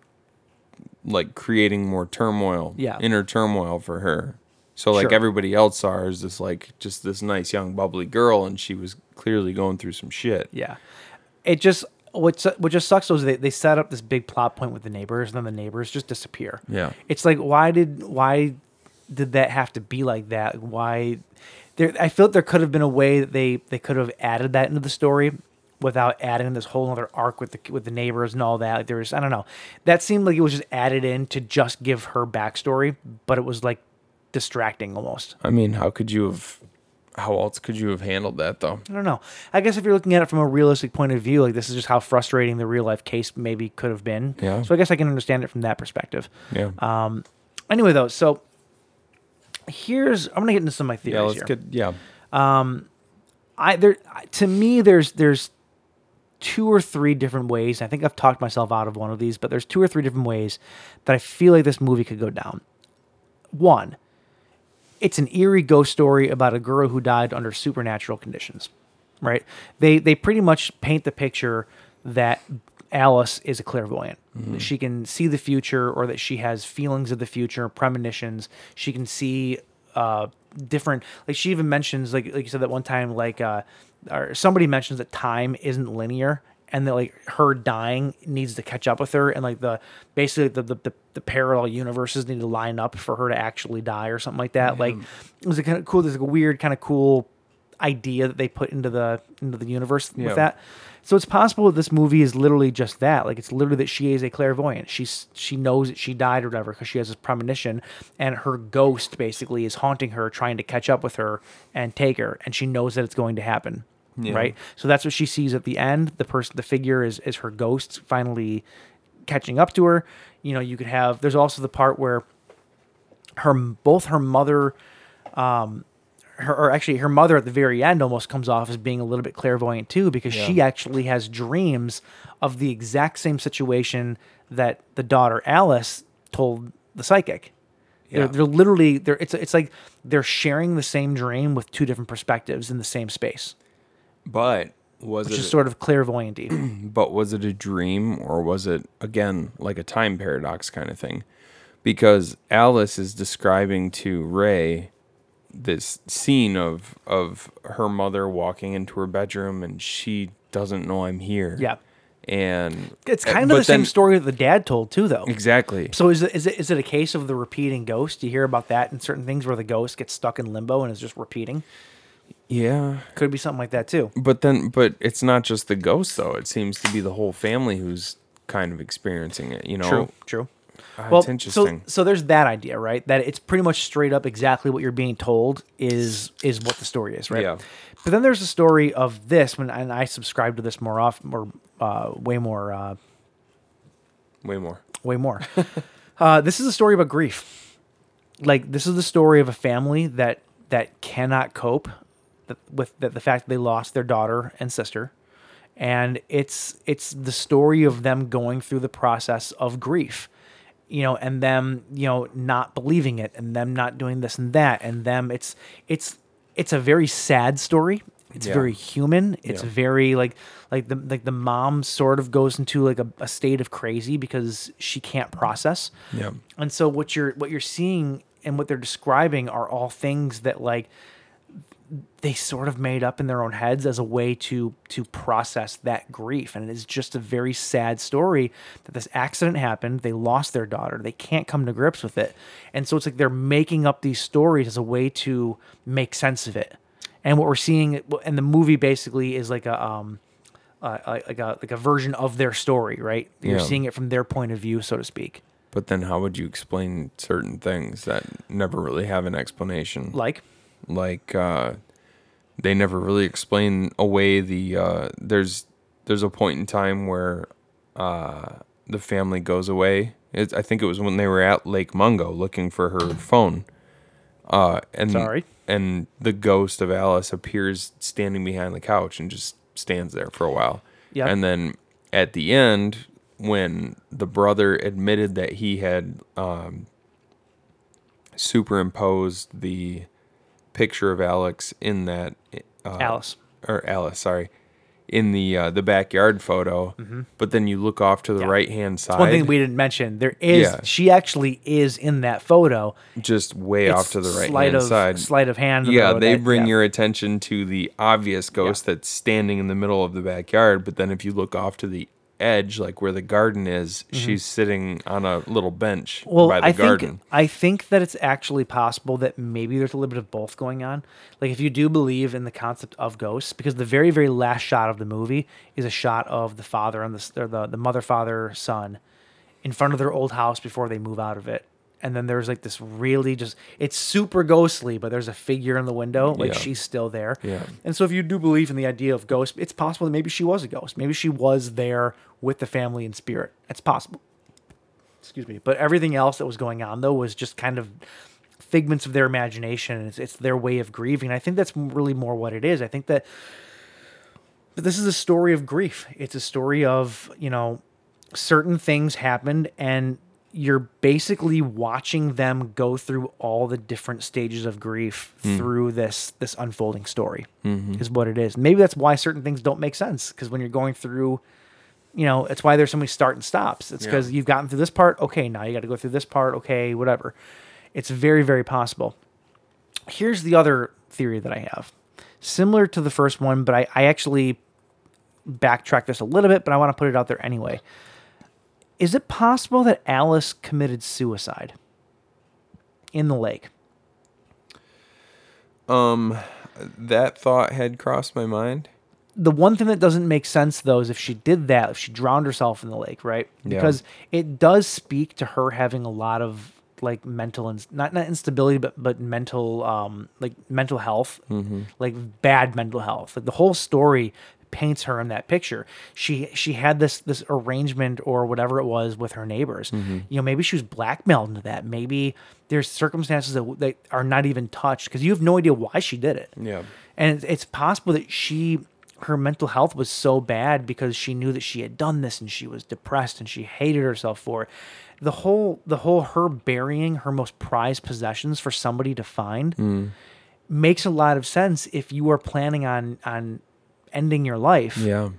Speaker 11: like creating more turmoil
Speaker 10: Yeah.
Speaker 11: inner turmoil for her so like
Speaker 10: Sure.
Speaker 11: everybody else saw her as this like just this nice young bubbly girl and she was clearly going through some shit
Speaker 10: Yeah. It just what su- what just sucks though is they, they set up this big plot point with the neighbors and then the neighbors just disappear.
Speaker 11: Yeah.
Speaker 10: It's like why did why did that have to be like that? Why there I feel there could have been a way that they they could have added that into the story without adding this whole other arc with the with the neighbors and all that. Like there was I don't know. That seemed like it was just added in to just give her backstory, but it was like distracting almost.
Speaker 11: i mean how could you have how else could you have handled that though
Speaker 10: I don't know. I guess if you're looking at it from a realistic point of view, like this is just how frustrating the real life case maybe could have been.
Speaker 11: Yeah.
Speaker 10: So I guess I can understand it from that perspective.
Speaker 11: yeah
Speaker 10: Um. Anyway, though, so here's I'm gonna get into some of my theories
Speaker 11: yeah let's
Speaker 10: here.
Speaker 11: get yeah
Speaker 10: I there I- to me there's there's two or three different ways. I think I've talked myself out of one of these, but there's two or three different ways that I feel like this movie could go down. One, it's an eerie ghost story about a girl who died under supernatural conditions. Right? They they pretty much paint the picture that Alice is a clairvoyant. That she can see the future or that she has feelings of the future, premonitions. She can see uh different like she even mentions like like you said that one time like uh or somebody mentions that time isn't linear and that like her dying needs to catch up with her and like the basically the the, the, the parallel universes need to line up for her to actually die or something like that like it was a kind of cool there's like a weird kind of cool idea that they put into the into the universe
Speaker 11: Yeah.
Speaker 10: with that so it's possible that this movie is literally just that like it's literally that she is a clairvoyant she's she knows that she died or whatever because she has this premonition and her ghost basically is haunting her trying to catch up with her and take her and she knows that it's going to happen
Speaker 11: Yeah.
Speaker 10: right? So that's what she sees at the end. The person, the figure is is her ghost finally catching up to her. You know, you could have. There's also the part where her both her mother her, or actually her mother at the very end almost comes off as being a little bit clairvoyant too because she actually has dreams of the exact same situation that the daughter Alice told the psychic. They're,
Speaker 11: Yeah.
Speaker 10: they're literally they're it's it's like they're sharing the same dream with two different perspectives in the same space,
Speaker 11: But was
Speaker 10: which
Speaker 11: it
Speaker 10: is sort of clairvoyant.
Speaker 11: but was it a dream or was it again like a time paradox kind of thing? Because Alice is describing to Ray this scene of of her mother walking into her bedroom and she doesn't know I'm here.
Speaker 10: yeah,
Speaker 11: And
Speaker 10: it's
Speaker 11: eh,
Speaker 10: kind of the
Speaker 11: but
Speaker 10: same
Speaker 11: then-
Speaker 10: story that the dad told too, though.
Speaker 11: Exactly.
Speaker 10: So is it, is it is it a case of the repeating ghost? Do you hear about that in certain things where the ghost gets stuck in limbo and is just repeating?
Speaker 11: Yeah.
Speaker 10: Could be something like that too.
Speaker 11: But then, but it's not just the ghost though. It seems to be the whole family who's kind of experiencing it. You know.
Speaker 10: True. True.
Speaker 11: Ah,
Speaker 10: well,
Speaker 11: it's interesting.
Speaker 10: So, so there's that idea, right? That it's pretty much straight up exactly what you're being told is is what the story is, right?
Speaker 11: Yeah.
Speaker 10: But then there's the story of this, when and I subscribe to this more often, or uh, way more, uh,
Speaker 11: Way more.
Speaker 10: way more. uh, this is a story about grief. Like this is the story of a family that that cannot cope th- with the, the fact that they lost their daughter and sister, and it's it's the story of them going through the process of grief, you know, and them you know not believing it, and them not doing this and that, and them it's it's it's a very sad story. It's
Speaker 11: Yeah.
Speaker 10: very human. It's
Speaker 11: Yeah.
Speaker 10: very like like the like the mom sort of goes into like a, a state of crazy because she can't process.
Speaker 11: Yeah.
Speaker 10: And so what you're what you're seeing and what they're describing are all things that like they sort of made up in their own heads as a way to to process that grief and it's just a very sad story that this accident happened they lost their daughter they can't come to grips with it and so it's like they're making up these stories as a way to make sense of it and what we're seeing and the movie basically is like a um uh, like a like a version of their story right you're
Speaker 11: Yeah.
Speaker 10: seeing it from their point of view so to speak
Speaker 11: But then, how would you explain certain things that never really have an explanation?
Speaker 10: like
Speaker 11: like uh, they never really explain away the uh, there's there's a point in time where uh, the family goes away. It, I think it was when they were at Lake Mungo looking for her phone. Uh, and
Speaker 10: Sorry.
Speaker 11: and the ghost of Alice appears standing behind the couch and just stands there for a while.
Speaker 10: Yeah.
Speaker 11: And then at the end, when the brother admitted that he had um, superimposed the picture of Alex in that uh,
Speaker 10: Alice.
Speaker 11: or Alice, sorry, in the uh, the backyard photo. But then you look off to the right hand side,
Speaker 10: Mm-hmm. one thing we didn't mention there is
Speaker 11: Yeah.
Speaker 10: she actually is in that photo
Speaker 11: just way off
Speaker 10: It's
Speaker 11: to the right
Speaker 10: sleight
Speaker 11: hand
Speaker 10: of-
Speaker 11: side,
Speaker 10: sleight of hand in the
Speaker 11: Yeah,
Speaker 10: road
Speaker 11: they
Speaker 10: that-
Speaker 11: bring
Speaker 10: yeah.
Speaker 11: your attention to the obvious ghost that's standing in the middle of the backyard. But then if you look off to the edge, like where the garden is, she's sitting on a little bench
Speaker 10: Mm-hmm. well
Speaker 11: by the
Speaker 10: i
Speaker 11: garden.
Speaker 10: think i think that it's actually possible that maybe there's a little bit of both going on like if you do believe in the concept of ghosts because the very very last shot of the movie is a shot of the father and the s- or the, the mother father son in front of their old house before they move out of it and then there's like this really just it's super ghostly but there's a figure in the window like
Speaker 11: Yeah.
Speaker 10: she's still there
Speaker 11: Yeah.
Speaker 10: and so if you do believe in the idea of ghosts it's possible that maybe she was a ghost maybe she was there with the family in spirit it's possible excuse me but everything else that was going on though was just kind of figments of their imagination and it's, it's their way of grieving i think that's m- really more what it is i think that but this is a story of grief it's a story of you know certain things happened and you're basically watching them go through all the different stages of grief through this this unfolding story is what it is maybe that's why certain things don't make sense because when you're going through you know, it's why there's so many start and stops. It's because you've gotten through this part. Okay, now you got to go through this part. Okay, whatever. It's very, very possible. Here's the other theory that I have, similar to the first one, but I, I actually backtrack this a little bit, but I want to put it out there anyway. Is it possible that Alice committed suicide in the lake?
Speaker 11: that thought had crossed my mind.
Speaker 10: the one thing that doesn't make sense though is if she did that, if she drowned herself in the lake, right?
Speaker 11: Yeah.
Speaker 10: Because it does speak to her having a lot of like mental and not not instability, but but mental um like mental health, like bad mental health. Like the whole story paints her in that picture. She she had this this arrangement or whatever it was with her neighbors. You know, maybe she was blackmailed into that. Maybe there's circumstances that, w- that are not even touched because you have no idea why she did it.
Speaker 11: Yeah.
Speaker 10: And it's, it's possible that she her mental health was so bad because she knew that she had done this and she was depressed and she hated herself for it. The whole the whole her burying her most prized possessions for somebody to find
Speaker 11: Mm.
Speaker 10: makes a lot of sense if you are planning on on ending your life.
Speaker 11: Yeah.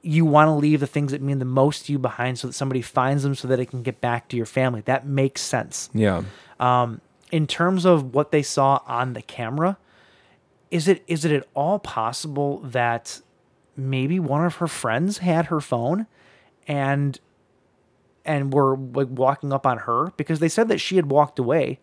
Speaker 10: You want to leave the things that mean the most to you behind so that somebody finds them so that it can get back to your family. That makes sense
Speaker 11: Yeah.
Speaker 10: um, in terms of what they saw on the camera is it is it at all possible that maybe one of her friends had her phone and and were like walking up on her because they said that she had walked away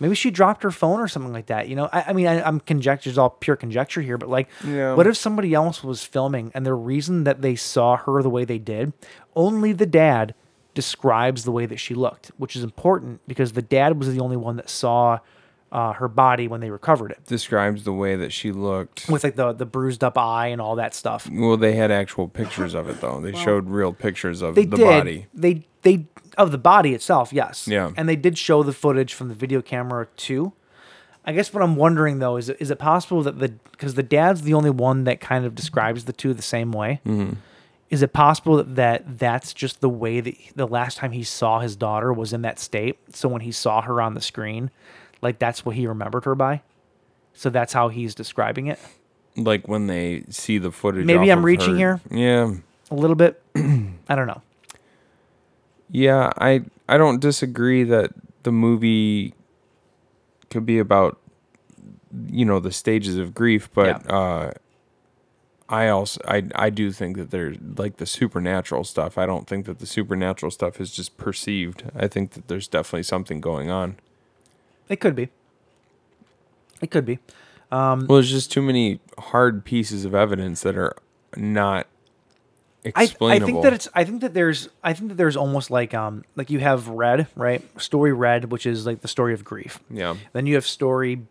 Speaker 10: maybe she dropped her phone or something like that you know i, I mean I, i'm conjecture it's all pure conjecture here but like
Speaker 11: Yeah.
Speaker 10: what if somebody else was filming and the reason that they saw her the way they did only the dad describes the way that she looked which is important because the dad was the only one that saw uh, her body when they recovered it
Speaker 11: Describes the way that she looked.
Speaker 10: with like the the bruised up eye and all that stuff.
Speaker 11: Well, they had actual pictures of it though. They showed real pictures of
Speaker 10: They
Speaker 11: the
Speaker 10: did.
Speaker 11: body.
Speaker 10: They they of the body itself, yes.
Speaker 11: Yeah.
Speaker 10: And they did show the footage from the video camera too. I guess what I'm wondering though is is it possible that the because the dad's the only one that kind of describes the two the same way.
Speaker 11: Mm-hmm.
Speaker 10: Is it possible that, that that's just the way that the last time he saw his daughter was in that state? So when he saw her on the screen, like that's what he remembered her by. So that's how he's describing it
Speaker 11: Like when they see the footage.
Speaker 10: Maybe I'm
Speaker 11: off of
Speaker 10: reaching
Speaker 11: her-
Speaker 10: here.
Speaker 11: Yeah.
Speaker 10: a little bit. I don't know.
Speaker 11: Yeah, I I don't disagree that the movie could be about you know the stages of grief, but
Speaker 10: Yeah.
Speaker 11: uh, I also I I do think that there's like the supernatural stuff. I don't think that the supernatural stuff is just perceived. I think that there's definitely something going on.
Speaker 10: It could be. It could be.
Speaker 11: Well, there's just too many hard pieces of evidence that are not
Speaker 10: I,
Speaker 11: explainable.
Speaker 10: I think that it's I think that there's I think that there's almost like um like you have red, right? Story red, which is like the story of grief.
Speaker 11: yeah
Speaker 10: Then you have story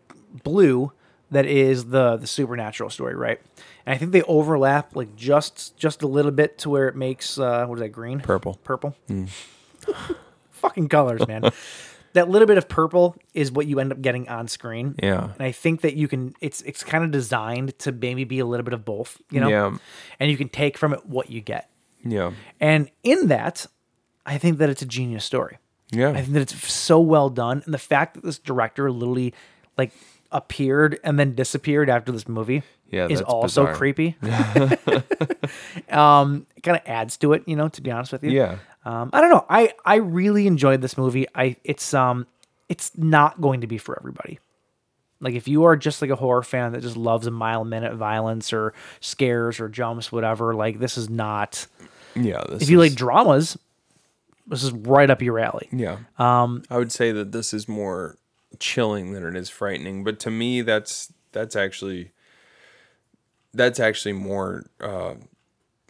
Speaker 10: blue that is the the supernatural story, right? And I think they overlap like just just a little bit to where it makes uh what is that green?
Speaker 11: Purple.
Speaker 10: Purple. Fucking colors, man. that little bit of purple is what you end up getting on screen.
Speaker 11: yeah
Speaker 10: And I think that you can it's it's kind of designed to maybe be a little bit of both, you know?
Speaker 11: Yeah.
Speaker 10: And you can take from it what you get.
Speaker 11: yeah
Speaker 10: And in that, I think that it's a genius story.
Speaker 11: yeah
Speaker 10: I think that it's so well done. And the fact that this director literally like appeared and then disappeared after this movie
Speaker 11: Yeah,
Speaker 10: is
Speaker 11: that's
Speaker 10: also
Speaker 11: bizarre.
Speaker 10: creepy. um it kind of adds to it, you know, to be honest with you.
Speaker 11: yeah
Speaker 10: Um, I don't know. I I really enjoyed this movie. I it's um it's not going to be for everybody. Like if you are just like a horror fan that just loves a mile a minute violence or scares or jumps whatever, like this is not.
Speaker 11: yeah. This
Speaker 10: If you
Speaker 11: is-
Speaker 10: like dramas, this is right up your alley.
Speaker 11: Yeah. Um I would say that this is more chilling than it is frightening, but to me that's that's actually that's actually more uh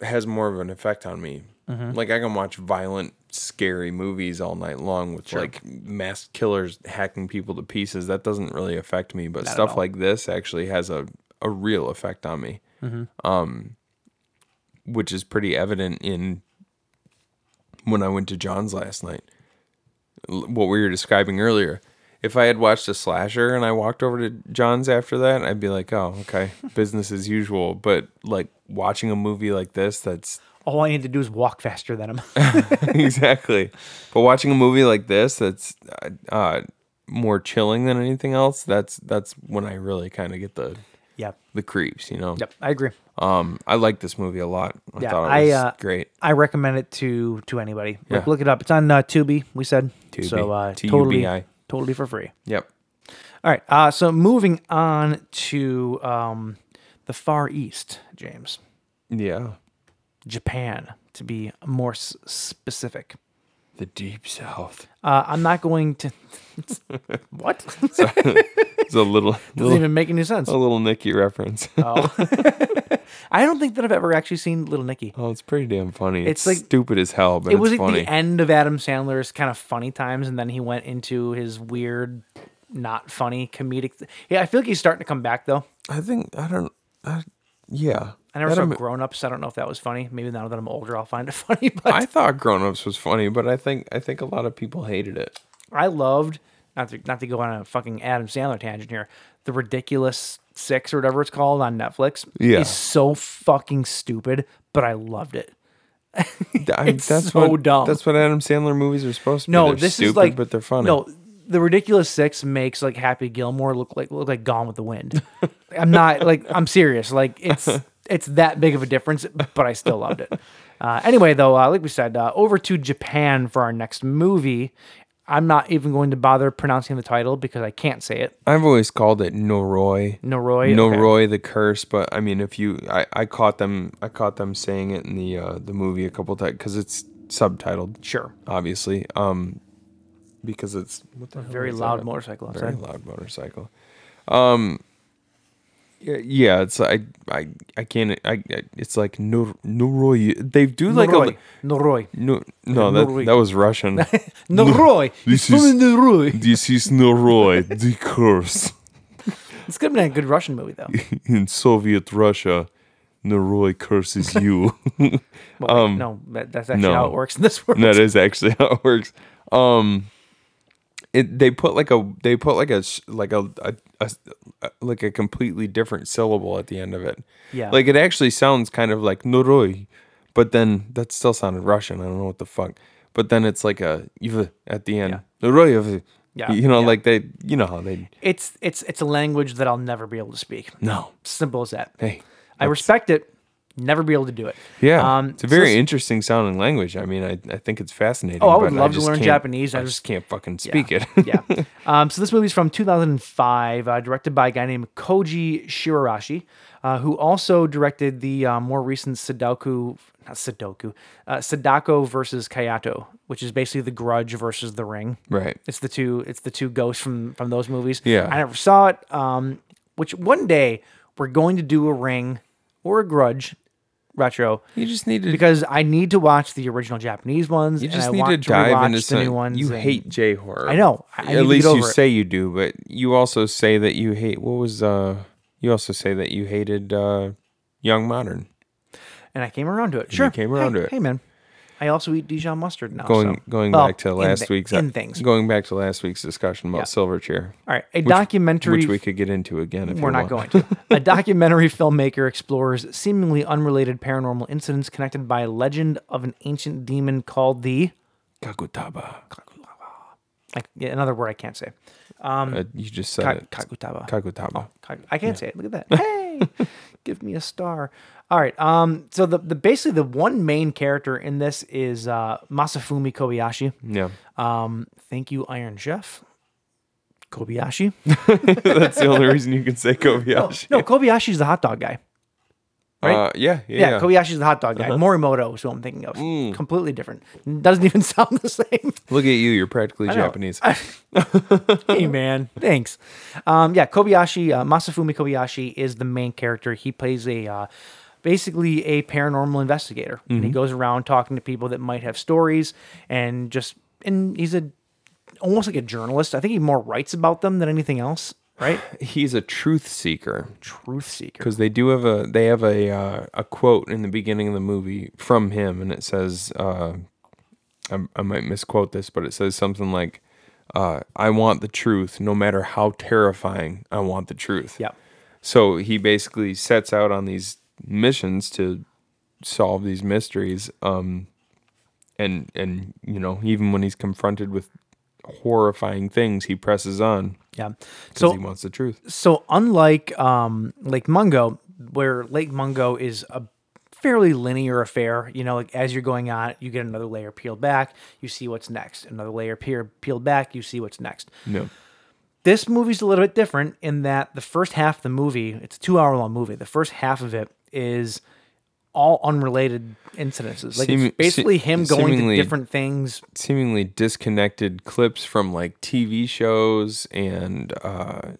Speaker 11: has more of an effect on me. Like I can watch violent scary movies all night long with like masked killers hacking people to pieces. That doesn't really affect me, but stuff like this actually has a a real effect on me. Um which is pretty evident in when I went to John's last night l- what we were describing earlier. If I had watched a slasher and I walked over to John's after that, I'd be like, "Oh, okay, business as usual." But like watching a movie like this, that's
Speaker 10: All I need to do is walk faster than him.
Speaker 11: exactly. But watching a movie like this, that's uh, uh, more chilling than anything else. That's that's when I really kind of get the
Speaker 10: yep.
Speaker 11: the creeps, you know.
Speaker 10: Yep. I agree.
Speaker 11: Um, I like this movie a lot. I
Speaker 10: Yeah,
Speaker 11: thought it was
Speaker 10: I, uh,
Speaker 11: great.
Speaker 10: I recommend it to to anybody. Like,
Speaker 11: Yeah.
Speaker 10: look it up. It's on uh, Tubi. We said
Speaker 11: Tubi.
Speaker 10: So uh, totally,
Speaker 11: T-U-B-I.
Speaker 10: totally for free.
Speaker 11: Yep.
Speaker 10: All right. Uh, so moving on to um, the Far East, James,
Speaker 11: Yeah.
Speaker 10: Japan, to be more s- specific.
Speaker 11: The Deep South.
Speaker 10: Uh, I'm not going to. what?
Speaker 11: It's a little,
Speaker 10: Doesn't
Speaker 11: little
Speaker 10: even make any sense.
Speaker 11: a little Nicky reference.
Speaker 10: I don't think that I've ever actually seen Little Nicky.
Speaker 11: oh, it's pretty damn funny.
Speaker 10: It's
Speaker 11: It's,
Speaker 10: like-
Speaker 11: stupid as hell, but
Speaker 10: It was
Speaker 11: it's
Speaker 10: like
Speaker 11: funny.
Speaker 10: the end of Adam Sandler's kind of funny times, and then he went into his weird, not funny comedic. th- Yeah, I feel like he's starting to come back though.
Speaker 11: I think I don't. I, yeah,
Speaker 10: I never
Speaker 11: Adam-
Speaker 10: saw Grown Ups. I don't know if that was funny. Maybe now that I'm older, I'll find it funny. But
Speaker 11: I thought Grown Ups was funny, but I think I think a lot of people hated it.
Speaker 10: I loved not to not to go on a fucking Adam Sandler tangent here. The ridiculous six or whatever it's called on Netflix
Speaker 11: Yeah.
Speaker 10: is so fucking stupid, but I loved it.
Speaker 11: I,
Speaker 10: It's so
Speaker 11: what,
Speaker 10: dumb.
Speaker 11: That's what Adam Sandler movies are supposed to be.
Speaker 10: No,
Speaker 11: They're
Speaker 10: this
Speaker 11: stupid,
Speaker 10: is like
Speaker 11: but they're funny.
Speaker 10: No, the ridiculous six makes like Happy Gilmore look like look like Gone with the Wind. I'm not like I'm serious. Like it's it's that big of a difference, but I still loved it. Uh, anyway, though, uh, like we said, uh, over to Japan for our next movie. I'm not even going to bother pronouncing the title because I can't say it.
Speaker 11: I've always called it Noroi.
Speaker 10: Noroi. okay.
Speaker 11: Noroi the curse, but I mean, if you, I, I caught them, I caught them saying it in the uh, the movie a couple times because it's subtitled,
Speaker 10: Sure.
Speaker 11: obviously, um, because it's what the hell
Speaker 10: Very
Speaker 11: is
Speaker 10: loud
Speaker 11: that?
Speaker 10: motorcycle outside.
Speaker 11: very loud motorcycle. Um, yeah, yeah, it's I, I, I can't, I, I it's like Nor Noroi. They do like
Speaker 10: Noroi.
Speaker 11: a.
Speaker 10: Noroi.
Speaker 11: No, no, that,
Speaker 10: Noroi.
Speaker 11: that was Russian.
Speaker 10: Noroi.
Speaker 8: This
Speaker 10: It's
Speaker 8: is-
Speaker 10: from Noroi.
Speaker 8: This is Noroi, the curse.
Speaker 10: It's gonna be a good Russian movie though.
Speaker 8: In Soviet Russia, Noroi curses you.
Speaker 10: Well, wait, no, that, that's actually how
Speaker 11: um, no.
Speaker 10: it works in this world.
Speaker 11: that is actually how it works. Um, it they put like a they put like a s- like a, a, a like a completely different syllable at the end of it.
Speaker 10: Yeah.
Speaker 11: like it actually sounds kind of like noroi, but then that still sounded Russian. I don't know what the fuck. But then it's like a "iv" at the end. Noroi,
Speaker 10: Yeah,
Speaker 11: yeah. you know,
Speaker 10: yeah.
Speaker 11: like they, you know how they.
Speaker 10: it's it's it's a language that I'll never be able to speak.
Speaker 11: No,
Speaker 10: Simple as that.
Speaker 11: hey,
Speaker 10: I respect it. Never be able to do it.
Speaker 11: yeah,
Speaker 10: Um,
Speaker 11: it's a
Speaker 10: so
Speaker 11: very
Speaker 10: this-
Speaker 11: interesting sounding language. I mean, I, I think it's fascinating.
Speaker 10: Oh, I would
Speaker 11: but
Speaker 10: love to
Speaker 11: just
Speaker 10: learn
Speaker 11: can't-
Speaker 10: Japanese.
Speaker 11: I
Speaker 10: I
Speaker 11: just
Speaker 10: just-
Speaker 11: can't fucking speak it.
Speaker 10: yeah. Um, so this movie's from 2005, uh, directed by a guy named Koji Shirarashi, uh, who also directed the uh, more recent Sudoku, not Sudoku, uh, Sadako versus Kayato, which is basically The Grudge versus The Ring.
Speaker 11: Right.
Speaker 10: It's the two. It's the two ghosts from from those movies.
Speaker 11: Yeah.
Speaker 10: I never saw it. Um, which one day we're going to do a Ring or a Grudge retro.
Speaker 11: You just need to
Speaker 10: because I need to watch the original Japanese ones.
Speaker 11: You
Speaker 10: and
Speaker 11: just
Speaker 10: I
Speaker 11: need
Speaker 10: want
Speaker 11: to dive
Speaker 10: rewatch
Speaker 11: into
Speaker 10: the
Speaker 11: some.
Speaker 10: new ones.
Speaker 11: you
Speaker 10: and-
Speaker 11: hate J horror.
Speaker 10: I know. I- I need
Speaker 11: At
Speaker 10: to
Speaker 11: least
Speaker 10: get
Speaker 11: you
Speaker 10: over it.
Speaker 11: say you do, but you also say that you hate. What was uh? You also say that you hated uh, Young Modern.
Speaker 10: and I came around to it. Sure,
Speaker 11: came around
Speaker 10: hey,
Speaker 11: to it.
Speaker 10: Hey, man, I also eat Dijon mustard now.
Speaker 11: Going
Speaker 10: so-
Speaker 11: going
Speaker 10: Well,
Speaker 11: back to
Speaker 10: in
Speaker 11: last
Speaker 10: thi-
Speaker 11: week's uh,
Speaker 10: in things.
Speaker 11: Going back to last week's discussion about Silverchair.
Speaker 10: All right, a
Speaker 11: which-
Speaker 10: documentary.
Speaker 11: which we could get into again. If
Speaker 10: we're
Speaker 11: you
Speaker 10: not
Speaker 11: want.
Speaker 10: going to. A documentary filmmaker explores seemingly unrelated paranormal incidents connected by a legend of an ancient demon called the.
Speaker 11: Kakutaba.
Speaker 10: Like, yeah, another word I can't say.
Speaker 11: Uh, you just said
Speaker 10: Um, Ka- Oh.
Speaker 11: it.
Speaker 10: Kakutaba.
Speaker 11: Kakutaba.
Speaker 10: I I can't say it. Look at that. Hey, give me a star. All right. Um. So the, the basically the one main character in this is uh, Masafumi Kobayashi.
Speaker 11: Yeah,
Speaker 10: Um. Thank you, Iron Chef. Kobayashi.
Speaker 11: that's the only reason you can say Kobayashi.
Speaker 10: no, Kobayashi's the hot dog guy. right?
Speaker 11: Uh, yeah, yeah,
Speaker 10: Yeah,
Speaker 11: yeah. Uh-huh. Mm.
Speaker 10: Kobayashi's the hot dog guy. Morimoto is who I'm thinking of. Completely different. Doesn't even sound the same.
Speaker 11: Look at you. You're practically
Speaker 10: know.
Speaker 11: Japanese.
Speaker 10: hey man, thanks. Um, yeah, Kobayashi uh, Masafumi Kobayashi is the main character. He plays a uh, basically a paranormal investigator,
Speaker 11: Mm-hmm.
Speaker 10: and he goes around talking to people that might have stories, and just and he's a almost like a journalist. I think he more writes about them than anything else, right?
Speaker 11: He's a truth seeker.
Speaker 10: Truth seeker.
Speaker 11: because they do have a they have a uh, a quote in the beginning of the movie from him, and it says uh, I, I might misquote this, but it says something like, uh, "I want the truth, no matter how terrifying. I want the truth."
Speaker 10: Yep.
Speaker 11: So he basically sets out on these missions to solve these mysteries, um, and and you know even when he's confronted with horrifying things, he presses on
Speaker 10: Yeah.
Speaker 11: because
Speaker 10: So
Speaker 11: he wants the truth.
Speaker 10: so unlike um Lake Mungo, where Lake Mungo is a fairly linear affair, you know, like as you're going on, you get another layer peeled back, you see what's next, another layer peer peeled back, you see what's next.
Speaker 11: No.
Speaker 10: This movie's a little bit different in that the first half of the movie, it's a two hour long movie. The first half of it is all unrelated incidences. Like
Speaker 11: Seemi- se-
Speaker 10: it's basically him going to
Speaker 11: seemingly-
Speaker 10: different things.
Speaker 11: seemingly disconnected clips from like TV shows and uh,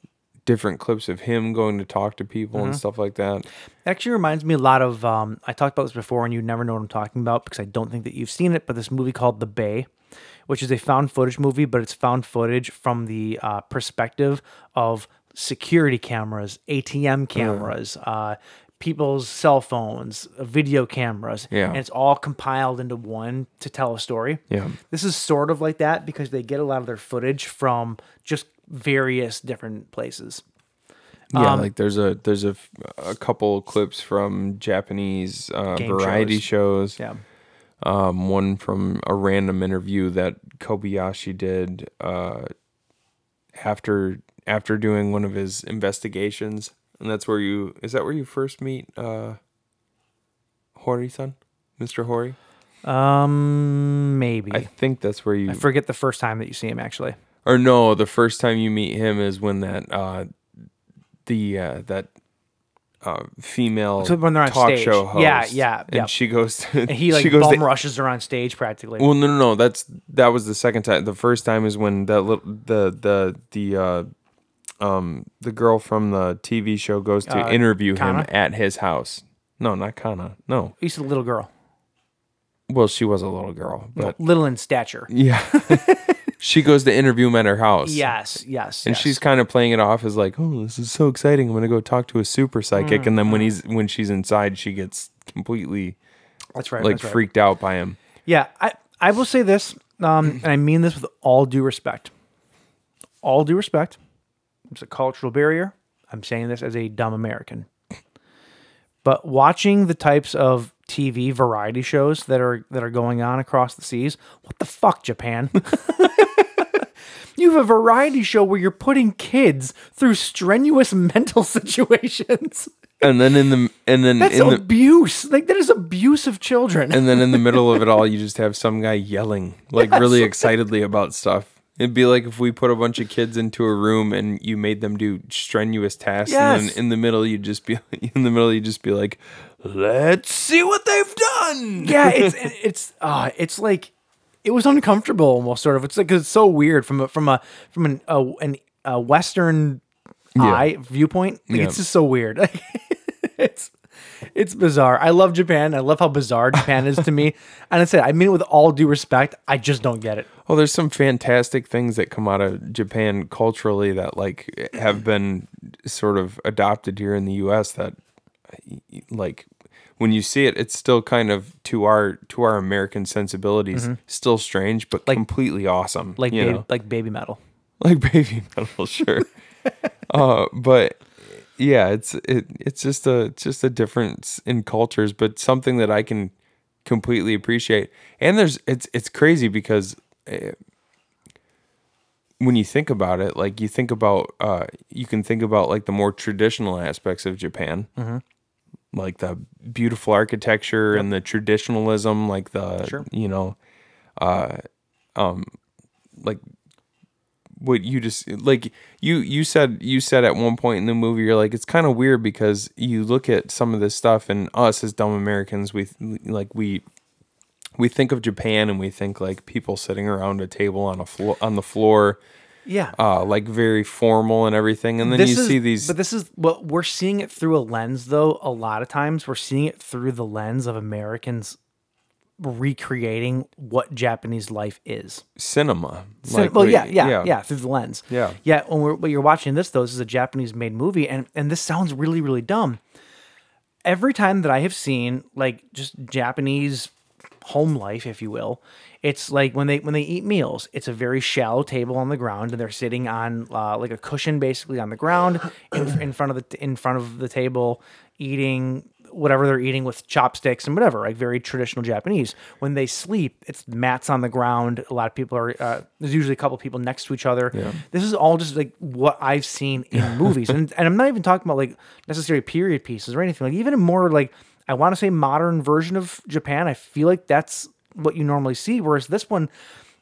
Speaker 11: different clips of him going to talk to people and stuff like that.
Speaker 10: actually reminds me a lot of um, I talked about this before, and you never know what I'm talking about because I don't think that you've seen it. But this movie called The Bay, which is a found footage movie, but it's found footage from the uh, perspective of security cameras, ATM cameras, uh, people's cell phones, uh, video cameras,
Speaker 11: Yeah.
Speaker 10: and it's all compiled into one to tell a story.
Speaker 11: Yeah.
Speaker 10: This is sort of like that because they get a lot of their footage from just various different places.
Speaker 11: Yeah, like there's a there's a, f- a couple clips from Japanese uh,
Speaker 10: Game
Speaker 11: variety shows.
Speaker 10: Yeah.
Speaker 11: Um, one from a random interview that Kobayashi did uh, after after doing one of his investigations, and that's where you is that where you first meet uh, Hori-san, Mr. Hori.
Speaker 10: Um, maybe.
Speaker 11: I think that's where you
Speaker 10: I forget the first time that you see him actually.
Speaker 11: or no the first time you meet him is when that uh the uh that uh female
Speaker 10: So when they're on
Speaker 11: talk
Speaker 10: stage.
Speaker 11: show host
Speaker 10: Yeah, yeah,
Speaker 11: and
Speaker 10: yeah.
Speaker 11: she goes to
Speaker 10: And he like
Speaker 11: she goes
Speaker 10: bum
Speaker 11: to-
Speaker 10: rushes her on stage practically.
Speaker 11: well no no no that's that was the second time the first time is when that little the the the uh um the girl from the tv show goes to
Speaker 10: Uh,
Speaker 11: interview
Speaker 10: Kana?
Speaker 11: him at his house no not kana no
Speaker 10: He's a little girl,
Speaker 11: well she was a little girl but
Speaker 10: little in stature.
Speaker 11: yeah she goes to interview him at her house
Speaker 10: Yes, yes.
Speaker 11: and
Speaker 10: yes.
Speaker 11: she's kind of playing it off as like, "Oh, this is so exciting! I'm gonna go talk to a super psychic." And then when he's
Speaker 10: Mm-hmm.
Speaker 11: when she's inside, she gets completely
Speaker 10: that's right.
Speaker 11: like
Speaker 10: that's right.
Speaker 11: freaked out by him.
Speaker 10: Yeah, I I will say this, um, and I mean this with all due respect. All due respect. It's a cultural barrier. I'm saying this as a dumb American. But watching the types of TV variety shows that are that are going on across the seas, what the fuck, Japan? You have a variety show where you're putting kids through strenuous mental situations.
Speaker 11: And then in the and then
Speaker 10: That's
Speaker 11: in the
Speaker 10: abuse. like that is abuse of children.
Speaker 11: and then in the middle of it all, you just have some guy yelling like really excitedly about stuff. It'd be like if we put a bunch of kids into a room and you made them do strenuous tasks, and
Speaker 10: Yes.
Speaker 11: then in the middle you'd just be in the middle you'd just be like, "Let's see what they've done."
Speaker 10: yeah, it's it- it's uh it's like it was uncomfortable almost sort of. It's like 'cause it's so weird from a from a from an a, an a western eye viewpoint. Like
Speaker 11: Yeah.
Speaker 10: it's just so weird. Like, it's it's bizarre. I love Japan. I love how bizarre Japan is to me. And I said, I mean it with all due respect. I just don't get it.
Speaker 11: Well, there's some fantastic things that come out of Japan culturally that like have been sort of adopted here in the U.S. That like when you see it, it's still kind of to our to our American sensibilities, still strange but completely awesome.
Speaker 10: Like
Speaker 11: you
Speaker 10: baby,
Speaker 11: know?
Speaker 10: like baby metal.
Speaker 11: like baby metal, sure. uh, but yeah, it's it it's just a it's just a difference in cultures, but something that I can completely appreciate. And there's it's it's crazy because eh, when you think about it, like you think about uh, you can think about like the more traditional aspects of Japan. Like the beautiful architecture and the traditionalism, like the you know, uh, um, like what you just like you you said you said at one point in the movie you're like it's kind of weird because you look at some of this stuff and us as dumb Americans we like we we think of Japan and we think like people sitting around a table on a floor on the floor
Speaker 10: Yeah.
Speaker 11: uh like very formal and everything and then you
Speaker 10: is,
Speaker 11: see these
Speaker 10: But this is what we're seeing it through a lens, though. A lot of times we're seeing it through the lens of Americans recreating what Japanese life is.
Speaker 11: cinema
Speaker 10: So, well,
Speaker 11: we-
Speaker 10: yeah, yeah, yeah, through the lens.
Speaker 11: Yeah.
Speaker 10: yeah. When we're when you're watching this, though, this is a Japanese-made movie, and and this sounds really, really dumb. Every time that I have seen like just Japanese home life, if you will, it's like when they when they eat meals, it's a very shallow table on the ground, and they're sitting on uh, like a cushion, basically on the ground in, in front of the in front of the table, eating whatever they're eating with chopsticks and whatever, like very traditional Japanese. When they sleep, it's mats on the ground. A lot of people are, uh, there's usually a couple people next to each other. This is all just like what I've seen in movies. And, and I'm not even talking about like necessarily period pieces or anything. Like even a more like, I want to say modern version of Japan. I feel like that's what you normally see. Whereas this one,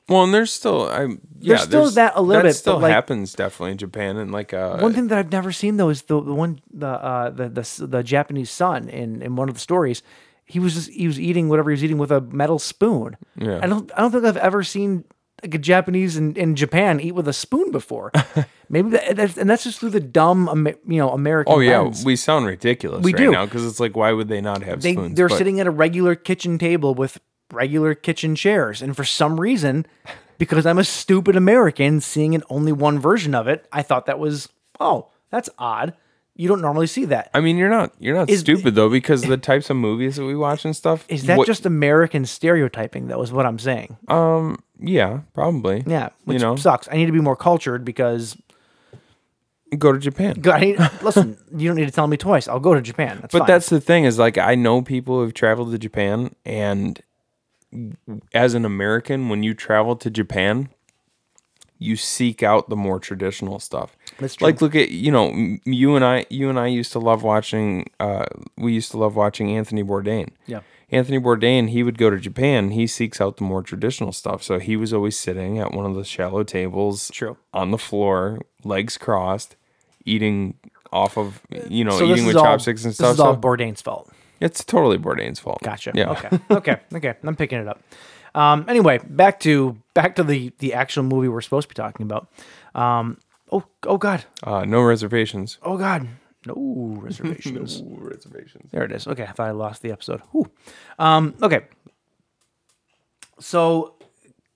Speaker 11: well and there's still I yeah,
Speaker 10: There's still that a little
Speaker 11: that
Speaker 10: bit,
Speaker 11: still
Speaker 10: but, like-
Speaker 11: happens definitely in Japan and like uh
Speaker 10: one thing that I've never seen though is the, the one the uh the, the the Japanese son in in one of the stories. He was just, he was eating whatever he was eating with a metal spoon.
Speaker 11: Yeah.
Speaker 10: I don't I don't think I've ever seen like Japanese in, in Japan eat with a spoon before. Maybe that, that's, and that's just through the dumb, Amer- you know, American.
Speaker 11: Oh yeah,
Speaker 10: lens.
Speaker 11: we sound ridiculous
Speaker 10: We
Speaker 11: right
Speaker 10: do.
Speaker 11: now because it's like, why would they not have
Speaker 10: they
Speaker 11: spoons?
Speaker 10: they're
Speaker 11: But
Speaker 10: sitting at a regular kitchen table with regular kitchen chairs and for some reason because i'm a stupid american seeing an only one version of it i thought that was oh that's odd you don't normally see that
Speaker 11: I mean, you're not you're not
Speaker 10: Is-
Speaker 11: stupid though because the types of movies that we watch and stuff.
Speaker 10: is that
Speaker 11: what-
Speaker 10: just american stereotyping though is what i'm saying
Speaker 11: yeah? Probably
Speaker 10: yeah which
Speaker 11: you know,
Speaker 10: sucks i need to be more cultured because
Speaker 11: go to Japan.
Speaker 10: I need, listen you don't need to tell me twice i'll go to japan that's
Speaker 11: but
Speaker 10: fine.
Speaker 11: that's the thing is like I know people who've traveled to Japan, and as an American, when you travel to Japan, you seek out the more traditional stuff.
Speaker 10: That's
Speaker 11: Like look at you know m- you and I you and I used to love watching. Uh, we used to love watching Anthony Bourdain.
Speaker 10: Yeah.
Speaker 11: Anthony Bourdain, he would go to Japan. He seeks out the more traditional stuff. So he was always sitting at one of the shallow tables,
Speaker 10: True.
Speaker 11: on the floor, legs crossed, eating off of you know
Speaker 10: so this
Speaker 11: eating with
Speaker 10: is all-
Speaker 11: chopsticks and
Speaker 10: this
Speaker 11: stuff.
Speaker 10: is all
Speaker 11: So-
Speaker 10: bourdain's fault
Speaker 11: it's totally Bourdain's fault.
Speaker 10: Gotcha.
Speaker 11: Yeah.
Speaker 10: Okay. Okay. Okay. I'm picking it up. Um, anyway, back to back to the the actual movie we're supposed to be talking about. Um, oh oh god.
Speaker 11: Uh, no reservations.
Speaker 10: Oh god. No reservations.
Speaker 11: reservations.
Speaker 10: There it is. Okay, I thought I lost the episode. Whew. Um, okay. So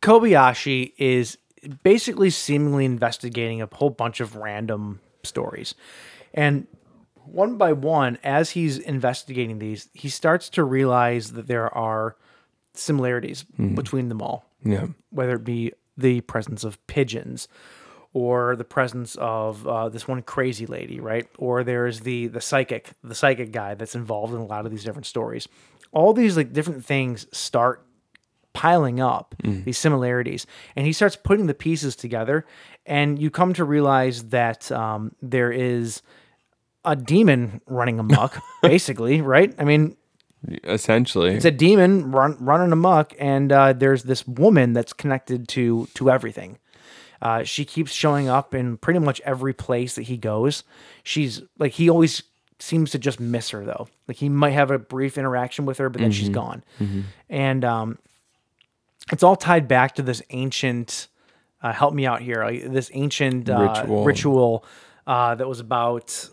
Speaker 10: Kobayashi is basically seemingly investigating a whole bunch of random stories. And one by one, as he's investigating these, he starts to realize that there are similarities between them all
Speaker 11: Yeah.
Speaker 10: whether it be the presence of pigeons or the presence of uh, this one crazy lady, right? Or there's the the psychic, the psychic guy that's involved in a lot of these different stories. All these like different things start piling up these similarities, and he starts putting the pieces together, and you come to realize that um, there is a demon running amok, basically, right? I mean,
Speaker 11: Essentially.
Speaker 10: it's a demon run, running amok, and uh, there's this woman that's connected to to everything. Uh, she keeps showing up in pretty much every place that he goes. She's like he always seems to just miss her though. Like he might have a brief interaction with her, but then she's gone. And um, it's all tied back to this ancient. Uh, help me out here. Like, this ancient uh, ritual,
Speaker 11: Ritual.
Speaker 10: uh, that was about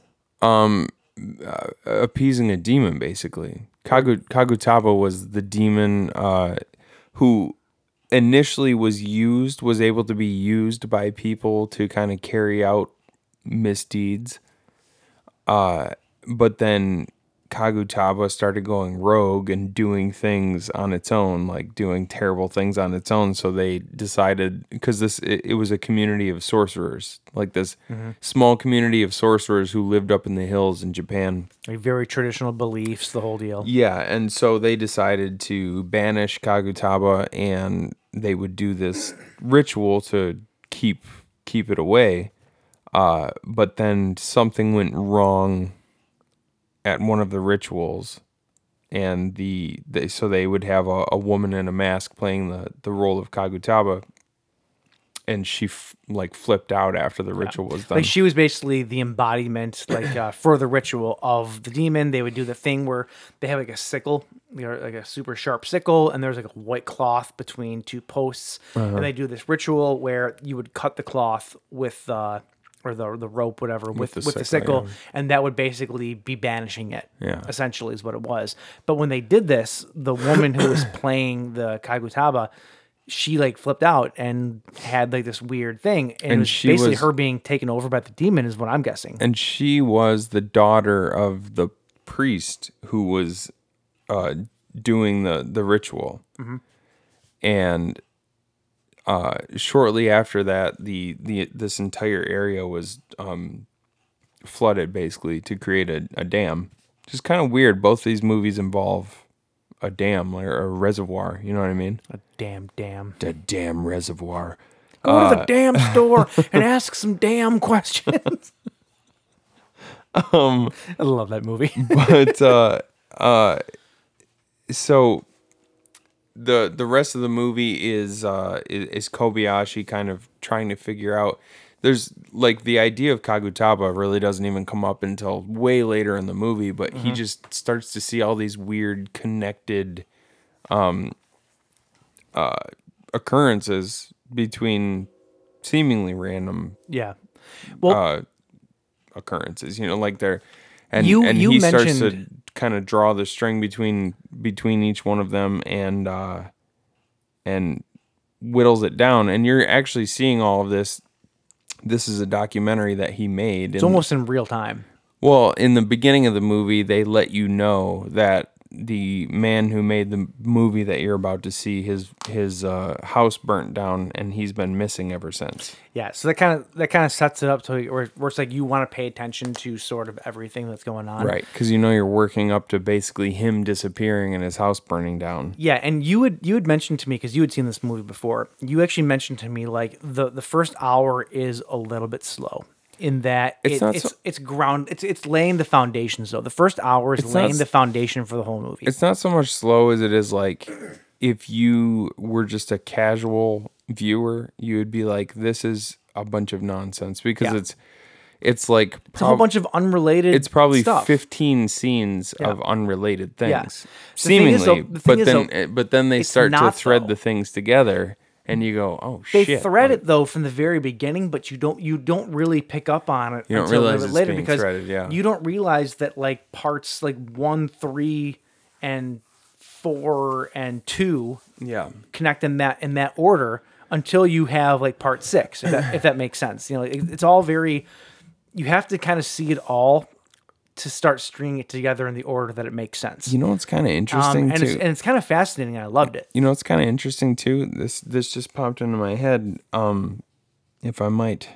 Speaker 11: appeasing a demon basically. Kagu- Kagutaba was the demon uh, who initially was used was able to be used by people to kind of carry out misdeeds. Uh, but then Kagutaba started going rogue and doing things on its own, like doing terrible things on its own. So they decided because this it, it was a community of sorcerers, like this small community of sorcerers who lived up in the hills in Japan.
Speaker 10: like, very traditional beliefs, the whole deal.
Speaker 11: Yeah, and so they decided to banish Kagutaba, and they would do this ritual to keep keep it away. Uh, but then something went wrong at one of the rituals, and the they, so they would have a, a woman in a mask playing the the role of Kagutaba, and she f- like flipped out after the ritual was done.
Speaker 10: Like she was basically the embodiment, like uh, for the ritual of the demon. They would do the thing where they have like a sickle, you know, like a super sharp sickle, and there's like a white cloth between two posts, and they do this ritual where you would cut the cloth with uh, or the the rope, whatever, with with
Speaker 11: the
Speaker 10: the,
Speaker 11: sickle,
Speaker 10: sickle, and that would basically be banishing it.
Speaker 11: Yeah.
Speaker 10: essentially is what it was. But when they did this, the woman who was playing the Kagutaba. She like flipped out and had like this weird thing, and,
Speaker 11: And
Speaker 10: it was
Speaker 11: she
Speaker 10: basically
Speaker 11: was-
Speaker 10: her being taken over by the demon is what I'm guessing.
Speaker 11: and she was the daughter of the priest who was uh, doing the the ritual. And uh, shortly after that, the the this entire area was um, flooded basically to create a, a dam. Just kind of weird. Both these movies involve a dam or a reservoir. You know what I mean?
Speaker 10: A damn damn. Uh,
Speaker 11: The damn reservoir.
Speaker 10: Go to the damn store and ask some damn questions. um, I love that movie.
Speaker 11: but uh, uh, so the the rest of the movie is uh, is, is Kobayashi kind of trying to figure out. There's like the idea of Kagutaba really doesn't even come up until way later in the movie, but he just starts to see all these weird connected um, uh, occurrences between seemingly random
Speaker 10: Yeah. Well,
Speaker 11: uh, occurrences. You know, like they're and
Speaker 10: You-
Speaker 11: and
Speaker 10: you
Speaker 11: he starts to
Speaker 10: mentioned-
Speaker 11: kind of draw the string between between each one of them and uh, and whittles it down. And you're actually seeing all of this. This is a documentary that he made.
Speaker 10: it's almost in real time.
Speaker 11: Well, in the beginning of the movie, they let you know that the man who made the movie that you're about to see his his uh, house burnt down and he's been missing ever since.
Speaker 10: Yeah, so that kind of that kind of sets it up to where, where it's like you want to pay attention to sort of everything that's going on.
Speaker 11: Right, because you know you're working up to basically him disappearing and his house burning down.
Speaker 10: Yeah, and you would you had mentioned to me because you had seen this movie before. You actually mentioned to me like the the first hour is a little bit slow in that
Speaker 11: It's
Speaker 10: it-
Speaker 11: not
Speaker 10: it's
Speaker 11: so-
Speaker 10: it's ground it's it's laying the foundations though. The first hour is
Speaker 11: It's not
Speaker 10: laying
Speaker 11: s-
Speaker 10: the foundation for the whole movie.
Speaker 11: It's not so much slow as it is like if you were just a casual viewer, you would be like, "This is a bunch of nonsense," because
Speaker 10: Yeah.
Speaker 11: it's it's like
Speaker 10: It's a whole bunch of unrelated.
Speaker 11: it's probably
Speaker 10: stuff.
Speaker 11: 15 scenes
Speaker 10: Yeah.
Speaker 11: of unrelated things
Speaker 10: Yeah. The thing
Speaker 11: seemingly
Speaker 10: is, though- the
Speaker 11: but
Speaker 10: thing is,
Speaker 11: then
Speaker 10: though,
Speaker 11: eh, but then they
Speaker 10: it's
Speaker 11: start to
Speaker 10: not,
Speaker 11: thread
Speaker 10: though.
Speaker 11: the things together and you go oh
Speaker 10: They
Speaker 11: shit
Speaker 10: thread
Speaker 11: like,
Speaker 10: it though from the very beginning, but you don't you don't really pick up on it
Speaker 11: You don't
Speaker 10: until a
Speaker 11: realize
Speaker 10: little bit
Speaker 11: it's
Speaker 10: later
Speaker 11: being
Speaker 10: because
Speaker 11: threaded, yeah.
Speaker 10: you don't realize that like parts like one, three, and four and two
Speaker 11: yeah
Speaker 10: connect in that in that order until you have like part six if that, if that makes sense you know it, it's all very you have to kind of see it all to start stringing it together in the order that it makes sense
Speaker 11: you know what's kind of interesting
Speaker 10: um, and,
Speaker 11: too
Speaker 10: it's, and it's kind of fascinating and i loved it
Speaker 11: you know what's kind of interesting too this this just popped into my head um if i might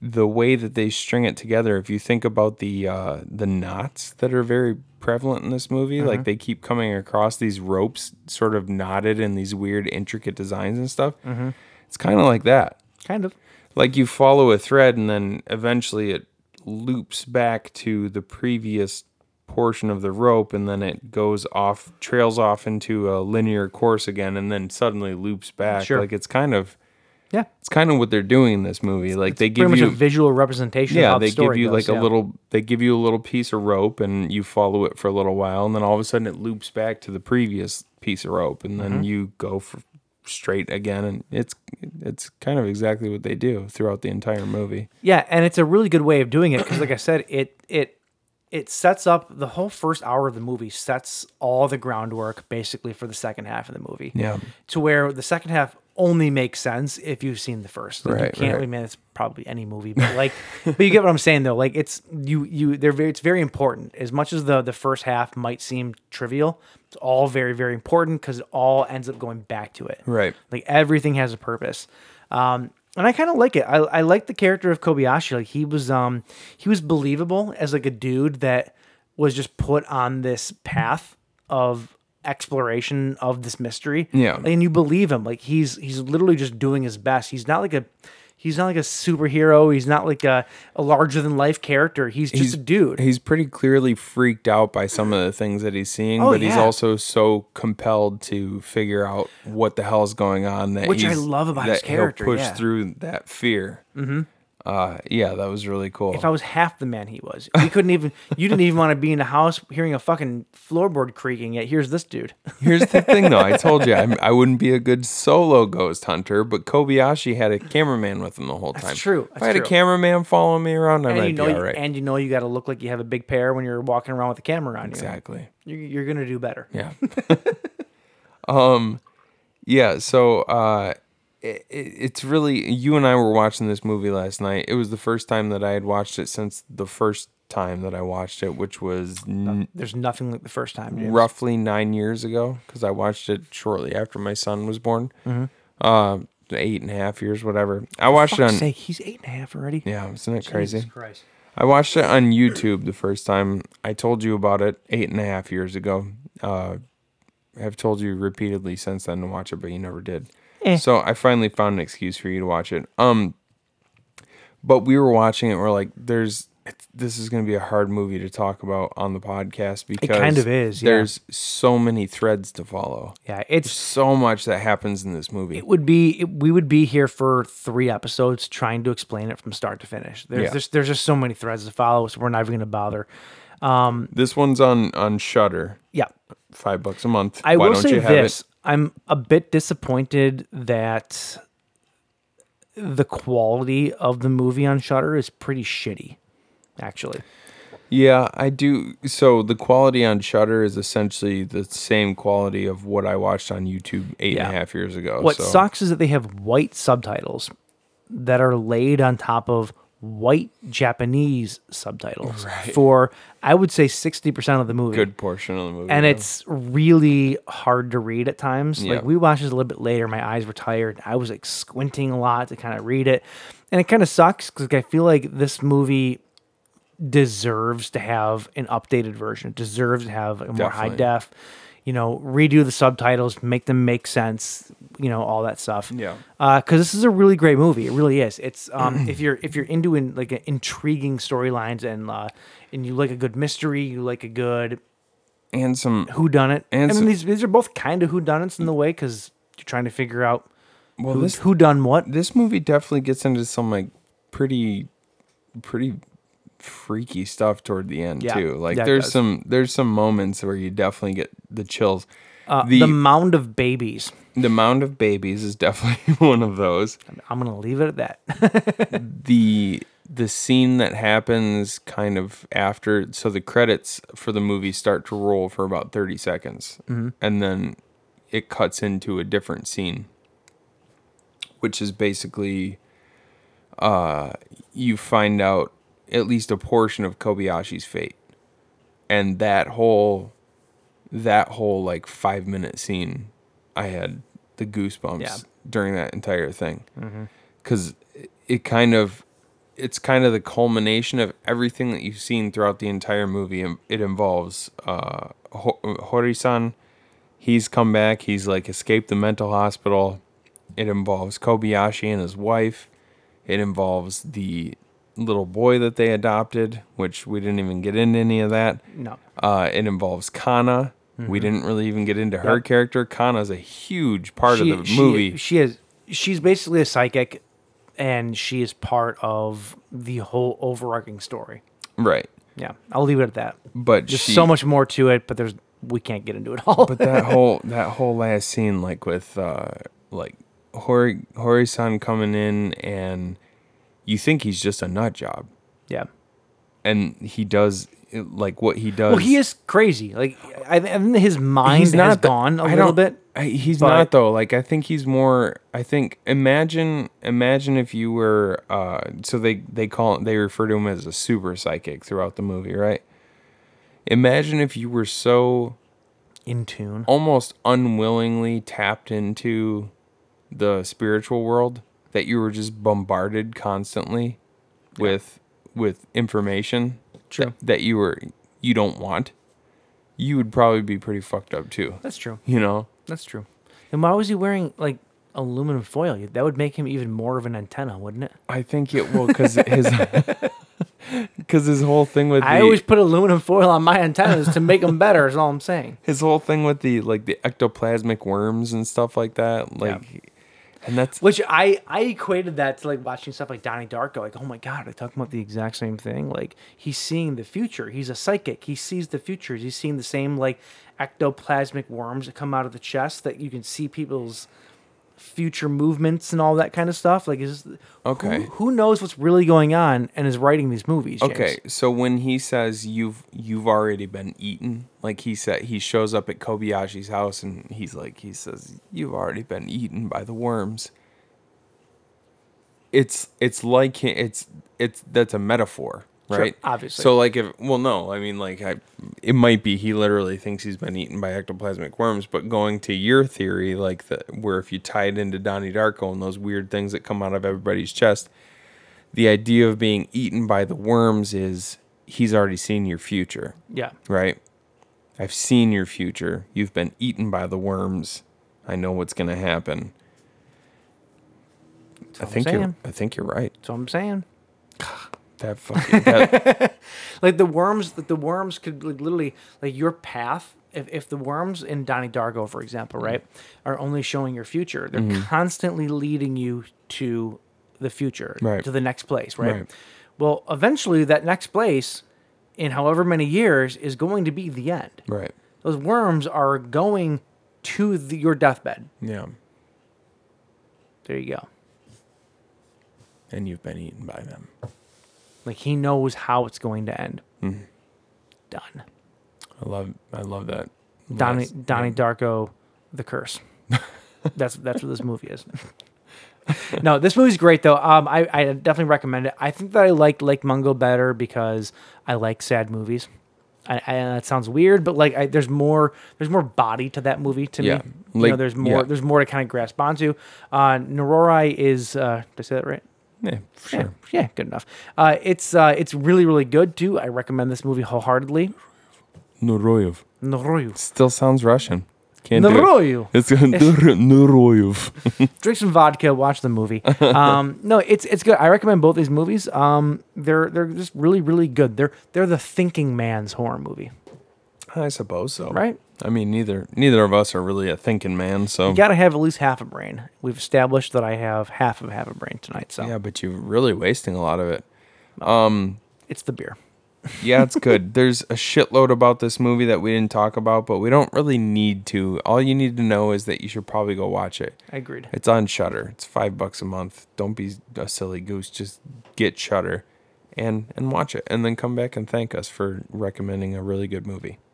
Speaker 11: the way that they string it together if you think about the uh the knots that are very prevalent in this movie like they keep coming across these ropes sort of knotted in these weird intricate designs and stuff it's kind of like that
Speaker 10: kind of
Speaker 11: like you follow a thread and then eventually it loops back to the previous portion of the rope and then it goes off trails off into a linear course again and then suddenly loops back
Speaker 10: Sure.
Speaker 11: like it's kind of
Speaker 10: yeah
Speaker 11: it's kind of what they're doing in this movie like they
Speaker 10: pretty
Speaker 11: give
Speaker 10: much
Speaker 11: you
Speaker 10: a visual representation of
Speaker 11: yeah
Speaker 10: how the
Speaker 11: they give
Speaker 10: story
Speaker 11: you
Speaker 10: goes,
Speaker 11: like a
Speaker 10: yeah.
Speaker 11: little they give you a little piece of rope and you follow it for a little while and then all of a sudden it loops back to the previous piece of rope and then
Speaker 10: Mm-hmm.
Speaker 11: you go for straight again and it's it's kind of exactly what they do throughout the entire movie
Speaker 10: Yeah, and it's a really good way of doing it because, like I said, it it it sets up the whole first hour of the movie sets all the groundwork basically for the second half of the movie.
Speaker 11: Yeah.
Speaker 10: to where the second half only makes sense if you've seen the first. Like, you
Speaker 11: Right,
Speaker 10: can't.
Speaker 11: right.
Speaker 10: I mean, it's probably any movie, but like, but you get what I'm saying though. Like, it's you you they're very it's very important. As much as the the first half might seem trivial, it's all very very important because it all ends up going back to it.
Speaker 11: Right.
Speaker 10: Like everything has a purpose. Um, and I kind of like it. I, I like the character of Kobayashi. Like he was, um, he was believable as like a dude that was just put on this path of exploration of this mystery.
Speaker 11: Yeah.
Speaker 10: Like, and you believe him. Like he's he's literally just doing his best. He's not like a, he's not like a superhero. He's not like a, a larger than life character. He's just a dude.
Speaker 11: he's pretty clearly freaked out by some of the things that he's seeing
Speaker 10: Oh,
Speaker 11: but he's
Speaker 10: yeah.
Speaker 11: also so compelled to figure out what the hell is going on that
Speaker 10: Which I
Speaker 11: he's-
Speaker 10: love about
Speaker 11: that
Speaker 10: his character,
Speaker 11: he'll push
Speaker 10: yeah.
Speaker 11: through that fear mm-hmm. uh yeah that was really cool
Speaker 10: if I was half the man he was, we couldn't even. You didn't even want to be in a house hearing a fucking floorboard creaking. Yet here's this dude.
Speaker 11: Here's the thing, though. I told you I'm, I wouldn't be a good solo ghost hunter, but Kobayashi had a cameraman with him the whole time.
Speaker 10: true.
Speaker 11: if I had
Speaker 10: That's
Speaker 11: a
Speaker 10: true.
Speaker 11: cameraman following me around, I
Speaker 10: and
Speaker 11: might
Speaker 10: you know,
Speaker 11: be
Speaker 10: you-
Speaker 11: all right.
Speaker 10: and you know, you got to look like you have a big pair when you're walking around with a camera on you.
Speaker 11: exactly.
Speaker 10: You're, you're gonna do better.
Speaker 11: Yeah. um, yeah. So, uh, it, it's really you and I were watching this movie last night. It was the first time that I had watched it since the first time that I watched it, which was n-
Speaker 10: There's nothing like the first time. James.
Speaker 11: roughly nine years ago because I watched it shortly after my son was born. Uh, eight and a half years, whatever. I watched it on.
Speaker 10: Mm-hmm. Fuck's sake, he's eight and a half already.
Speaker 11: Yeah, isn't it crazy?
Speaker 10: Jesus Christ.
Speaker 11: I watched it on YouTube the first time. I told you about it eight and a half years ago. Uh, I've told you repeatedly since then to watch it, but you never did.
Speaker 10: Eh.
Speaker 11: So I finally found an excuse for you to watch it. Um, but we were watching it. We're like, "There's it's, this is going to be a hard movie to talk about on the podcast because
Speaker 10: kind of is, yeah.
Speaker 11: There's so many threads to follow.
Speaker 10: Yeah, it's
Speaker 11: So much that happens in this movie.
Speaker 10: it would be it, we would be here for three episodes trying to explain it from start to finish. There's
Speaker 11: Yeah.
Speaker 10: there's, there's just so many threads to follow, so we're not even gonna bother.
Speaker 11: this one's on on Shutter.
Speaker 10: Yeah,
Speaker 11: Five bucks a month.
Speaker 10: I
Speaker 11: Why
Speaker 10: will
Speaker 11: don't
Speaker 10: say
Speaker 11: you have
Speaker 10: this:
Speaker 11: it?
Speaker 10: I'm a bit disappointed that the quality of the movie on Shutter is pretty shitty. Actually,
Speaker 11: Yeah, I do. So the quality on Shutter is essentially the same quality of what I watched on YouTube eight and a half
Speaker 10: Yeah.
Speaker 11: years ago.
Speaker 10: what
Speaker 11: so.
Speaker 10: sucks is that they have white subtitles that are laid on top of white Japanese subtitles for I would say sixty percent of the movie.
Speaker 11: Good portion of the movie.
Speaker 10: and
Speaker 11: though.
Speaker 10: it's really hard to read at times.
Speaker 11: Yeah.
Speaker 10: Like we watched it a little bit later, my eyes were tired. I was like squinting a lot to kind of read it, and it kind of sucks because I feel like this movie deserves to have an updated version. It deserves to have a more high
Speaker 11: Definitely.
Speaker 10: def. You know, redo the subtitles, make them make sense. You know, all that stuff.
Speaker 11: Yeah.
Speaker 10: Because this is a really great movie. It really is. It's um, if you're if you're into in, like intriguing storylines and uh, and you like a good mystery, you like a good
Speaker 11: and some
Speaker 10: who done it.
Speaker 11: And
Speaker 10: And I mean,
Speaker 11: so-
Speaker 10: these these are both kind of who whodunits in the way because you're trying to figure out
Speaker 11: well
Speaker 10: who,
Speaker 11: this
Speaker 10: who done what.
Speaker 11: this movie definitely gets into some like pretty pretty freaky stuff toward the end
Speaker 10: Yeah.
Speaker 11: too. Like
Speaker 10: Yeah, it
Speaker 11: there's
Speaker 10: does.
Speaker 11: some there's some moments where you definitely get the chills.
Speaker 10: Uh, the,
Speaker 11: the
Speaker 10: mound of babies.
Speaker 11: the mound of babies is definitely one of those.
Speaker 10: I'm gonna leave it at that.
Speaker 11: the the scene that happens kind of after so the credits for the movie start to roll for about 30 seconds and then it cuts into a different scene which is basically uh you find out at least a portion of Kobayashi's fate and that whole that whole like 5 minute scene I had the goosebumps
Speaker 10: Yeah.
Speaker 11: during that entire thing because it kind of it's kind of the culmination of everything that you've seen throughout the entire movie and it involves uh Ho- hori-san he's come back he's like escaped the mental hospital it involves kobayashi and his wife it involves the little boy that they adopted which we didn't even get into any of that
Speaker 10: no, Mm-hmm.
Speaker 11: uh, it involves kana we didn't really even get into her
Speaker 10: Yep.
Speaker 11: character kana's a huge part
Speaker 10: She-
Speaker 11: of the
Speaker 10: she-
Speaker 11: movie
Speaker 10: She, is. She's basically a psychic, and she is part of the whole overarching story.
Speaker 11: right
Speaker 10: Yeah, I'll leave it at that.
Speaker 11: but
Speaker 10: There's
Speaker 11: she,
Speaker 10: so much more to it, but there's we can't get into it all.
Speaker 11: but that whole that whole last scene like with uh like hori hori-san coming in and you think he's just a nut job
Speaker 10: yeah.
Speaker 11: and he does like what he does
Speaker 10: Well, he is crazy. Like I, I think his mind
Speaker 11: he's
Speaker 10: has
Speaker 11: not the-
Speaker 10: gone a
Speaker 11: I
Speaker 10: little
Speaker 11: don't-
Speaker 10: bit.
Speaker 11: I, he's
Speaker 10: but-
Speaker 11: not though like i think he's more i think imagine imagine if you were uh so they they call they refer to him as a super psychic throughout the movie right imagine if you were so
Speaker 10: In tune.
Speaker 11: almost unwillingly tapped into the spiritual world that you were just bombarded constantly with with information
Speaker 10: True.
Speaker 11: that, that you were you don't want you would probably be pretty fucked up too
Speaker 10: That's true.
Speaker 11: you know
Speaker 10: That's true. Then why was he wearing like aluminum foil? That would make him even more of an antenna, wouldn't it?
Speaker 11: i think it will because his because his whole thing with
Speaker 10: I
Speaker 11: the,
Speaker 10: always put aluminum foil on my antennas to make them better. Is all I'm saying.
Speaker 11: his whole thing with the like the ectoplasmic worms and stuff like that like and that's
Speaker 10: Which I I equated that to like watching stuff like Donnie Darko. Like, oh my god, they're talking about the exact same thing. Like he's seeing the future. He's a psychic. He sees the futures. He's seeing the same like ectoplasmic worms that come out of the chest that you can see people's future movements and all that kind of stuff. Like, is
Speaker 11: Okay.
Speaker 10: Who, who knows what's really going on and is writing these movies? James?
Speaker 11: Okay, so when he says you've you've already been eaten, like he said, he shows up at Kobayashi's house and he's like, he says, "You've already been eaten by the worms." It's it's like hi- it's it's that's a metaphor,
Speaker 10: Sure,
Speaker 11: right?
Speaker 10: obviously.
Speaker 11: So like if well, no, I mean like I, it might be he literally thinks he's been eaten by ectoplasmic worms, but going to your theory, like the where if you tie it into Donnie Darko and those weird things that come out of everybody's chest, the idea of being eaten by the worms is he's already seen your future,
Speaker 10: Yeah.
Speaker 11: right? I've seen your future. You've been eaten by the worms. I know what's going to happen. I
Speaker 10: what I'm
Speaker 11: think you're,
Speaker 10: saying.
Speaker 11: I think you're right.
Speaker 10: That's what I'm saying.
Speaker 11: That fucking that,
Speaker 10: Like the worms, that the worms could like literally like your path. If, if the worms in Donnie Darko, for example,
Speaker 11: Mm.
Speaker 10: right, are only showing your future, they're
Speaker 11: Mm-hmm.
Speaker 10: constantly leading you to the future,
Speaker 11: Right.
Speaker 10: to the next place, right?
Speaker 11: Right.
Speaker 10: Well, eventually, that next place, in however many years, is going to be the end.
Speaker 11: right.
Speaker 10: Those worms are going to the, your deathbed.
Speaker 11: Yeah.
Speaker 10: There you go.
Speaker 11: And you've been eaten by them.
Speaker 10: Like he knows how it's going to end.
Speaker 11: Mm-hmm.
Speaker 10: Done.
Speaker 11: I love I love that.
Speaker 10: Donnie
Speaker 11: last-
Speaker 10: Donnie Darko, the curse. that's that's what this movie is. no, this movie's great though. Um, I, I definitely recommend it. I think that I like Lake Mungo better because I like sad movies. I, I know that sounds weird, but like I, there's more there's more body to that movie to
Speaker 11: Yeah.
Speaker 10: me. you know,
Speaker 11: Lake-
Speaker 10: there's more
Speaker 11: yeah.
Speaker 10: there's more to kind of grasp onto. Uh, Nororai is uh, did I say that right?
Speaker 11: Yeah, for
Speaker 10: Yeah,
Speaker 11: sure.
Speaker 10: yeah, good enough. Uh, it's uh, it's really really good too. I recommend this movie wholeheartedly.
Speaker 11: Noroyev.
Speaker 10: Noroyu.
Speaker 11: Still sounds Russian. Can't
Speaker 10: Noroyu.
Speaker 11: do it. It's Noroyev.
Speaker 10: drink some vodka, watch the movie. Um, no, it's it's good. I recommend both these movies. Um, they're they're just really really good. They're they're the thinking man's horror movie,
Speaker 11: I suppose so.
Speaker 10: right?
Speaker 11: I mean, neither neither of us are really a thinking man, so
Speaker 10: You got to have at least half a brain. We've established that I have half of half a brain tonight, so
Speaker 11: yeah, but you're really wasting a lot of it.
Speaker 10: it's the beer.
Speaker 11: Yeah, it's good. There's a shitload about this movie that we didn't talk about, but we don't really need to. All you need to know is that you should probably go watch it.
Speaker 10: I agreed.
Speaker 11: It's on Shutter. It's five bucks a month. Don't be a silly goose. Just get Shutter, and and watch it, and then come back and thank us for recommending a really good movie.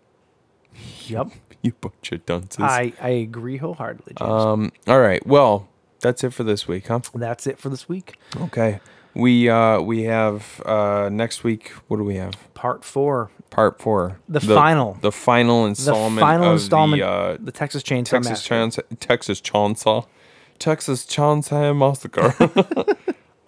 Speaker 10: Yep,
Speaker 11: You butcher dunces.
Speaker 10: I I agree wholeheartedly, James.
Speaker 11: Um. All right. Well, that's it for this week, huh?
Speaker 10: That's it for this week.
Speaker 11: Okay. We uh we have uh next week. What do we have?
Speaker 10: Part four,
Speaker 11: Part four.
Speaker 10: The final.
Speaker 11: The final
Speaker 10: the
Speaker 11: installment.
Speaker 10: final
Speaker 11: of
Speaker 10: installment,
Speaker 11: The, uh,
Speaker 10: the Texas Chainsaw
Speaker 11: Texas
Speaker 10: Massacre.
Speaker 11: Chance Texas Chainsaw Texas Chainsaw Massacre.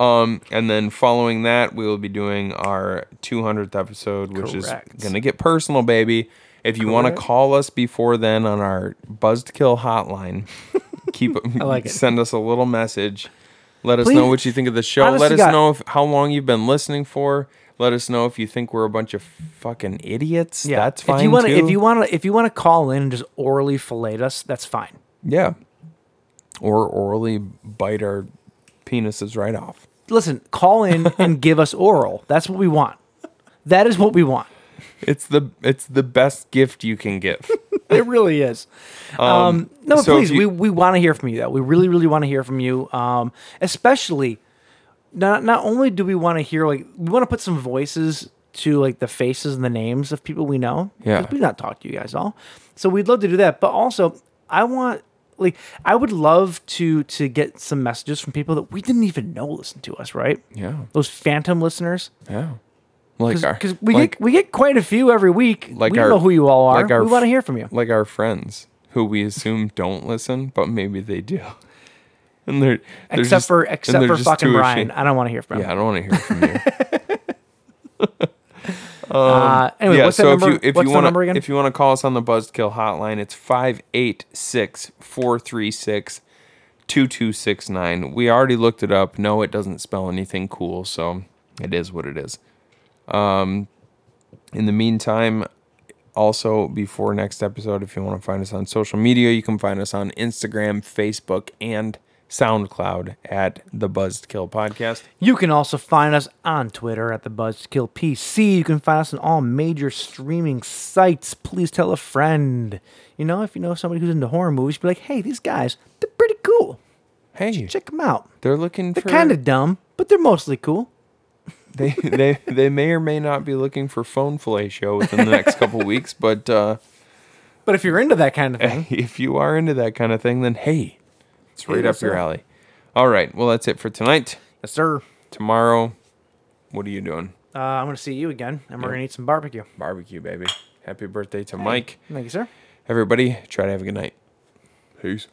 Speaker 11: um, and then following that, we will be doing our 200th episode, which
Speaker 10: Correct.
Speaker 11: is gonna get personal, baby. If you want to
Speaker 10: Correct.
Speaker 11: call us before then on our Buzzkill hotline, keep
Speaker 10: like it.
Speaker 11: send us a little message. Let us
Speaker 10: Please-
Speaker 11: know what you think of the show.
Speaker 10: Honest
Speaker 11: Let
Speaker 10: to
Speaker 11: us
Speaker 10: God.
Speaker 11: know if, how long you've been listening for. Let us know if you think we're a bunch of fucking idiots.
Speaker 10: Yeah,
Speaker 11: That's fine
Speaker 10: If you want to,
Speaker 11: too.
Speaker 10: if you want to, if you want to call in and just orally fillet us, that's fine.
Speaker 11: Yeah. Or orally bite our penises right off.
Speaker 10: listen, call in and give us oral. That's what we want. That is what we want.
Speaker 11: It's the it's the best gift you can give.
Speaker 10: It really is. Um, no,
Speaker 11: so if
Speaker 10: please,
Speaker 11: you-
Speaker 10: we, we want to hear from you though. We really, really want to hear from you. Um, especially not not only do we want to hear like we want to put some voices to like the faces and the names of people we know. 'cause
Speaker 11: Yeah.
Speaker 10: We've not talked to you guys all. So we'd love to do that. But also I want like I would love to to get some messages from people that we didn't even know listen to us, right?
Speaker 11: Yeah.
Speaker 10: Those phantom listeners.
Speaker 11: Yeah. Like our
Speaker 10: because we
Speaker 11: like,
Speaker 10: get we get quite a few every week.
Speaker 11: like
Speaker 10: we
Speaker 11: our,
Speaker 10: don't know who you all are.
Speaker 11: like our
Speaker 10: we want to
Speaker 11: f-
Speaker 10: hear from you.
Speaker 11: Like our friends who we assume don't listen, but maybe they do. And they're, they're
Speaker 10: Except
Speaker 11: just-
Speaker 10: for
Speaker 11: and
Speaker 10: except
Speaker 11: they're
Speaker 10: for
Speaker 11: just
Speaker 10: fucking
Speaker 11: too
Speaker 10: Brian,
Speaker 11: ashamed-
Speaker 10: I don't want to hear from
Speaker 11: Yeah, I
Speaker 10: him.
Speaker 11: don't want to hear from you.
Speaker 10: Uh, anyway,
Speaker 11: yeah,
Speaker 10: what's
Speaker 11: so
Speaker 10: that number?
Speaker 11: if you if
Speaker 10: what's
Speaker 11: you
Speaker 10: the
Speaker 11: want
Speaker 10: number again?
Speaker 11: to if you want to call us on the Buzzkill hotline, it's 586-436-2269. We already looked it up. No, it doesn't spell anything cool, so it is what it is. Um in the meantime, also before next episode, if you want to find us on social media, you can find us on Instagram, Facebook, and SoundCloud at the Buzzkill Podcast.
Speaker 10: You can also find us on Twitter at the Buzzkill PC. You can find us on all major streaming sites. Please tell a friend. You know, if you know somebody who's into horror movies, be like, hey, these guys, they're pretty cool.
Speaker 11: Hey,
Speaker 10: Check them out.
Speaker 11: they're looking
Speaker 10: They're
Speaker 11: for
Speaker 10: kind of dumb, but they're mostly cool.
Speaker 11: they they they may or may not be looking for phone fellatio within the next couple weeks, but uh,
Speaker 10: But if you're into that kind of
Speaker 11: Eh.
Speaker 10: thing,
Speaker 11: if you are into that kind of thing, then hey, it's right up
Speaker 10: that's
Speaker 11: your
Speaker 10: it.
Speaker 11: alley. All right, well that's it for tonight.
Speaker 10: yes, sir.
Speaker 11: Tomorrow, what are you doing?
Speaker 10: Uh, I'm going to see you again, and we're going to eat some barbecue.
Speaker 11: Barbecue, baby. Happy birthday to Mike.
Speaker 10: Thank you, sir.
Speaker 11: Everybody, try to have a good night. Peace.